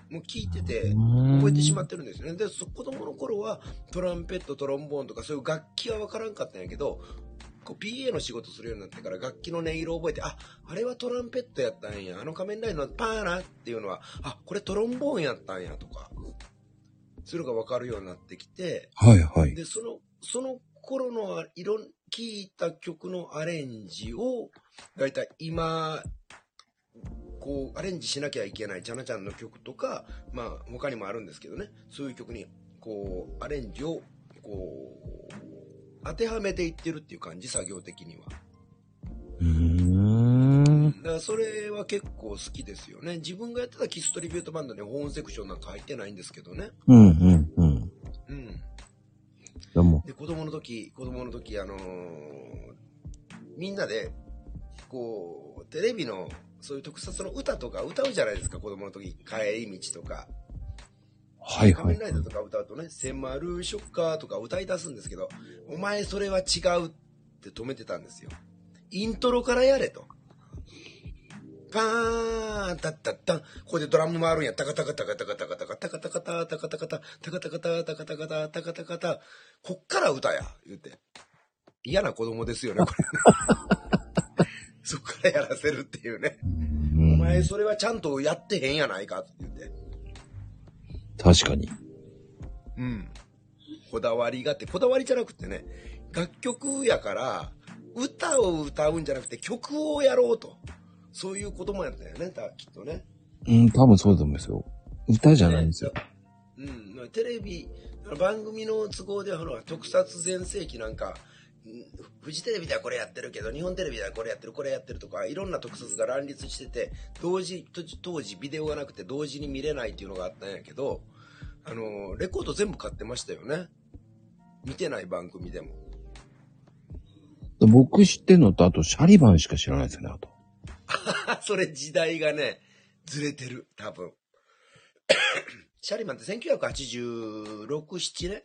もう聞いてて、覚えてしまってるんですよね。で、そ子供の頃は、トランペット、トロンボーンとか、そういう楽器はわからんかったんやけど、こう PA の仕事するようになってから楽器の音色を覚えて、あ、あれはトランペットやったんや、あの仮面ライダーのパーラっていうのは、あ、これトロンボーンやったんやとか、それがわかるようになってきて、
はいはい。
で、その、その頃のあいろん、聴いた曲のアレンジを、だいたい今、こう、アレンジしなきゃいけない、ちゃなちゃんの曲とか、まあ、他にもあるんですけどね、そういう曲に、こう、アレンジを、こう、当てはめていってるっていう感じ、作業的には。
うーん。
だからそれは結構好きですよね。自分がやってたキストリビュートバンドにホーンセクションなんか入ってないんですけどね。
うんうんうん。
うん。
でも、
で、子供の時、子供の時、あのーみんなで、こう、テレビの、そういう特撮の歌とか歌うじゃないですか、子供の時、帰り道とか。
はいは
仮面
い。
ライダーとか歌うとね、迫るショッカーとか歌い出すんですけど、お前それは違うって止めてたんですよ。イントロからやれと。パーン、タッタッタン。ここでドラム回るんや。タカタカタカタカタカタカタカタカタタカタカタタカタカタタカタカタタカタカタ。こっから歌や、言って。嫌な子供ですよね、これ。そっからやらせるっていうね。お前それはちゃんとやってへんやないかって言って。
確かに。
うん。こだわりがあって、こだわりじゃなくてね、楽曲やから、歌を歌うんじゃなくて曲をやろうと。そういうこともやったよね、たきっとね。
うん、多分そうだと思うんですよ。歌じゃないんですよ。
うん。まあテレビ、番組の都合では、ほら、特撮全盛期なんか、うんフジテレビではこれやってるけど、日本テレビではこれやってる、これやってるとか、いろんな特撮が乱立してて、同時、当時当時ビデオがなくて同時に見れないっていうのがあったんやけど、あの、レコード全部買ってましたよね。見てない番組でも。
僕知ってんのと、あと、シャリバンしか知らないですよね、あと。
あ それ時代がね、ずれてる、多分。 シャリマンって1986、7年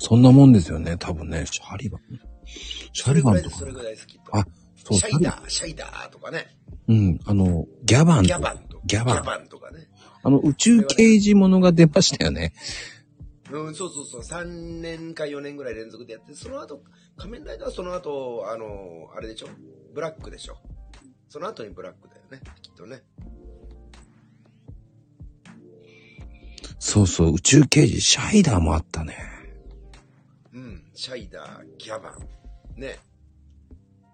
そんなもんですよね、多分ね。シャリバン。シャ
それ
リ
ぐ
バ
ら
ン
い
と
です、そ
か。
れぐらい好きと。
あ、そう、
シャ
シャ
イ
リ
ダー、シャイダーとかね。
うん、あの、ギャバン
ギ
と
ャ
か。
バンとか。
ギャバン
とかね。
あの、宇宙刑事ものが出ましたよね。
うん、そうそうそう、3年か4年ぐらい連続でやって、その後、仮面ライダーはその後、あの、あれでしょブラックでしょその後にブラックだよね、きっとね。
そうそう、宇宙刑事、シャイダーもあったね。
うん、シャイダー、ギャバン。ね。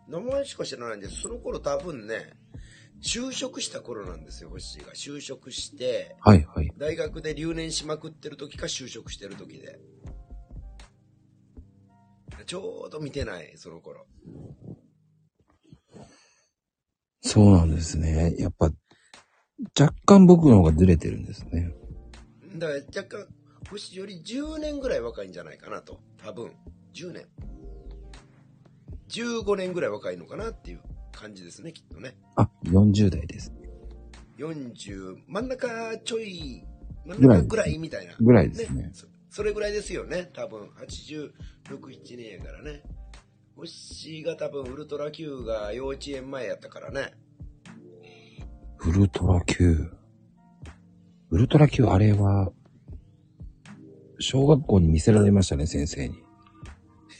名前しか知らないんです、その頃多分ね、就職した頃なんですよ、星が。就職して、
はいはい。
大学で留年しまくってる時か就職してる時で。ちょうど見てない、その頃。
そうなんですね。やっぱ、若干僕の方がずれてるんですね。
だから若干、星より10年ぐらい若いんじゃないかなと。多分、10年。15年ぐらい若いのかなっていう感じですね、きっとね。
あ、40代です。
40真ん中ちょい真ん中ぐらいみたいな
ぐらいですね
そそれぐらいですよね多分867年やからね星が多分ウルトラ Q が幼稚園前やったからね
ウルトラ Q。ウルトラ Q、あれは、小学校に見せられましたね、先生に。い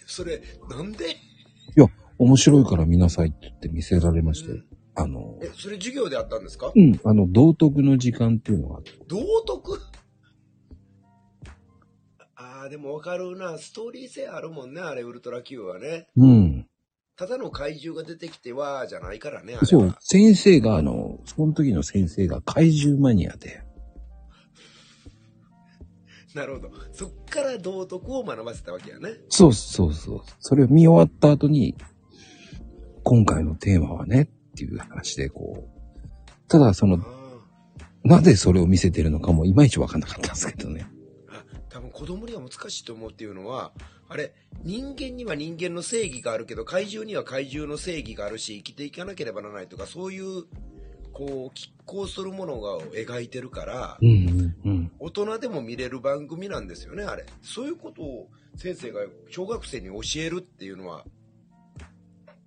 それなんで
や、面白いから見なさいって言って見せられまして。あの、
えそれ授業であったんですか
うん、あの、道徳の時間っていうのがあって。
道徳ああーでもわかるなストーリー性あるもんねあれウルトラ Q はね
うん。
ただの怪獣が出てきてはじゃないからねあれは
そう、先生が、あの、その時の先生が怪獣マニアで。
なるほど。そっから道徳を学ばせたわけやね。
そうそうそう。それを見終わった後に、今回のテーマはね、っていう話でこう。ただ、その
あ、
なぜそれを見せてるのかもいまいちわかんなかったんですけどね。
あ。あ多分子供には難しいと思うっていうのは、あれ、人間には人間の正義があるけど、怪獣には怪獣の正義があるし、生きていかなければならないとか、そういう、こう、拮抗するものがを描いてるから、
うんうんうん。
大人でも見れる番組なんですよね、あれ。そういうことを先生が小学生に教えるっていうのは、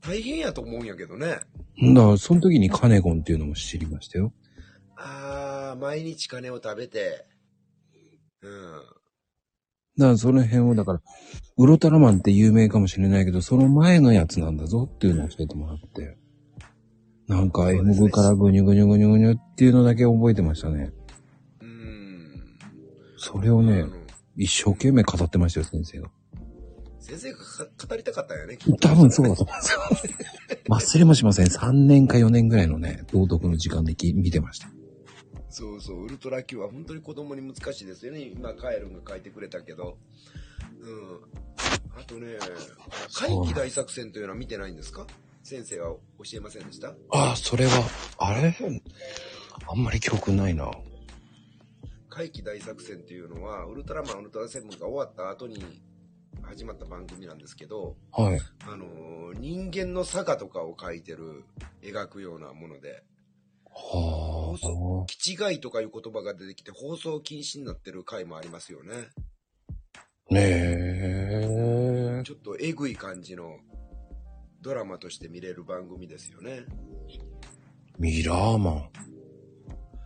大変やと思うんやけどね。
だから、その時にカネゴンっていうのも知りましたよ。
あー、毎日金を食べて、うん。
だから、その辺を、だから、ウロタラマンって有名かもしれないけど、その前のやつなんだぞっていうのを教えてもらって。なんか、絵の具からぐにゅぐにゅぐにゅぐにゅっていうのだけ覚えてましたね。
うーん。
それをね
あ、の
一生懸命語ってましたよ、先生が。
先生がか語りたかったんやね、きっと
多分そうだと思うんですよ。 忘れもしません。3年か4年ぐらいのね、道徳の時間でき見てました。
そうそう、ウルトラ Q は本当に子供に難しいですよね。今、カエルンが書いてくれたけど。うん。あとね、怪奇大作戦というのは見てないんですか先生は教えませんでした
ああ、それは、あれあんまり記憶ないな。
怪奇大作戦っていうのは、ウルトラマン、ウルトラセブンが終わった後に始まった番組なんですけど、
はい。
あのー人間のサガとかを描いてる、描くようなもので、
はあ。
気違いとかいう言葉が出てきて放送禁止になってる回もありますよね。
ねえ。
ちょっとえぐい感じのドラマとして見れる番組ですよね。
ミラーマン。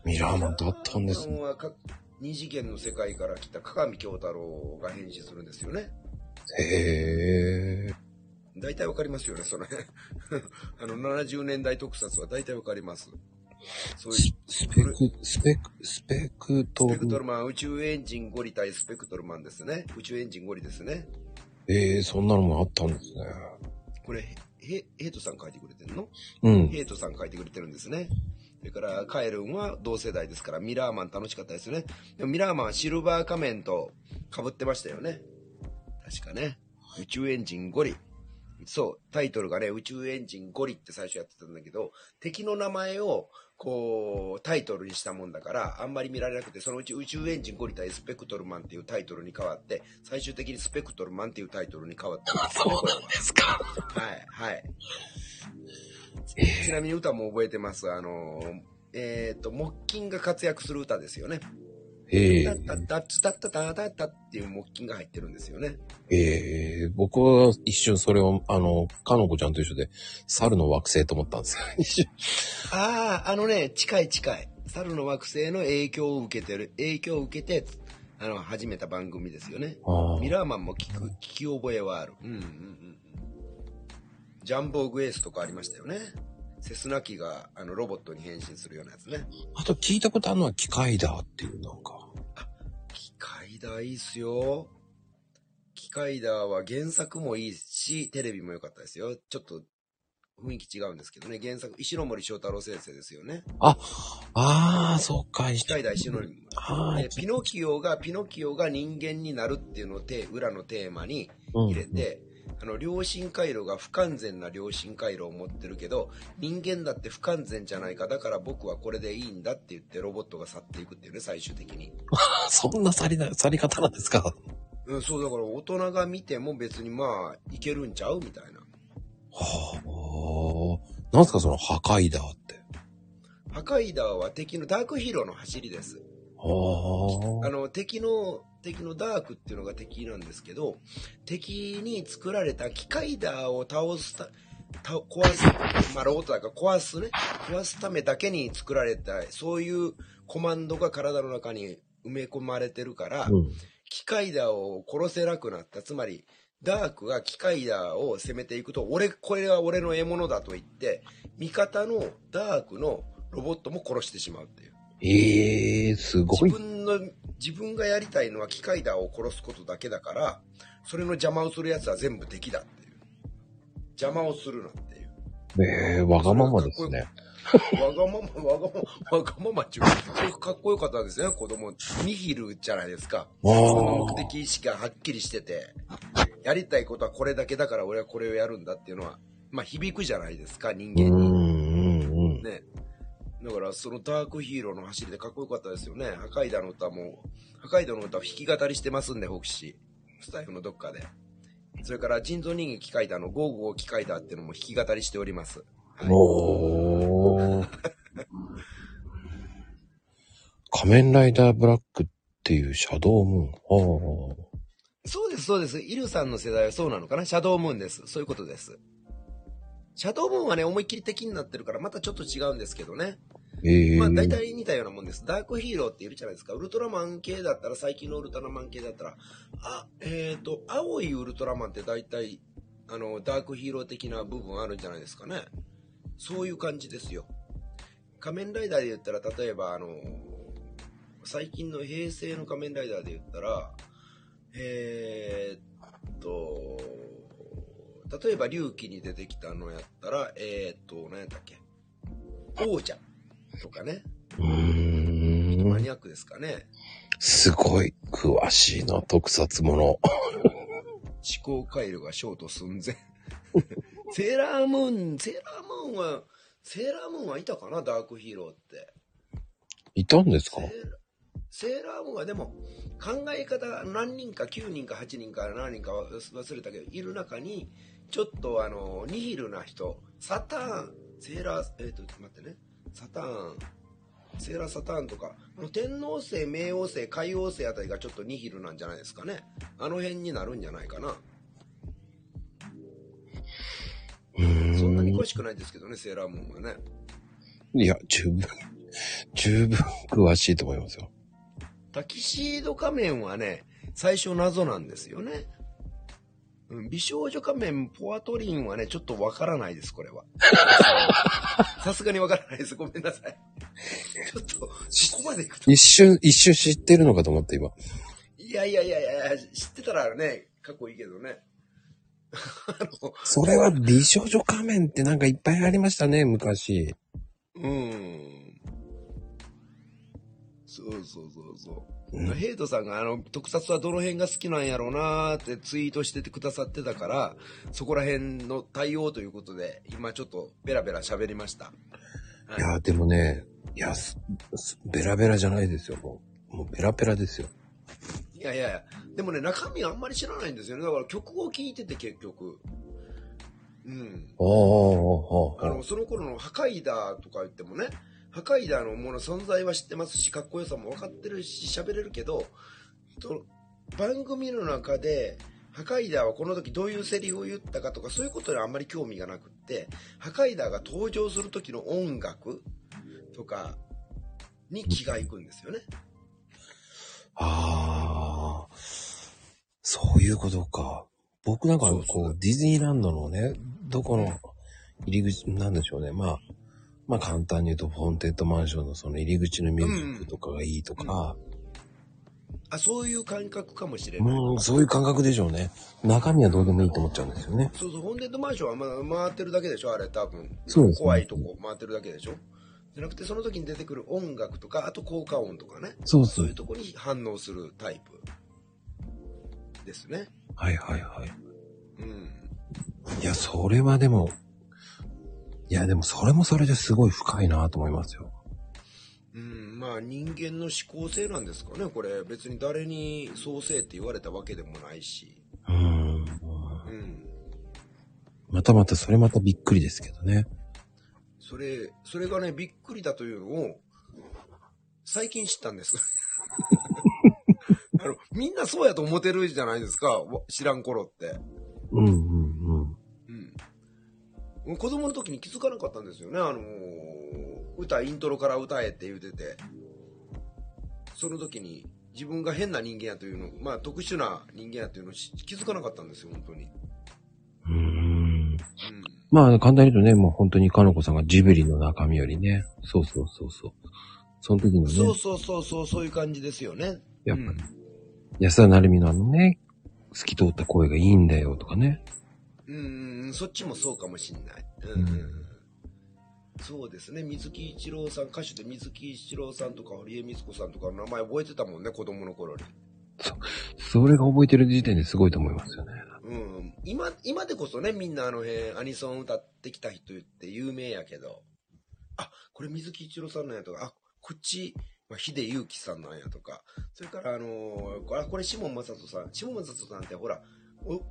ミラーマンだったんです
日本
ね。
はか二次元の世界から来た鏡京太郎が変身するんですよね。
へえ。
大体わかりますよね、その 辺。あの、70年代特撮は大体わかります。そういう
ス、スペク、スペク、スペクト
スペクト
ル
ル。マン、宇宙エンジンゴリ対スペクトルマンですね。宇宙エンジンゴリですね。
ええそんなのもあったんですね。
これ、へ、へヘイトさん書いてくれてるの
うん。
ヘイトさん書いてくれてるんですね。それから、カエルンは同世代ですから、ミラーマン楽しかったですね。でもミラーマンはシルバー仮面と被ってましたよね。確かね。宇宙エンジンゴリ。そう、タイトルがね、宇宙エンジンゴリって最初やってたんだけど、敵の名前を、こう、タイトルにしたもんだから、あんまり見られなくて、そのうち宇宙エンジンゴリ対スペクトルマンっていうタイトルに変わって、最終的にスペクトルマンっていうタイトルに変わったんです ね、そうなんですか。はい、はい。ちなみに歌も覚えてます。あのー、えっ、と、木琴が活躍する歌ですよね。
ええ
タッタッタッツタッタタタタっていう木琴が入ってるんですよね。
ええ僕は一瞬それを、あの、かのこちゃんと一緒で、猿の惑星と思ったんですよ。一瞬。
ああ、あのね、近い近い。猿の惑星の影響を受けてる、影響を受けて、あの、始めた番組ですよね。
あ
ミラーマンも聞く、聞き覚えはある。うんうんうんうん。ジャンボグエースとかありましたよね。セスナ機が、あの、ロボットに変身するようなやつね。
あと聞いたことあるのは機械だっていう、なんか。
機械だいいっすよ。機械だは原作もいいし、テレビも良かったですよ。ちょっと雰囲気違うんですけどね。原作、石ノ森章太郎先生ですよね。
ああ、そうか、
機械だ石ノ森。
は
でピノキオが、ピノキオが人間になるっていうのをテー裏のテーマに入れて、あの、良心回路が不完全な良心回路を持ってるけど、人間だって不完全じゃないか、だから僕はこれでいいんだって言ってロボットが去っていくっていうね、最終的に。
そんな去りな、去り方なんですか。
うん、そうだから大人が見ても別にまあいけるんちゃうみたいな。
はあ。なんすか、その破壊だって。
ハカイダーは敵のダークヒーローの走りです。あ
はあ。
の敵の敵のダークっていうのが敵なんですけど、敵に作られた機械ダーを倒すた、た壊す、まあロボットだから壊すね、壊すためだけに作られた、そういうコマンドが体の中に埋め込まれてるから、
うん。
機械だを殺せなくなった。つまり、ダークが機械だを攻めていくと、俺、これは俺の獲物だと言って、味方のダークのロボットも殺してしまうっていう。
ええすごい
自。分の、自分がやりたいのは機械だを殺すことだけだから、それの邪魔をする奴は全部敵だっていう。邪魔をするなっていう。
ええわがままですね。
わがまま、わがまま、わがままっていうか、すごくかっこよかったですね、子供。ニヒルじゃないですか。
あー
その目的意識がはっきりしてて、やりたいことはこれだけだから俺はこれをやるんだっていうのは、まあ響くじゃないですか、
うん、
人間に。
うん、うん。
ね。だから、そのダークヒーローの走りでかっこよかったですよね。破壊団の歌も、破壊団の歌を弾き語りしてますんで、北市。スタイフのどっかで。それから、人造人間機械だの、ゴーゴー機械だっていうのも弾き語りしております。
おー。仮面ライダーブラックっていうシャドウムーン。あ
そうです、そうです。イルさんの世代はそうなのかなシャドウムーンです。そういうことです。シャドウムーンはね、思いっきり敵になってるから、またちょっと違うんですけどね。
ーええ
まあ、大体似たようなもんです。ダークヒーローっているじゃないですか。ウルトラマン系だったら、最近のウルトラマン系だったら、あ、えっ、ー、と、青いウルトラマンって大体、あの、ダークヒーロー的な部分あるんじゃないですかね。そういう感じですよ。仮面ライダーで言ったら、例えば、あの、最近の平成の仮面ライダーで言ったら、えー、っと、例えば、龍騎に出てきたのやったら、えー、っと、何やったっけ王者とかね。
うー
マ
ん。
ニアックですかね。
すごい詳しいな、特撮もの。
思考回路がショート寸前。 セーラームーン、セーラームーンは、セーラームーンはいたかなダークヒーローって。
いたんです
セ
か
ーラセーラームーンはでも、考え方何人か、9人か8人か何人かは忘れたけど、いる中に、ちょっとあの、ニヒルな人、サターン、セーラー、えっ、と、待ってね、サターン、セーラーサターンとか、あの天王星、冥王星、海王星あたりがちょっとニヒルなんじゃないですかね。あの辺になるんじゃないかな。
うーん。
そんなに詳しくないんですけどね、セーラームーンはね。
いや、十分、十分詳しいと思いますよ。
タキシード仮面はね、最初謎なんですよね。うん、美少女仮面ポアトリンはね、ちょっとわからないです、これは。 さすがにわからないです。ごめんなさい。ちょっと、そこまで行くと。
一瞬、一瞬知ってるのかと思った、今。
いやいやいやいや、知ってたらね、かっこいいけどね。あの、
それは美少女仮面ってなんかいっぱいありましたね、昔。
うん。そうそうそうそう。
うん
ヘイトさんが、あの、特撮はどの辺が好きなんやろうなーってツイートしててくださってたから、そこら辺の対応ということで、今ちょっとベラベラ喋りました。
いや、でもね、いや、すすベラベラじゃないですよ、もう。もうベラベラですよ。
いやいやいや、でもね、中身あんまり知らないんですよね。だから曲を聴いてて結局。うん。
ああ、
あ
ああ、ああ
の、。その頃の破壊だとか言ってもね、破壊だのもの存在は知ってますし、かっこよさも分かってるし、喋れるけど、と番組の中で、破壊だはこの時どういうセリフを言ったかとか、そういうことにあんまり興味がなくって、破壊だが登場する時の音楽とかに気がいくんですよね。
ああ。そういうことか。僕なんか、
そうそう
こう、ディズニーランドのね、どこの入り口、なんでしょうね。まあ、まあ簡単に言うと、ホーンテッドマンションのその入り口のミュージックとかがいいとか、
あ、そういう感覚かもしれ
う
ない。
ん、そういう感覚でしょうね。中身はどうでもいいと思っちゃうんですよね。
そうそう、ホーンデッドマンションはまあ回ってるだけでしょ、あれ多分。
そうですね
怖いとこ回ってるだけでしょ。じゃなくて、その時に出てくる音楽とか、あと効果音とかね。
そうそ
そう
う
いう。とこに反応するタイプ。ですね。
はいはいはい。
うん。
いや、それはでも、いや、でもそれもそれですごい深いなと思いますよ。
うん、まあ人間の思考性なんですかね、これ。別に誰にそうせいって言われたわけでもないし。
うん。
うん。
またまた、それまたびっくりですけどね。
それ、それがね、びっくりだというのを、最近知ったんです。 あの、みんなそうやと思ってるじゃないですか、わ知らん頃って。
うんうんうん。
うん。子供の時に気づかなかったんですよね。あのー歌、イントロから歌えって言うてて。その時に自分が変な人間やというの、まあ特殊な人間やというのをし気づかなかったんですよ、本当に。
うーん
うん。
まあ、簡単に言うとね、もう本当にかのこさんがジブリの中身よりね、そうそうそうそう。その時の
そう
ね、
そうそうそう、そういう感じですよね。
やっぱ
う
り
ん、
安田成美のあのね、透き通った声がいいんだよとかね。
ううんうん、そっちもそうかもしんない。うんうんそうですね、水木一郎さん、歌手で水木一郎さんとか堀江光子さんとかの名前覚えてたもんね、子供の頃に。
それが覚えてる時点ですごいと思いますよね。
うん、今、今でこそね、みんなあの辺、アニソン歌ってきた人って有名やけど、あ、これ水木一郎さんなんやとか、あ、こっち、まあ、秀祐樹さんなんやとか、それからあのーこれあ、これ下正人さん、下正人さんってほら、お、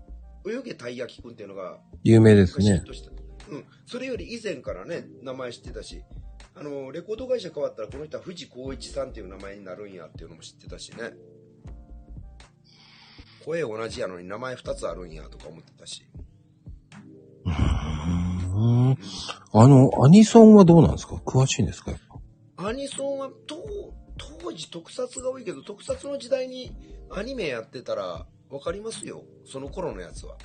泳げたい焼きくんっていうのが、
有名ですね。
昔ヒットしたうん、それより以前からね、名前知ってたし、あのーレコード会社変わったらこの人は藤光一さんっていう名前になるんやっていうのも知ってたしね。声同じやのに名前2つあるんやとか思ってたし。
うん。あの、アニソンはどうなんですか詳しいんですかやっぱ
アニソンは当当時特撮が多いけど特撮の時代にアニメやってたら分かりますよその頃のやつは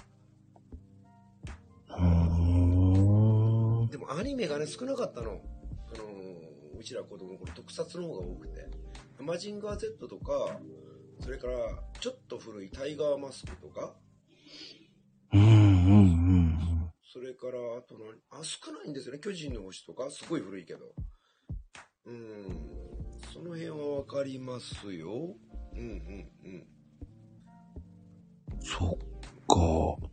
でもアニメがね少なかったの、あのーうちら子供の頃特撮の方が多くてマジンガー Z とかそれからちょっと古いタイガーマスクとかそれからあと何あ少ないんですよね巨人の星とかすごい古いけどうんその辺は分かりますようんうんうん
そっか。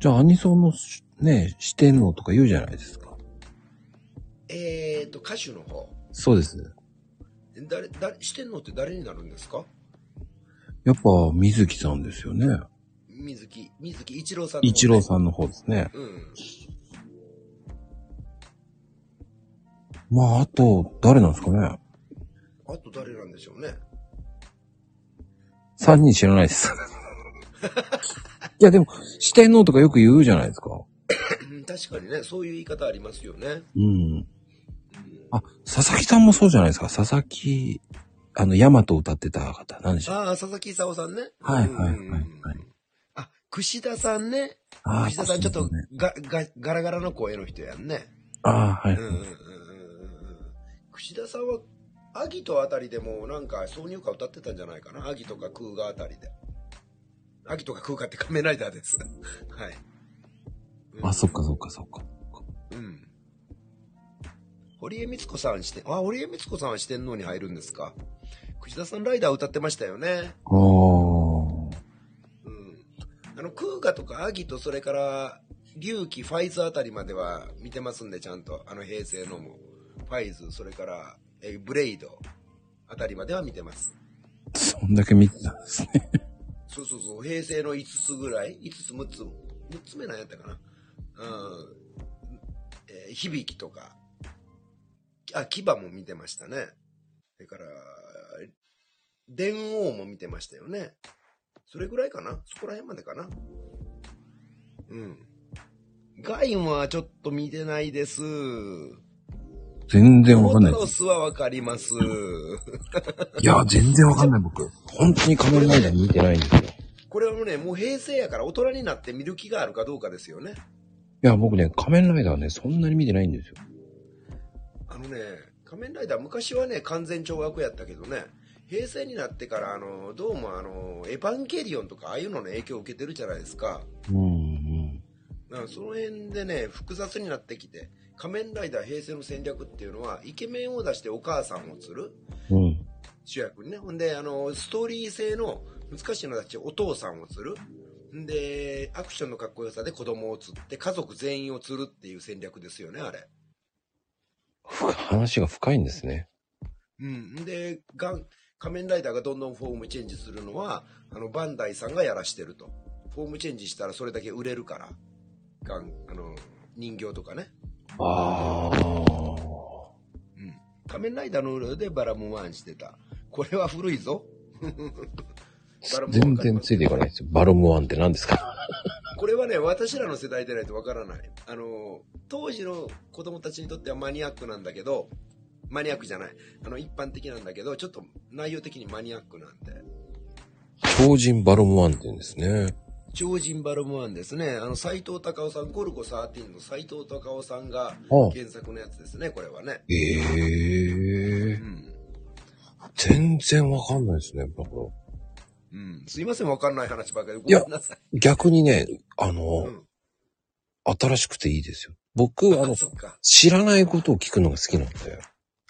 じゃあ、アニソンのしね、四天王とか言うじゃないですか。
えーと歌手の方
そうです。
誰誰してんのって誰になるんですか
やっぱ、水木さんですよね。
水木水木一郎さんの方ね
一郎さんの方ですね。
うん
まあ、あと、誰なんですかね。
あと誰なんでしょうね
三人知らないで す。いや、でも、四天王とかよく言うじゃないですか。
うん確かにねそういう言い方ありますよね
うん。あ、佐々木さんもそうじゃないですか。佐々木、あの、ヤマト歌ってた方、何でしょう。
ああ佐々木功さんね
はいはいはいはい。
あ櫛田さんね
あー
櫛田さんちょっとが、がガラガラの声の人やんね
ああ、はい。
うんうんうんうんうん櫛田さんはアギトあたりでもなんか挿入歌歌ってたんじゃないかなアギとかクーガあたりでアギとかクーガって仮面ライダーです はい
あ、そっかそっかそっか。
うん。堀江光子さんして、あ、堀江光子さんは四天王に入るんですか。藤田さんライダー歌ってましたよね。
おー。
あの、クーガとかアギと、それから、龍騎、ファイズあたりまでは見てますんで、ちゃんと。あの、平成のも。ファイズ、それから、えーブレイドあたりまでは見てます。
そんだけ見てたんですね。
そうそうそう、平成の5つぐらい ?5 つ、6つ ?6 つ目なんやったかなうん。えー響きとか。あ、牙も見てましたね。それから、電王も見てましたよね。それぐらいかなそこら辺までかなうん。ガインはちょっと見てないです。
全然わかんない
モータ。ロスはわかります。
いや、全然わかんない僕。本当に仮面ライダー見てないんですよ。い
これはもうね、もう平成やから大人になって見る気があるかどうかですよね。
や、僕ね、仮面ライダーね、そんなに見てないんですよ。
あのね、仮面ライダー昔はね、完全懲悪やったけどね、平成になってから、あの、どうもあの、エヴァンゲリオンとかああいうのの影響を受けてるじゃないですか。
うん、
だからその辺でね、複雑になってきて、仮面ライダー平成の戦略っていうのは、イケメンを出してお母さんを釣る
うん。うん。
主役にね。ほんで、あの、ストーリー性の難しいのたち、お父さんを釣る。んで、アクションのかっこよさで子供を釣って、家族全員を釣るっていう戦略ですよね、あれ。
話が深いんですね。
うん。で、ガン、仮面ライダーがどんどんフォームチェンジするのは、あの、バンダイさんがやらしてると。フォームチェンジしたらそれだけ売れるから。ガン、あの、人形とかね。
ああ。
うん。仮面ライダーの裏でバラモンワンしてた。これは古いぞ。バラモン
全
わかり
然
ます
ついていかないですよ。バロムワンって何ですか
これはね、私らの世代でないとわからない。あの、当時の子供たちにとってはマニアックなんだけど、マニアックじゃない。あの、一般的なんだけど、ちょっと内容的にマニアックなんで。
超人バロムワンって言うんですね。
超人バルムワンですね。あの、斎藤隆夫さん、ゴルゴ13の斎藤隆夫さんが
ああ
原作のやつですね、これはね。
ええ
うん。
全然わかんないですね、だから。
うん。すいません、わかんない話ばっかりで。
いや
ごめんなさい。
逆にね、あの
う、ん。
新しくていいですよ。僕、あの
あ、そっか。
知らないことを聞くのが好きなんで。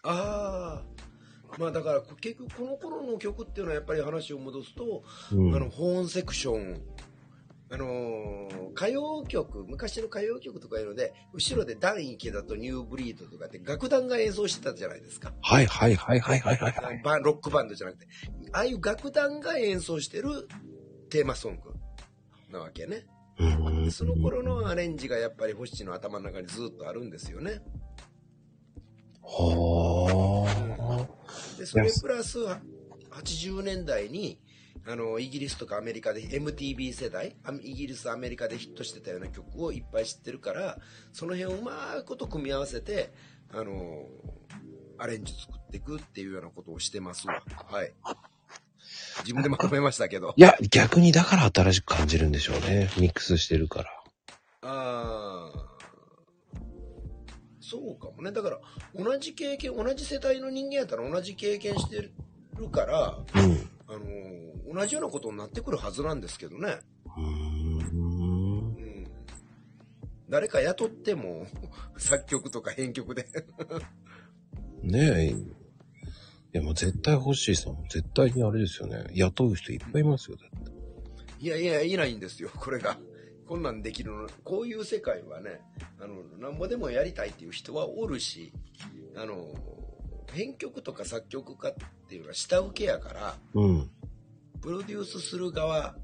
ああ。まあだから、こ結局この頃の曲っていうのはやっぱり話を戻すと、
うん
あの、ホーンセクション。あのー歌謡曲、昔の歌謡曲とかいうので、後ろでダン池田とニューブリードとかって楽団が演奏してたじゃないですか。
はいはいはいはいはいはいはい。
バンロックバンドじゃなくて、ああいう楽団が演奏してるテーマソングなわけね。
うん
その頃のアレンジがやっぱり星の頭の中にずっとあるんですよね。
は
で、それプラス80年代に、あの、イギリスとかアメリカで MTV 世代、あイギリス、アメリカでヒットしてたような曲をいっぱい知ってるから、その辺をうまーいこと組み合わせて、あの、アレンジ作っていくっていうようなことをしてますわ。はい。自分でまとめましたけど
あ。い。や、逆にだから新しく感じるんでしょうね。ミックスしてるから。
ああ。そうかもね。だから、同じ経験、同じ世代の人間やったら同じ経験してるから、
うん。
あのー同じようなことになってくるはずなんですけどね。
うーん
うん。誰か雇っても、 作曲とか編曲で。
ねえ。いや、もう絶対欲しいさん、絶対にあれですよね。雇う人いっぱいいますよ。だって
いやいや、いないんですよ、これが。こんなんできるの。こういう世界はね、あの、なんぼでもやりたいっていう人はおるし、あの、編曲とか作曲家っていうのは下請けやから、
うん。
プロデュースする側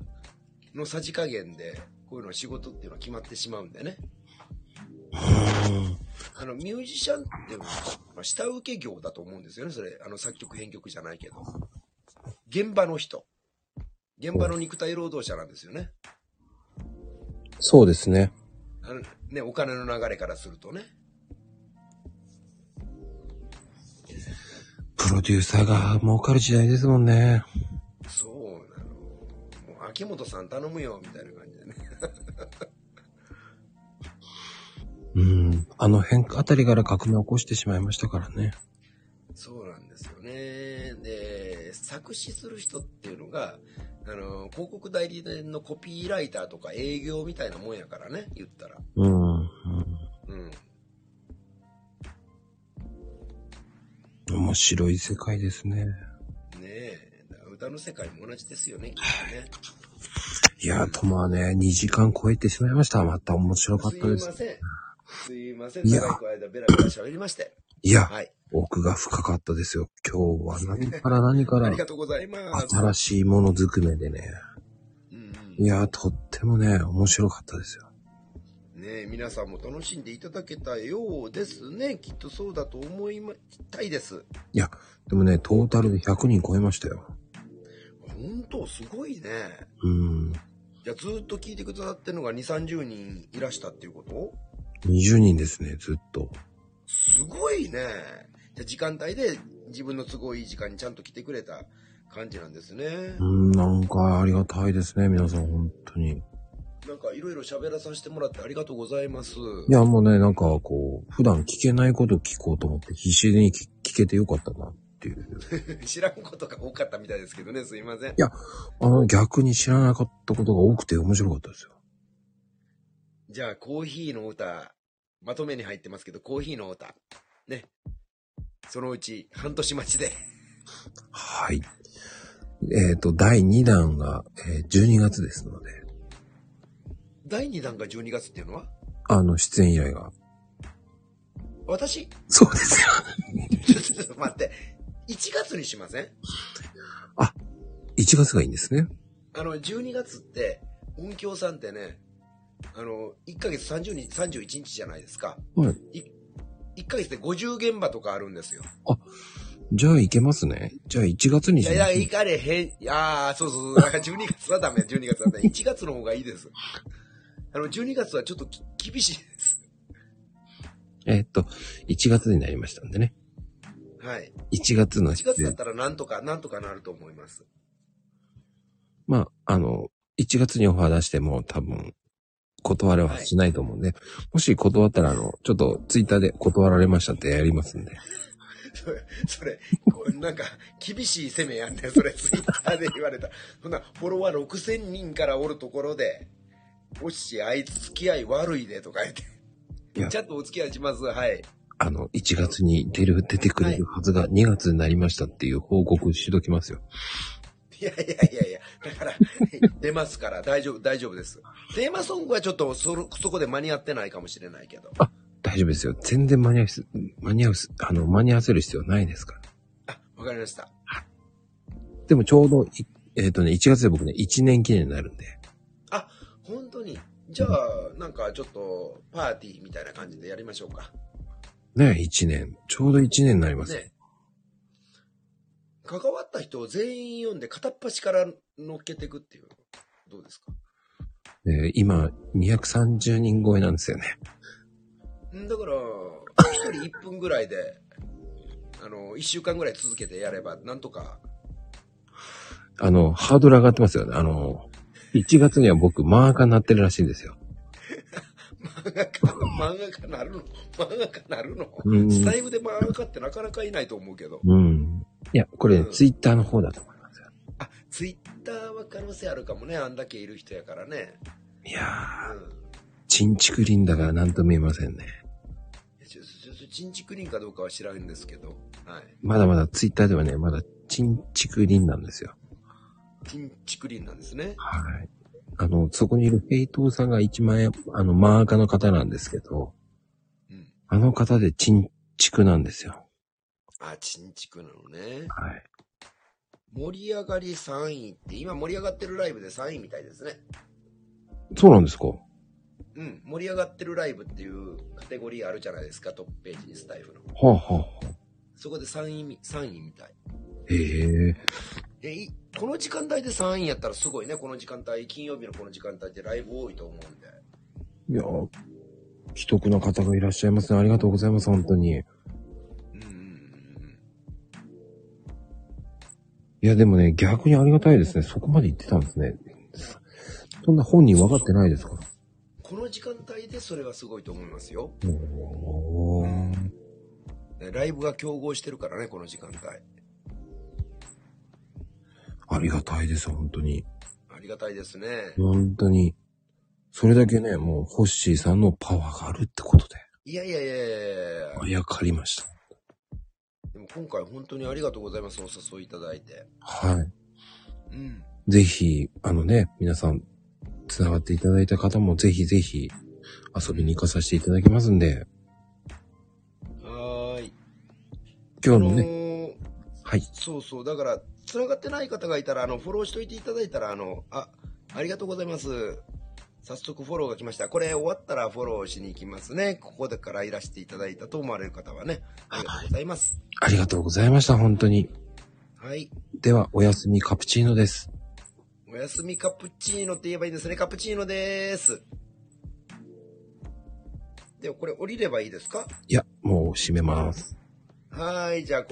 のさじ加減で、こういうのは仕事っていうのは決まってしまうんでね。あの、ミュージシャンっていうのは、まあ下請け業だと思うんですよね、それ。あの、作曲編曲じゃないけど。現場の人。現場の肉体労働者なんですよね。
そうですね。
あのね、お金の流れからするとね。
プロデューサーが儲かる時代ですもんね。
そうなの。もう、秋元さん頼むよ、みたいな感じでね。
うん。あの辺あたりから革命を起こしてしまいましたからね。
そうなんですよね。で、作詞する人っていうのが、あの、広告代理店のコピーライターとか営業みたいなもんやからね、言ったら。
うん。うん
うん。
面白い世界ですね。
ねえ。だから歌の世界も同じですよね、きっとね。
いや、ともはね、2時間超えてしまいました。また面白かっ
すい
た
ま
です。
せん。すいません。
いや
長い間ベラベラ喋りまして。
いや、
はい。
奥が深かったですよ。今日は何から何か
あ
ら
りがとうございます。
新しいものづくめでね。
うんう
いや、とってもね、面白かったですよ。
ん、ねえ、皆さんも楽しんでいただけたようですね。きっとそうだと思いまたいです。
いや、でもね、トータルで100人超えましたよ。
本当すごいね。
うん。
じゃあずーっと聞いてくださってるのが2、30人いらしたっていうこと
20人ですね、ずっと。
すごいね。じゃあ時間帯で自分の都合いい時間にちゃんと来てくれた感じなんですね。
うん、なんかありがたいですね、皆さん、本当に。
なんかいろいろ喋らさせてもらってありがとうございます。
いや、もうね、なんかこう、普段聞けないこと聞こうと思って必死に聞聞けてよかったなっていう。
知らんことが多かったみたいですけどね、すいません。
あの、逆に知らなかったことが多くて面白かったですよ。
じゃあコーヒーの歌、まとめに入ってますけど、コーヒーの歌。ね。そのうち半年待ちで。
はい。えっ、と、第2弾が、えー12月ですので、
第2弾が12月っていうのは
あの、出演依頼が。
私
そうですよ。
ちょちょっと待って。1月にしません
1月がいいんですね。
あの、12月って、音響さんってね、あの、1ヶ月30日、31日じゃないですか。。
はい
1ヶ月で50現場とかあるんですよ。
じゃあ、いけますね。じゃあ、1月に
い
し
や
ま
い
しょ
や、
う
行かれへん。いやーそうそうそう。だから12月はダメ、12月はダメ。1月の方がいいです。あの、12月はちょっとき厳しいです。
えーっと、1月になりましたんでね。
はい。
1月の
1月
出
だっ
演。
たらなんとか、なんとかなると思います。
まあ、あの、1月にオファー出しても多分、断れはしないと思うんで、もし断ったら、あの、ちょっとツイッターで断られましたってやりますんで。
それ、 それ、こうなんか、厳しい攻めやんねんそれ、ツイッターで言われた。ほな、フォロワー6000人からおるところで、おっし、あいつ付き合い悪いで、とか言って
いや。
ちゃんとお付き合いします、はい。
あの、1月に出る、出てくれるはずが2月になりましたっていう報告しときますよ。
いやいやいやいや、だから、出ますから、大丈夫、大丈夫です。テーマソングはちょっとそろ、そこで間に合ってないかもしれないけど。
大丈夫ですよ。全然間に合うす、間に合うす、あの、間に合わせる必要ないですから。
あ、わかりました。
でもちょうどい、えっ、とね、1月で僕ね、1年記念になるんで。
あ、本当に。じゃあ、なんかちょっと、パーティーみたいな感じでやりましょうか。
ね、1年。ちょうど1年になります。
ね。関わった人を全員読んで片っ端から乗っけていくっていう。どうですか
えー今、230人超えなんですよね。
んだから、一人1分ぐらいで、あの、1週間ぐらい続けてやれば、なんとか、
あの、ハードル上がってますよね。あの、1月には僕、マーカーになってるらしいんですよ。
漫画家、漫画家なるの漫画家なるの
うん
スタイフで漫画家ってなかなかいないと思うけど。
うん。いや、これ、
うん
ツイッターの方だと思いますよ。
あ、ツイッターは可能性あるかもね。あんだけいる人やからね。
いやー、
うん。
チンチクリンだからなんとも言えませんね。
ちょ、ちょ、ちょ、チンチクリンかどうかは知らないんですけど、はい。
まだまだツイッターではね、まだチンチクリンなんですよ。
チンチクリンなんですね。
はい。あの、そこにいるヘイトーさんが一万円、あの、マーカーの方なんですけど、
うん。
あの方でチンチクなんですよ。
あ、チンチクなのね。
はい。
盛り上がり3位って、今盛り上がってるライブで3位みたいですね。
そうなんですか
うん。盛り上がってるライブっていうカテゴリーあるじゃないですか、トップページにスタイフの。
はあ、はあはあ、
そこで3位み、3位みたい。
へえ。
え、いこの時間帯で3位やったらすごいね、この時間帯、金曜日のこの時間帯ってライブ多いと思うん
い
で。
やー、既得な方がいらっしゃいますね。ありがとうございます、本当に。い
うんうんうん
や、でもね、逆にありがたいですね。そこまで言ってたんですね。そんな本人分かってないですから。
うん。この時間帯でそれはすごいと思いますよ。
おー
ねライブが競合してるからね、この時間帯。
ありがたいです、本当に。
ありがたいですね。
本当に。それだけね、もう、ホッシーさんのパワーがあるってことで、
いやいやいやいやいや
あやかりました。
でも今回本当にありがとうございます、お誘いいただいて。
は
うん。
い。ぜひ、あのね、皆さん、つながっていただいた方も、ぜひぜひ、遊びに行かさせていただきますんで、
はーい。
今
あ
日
の
のね、
ー
はい。
そうそう、だから、繋がってない方がいたら、あの、フォローしといていただいたら、あの、あ、ありがとうございます。早速フォローが来ました。これ終わったらフォローしに行きますね。ここでからいらしていただいたと思われる方はね、ありがとうございます。
ありがとうございました、本当に。
はい。
では、おやすみカプチーノです。
おやすみカプチーノって言えばいいんですね。カプチーノでーす。では、これ降りればいいですか
いや、もう閉めます。
はーい、じゃあ、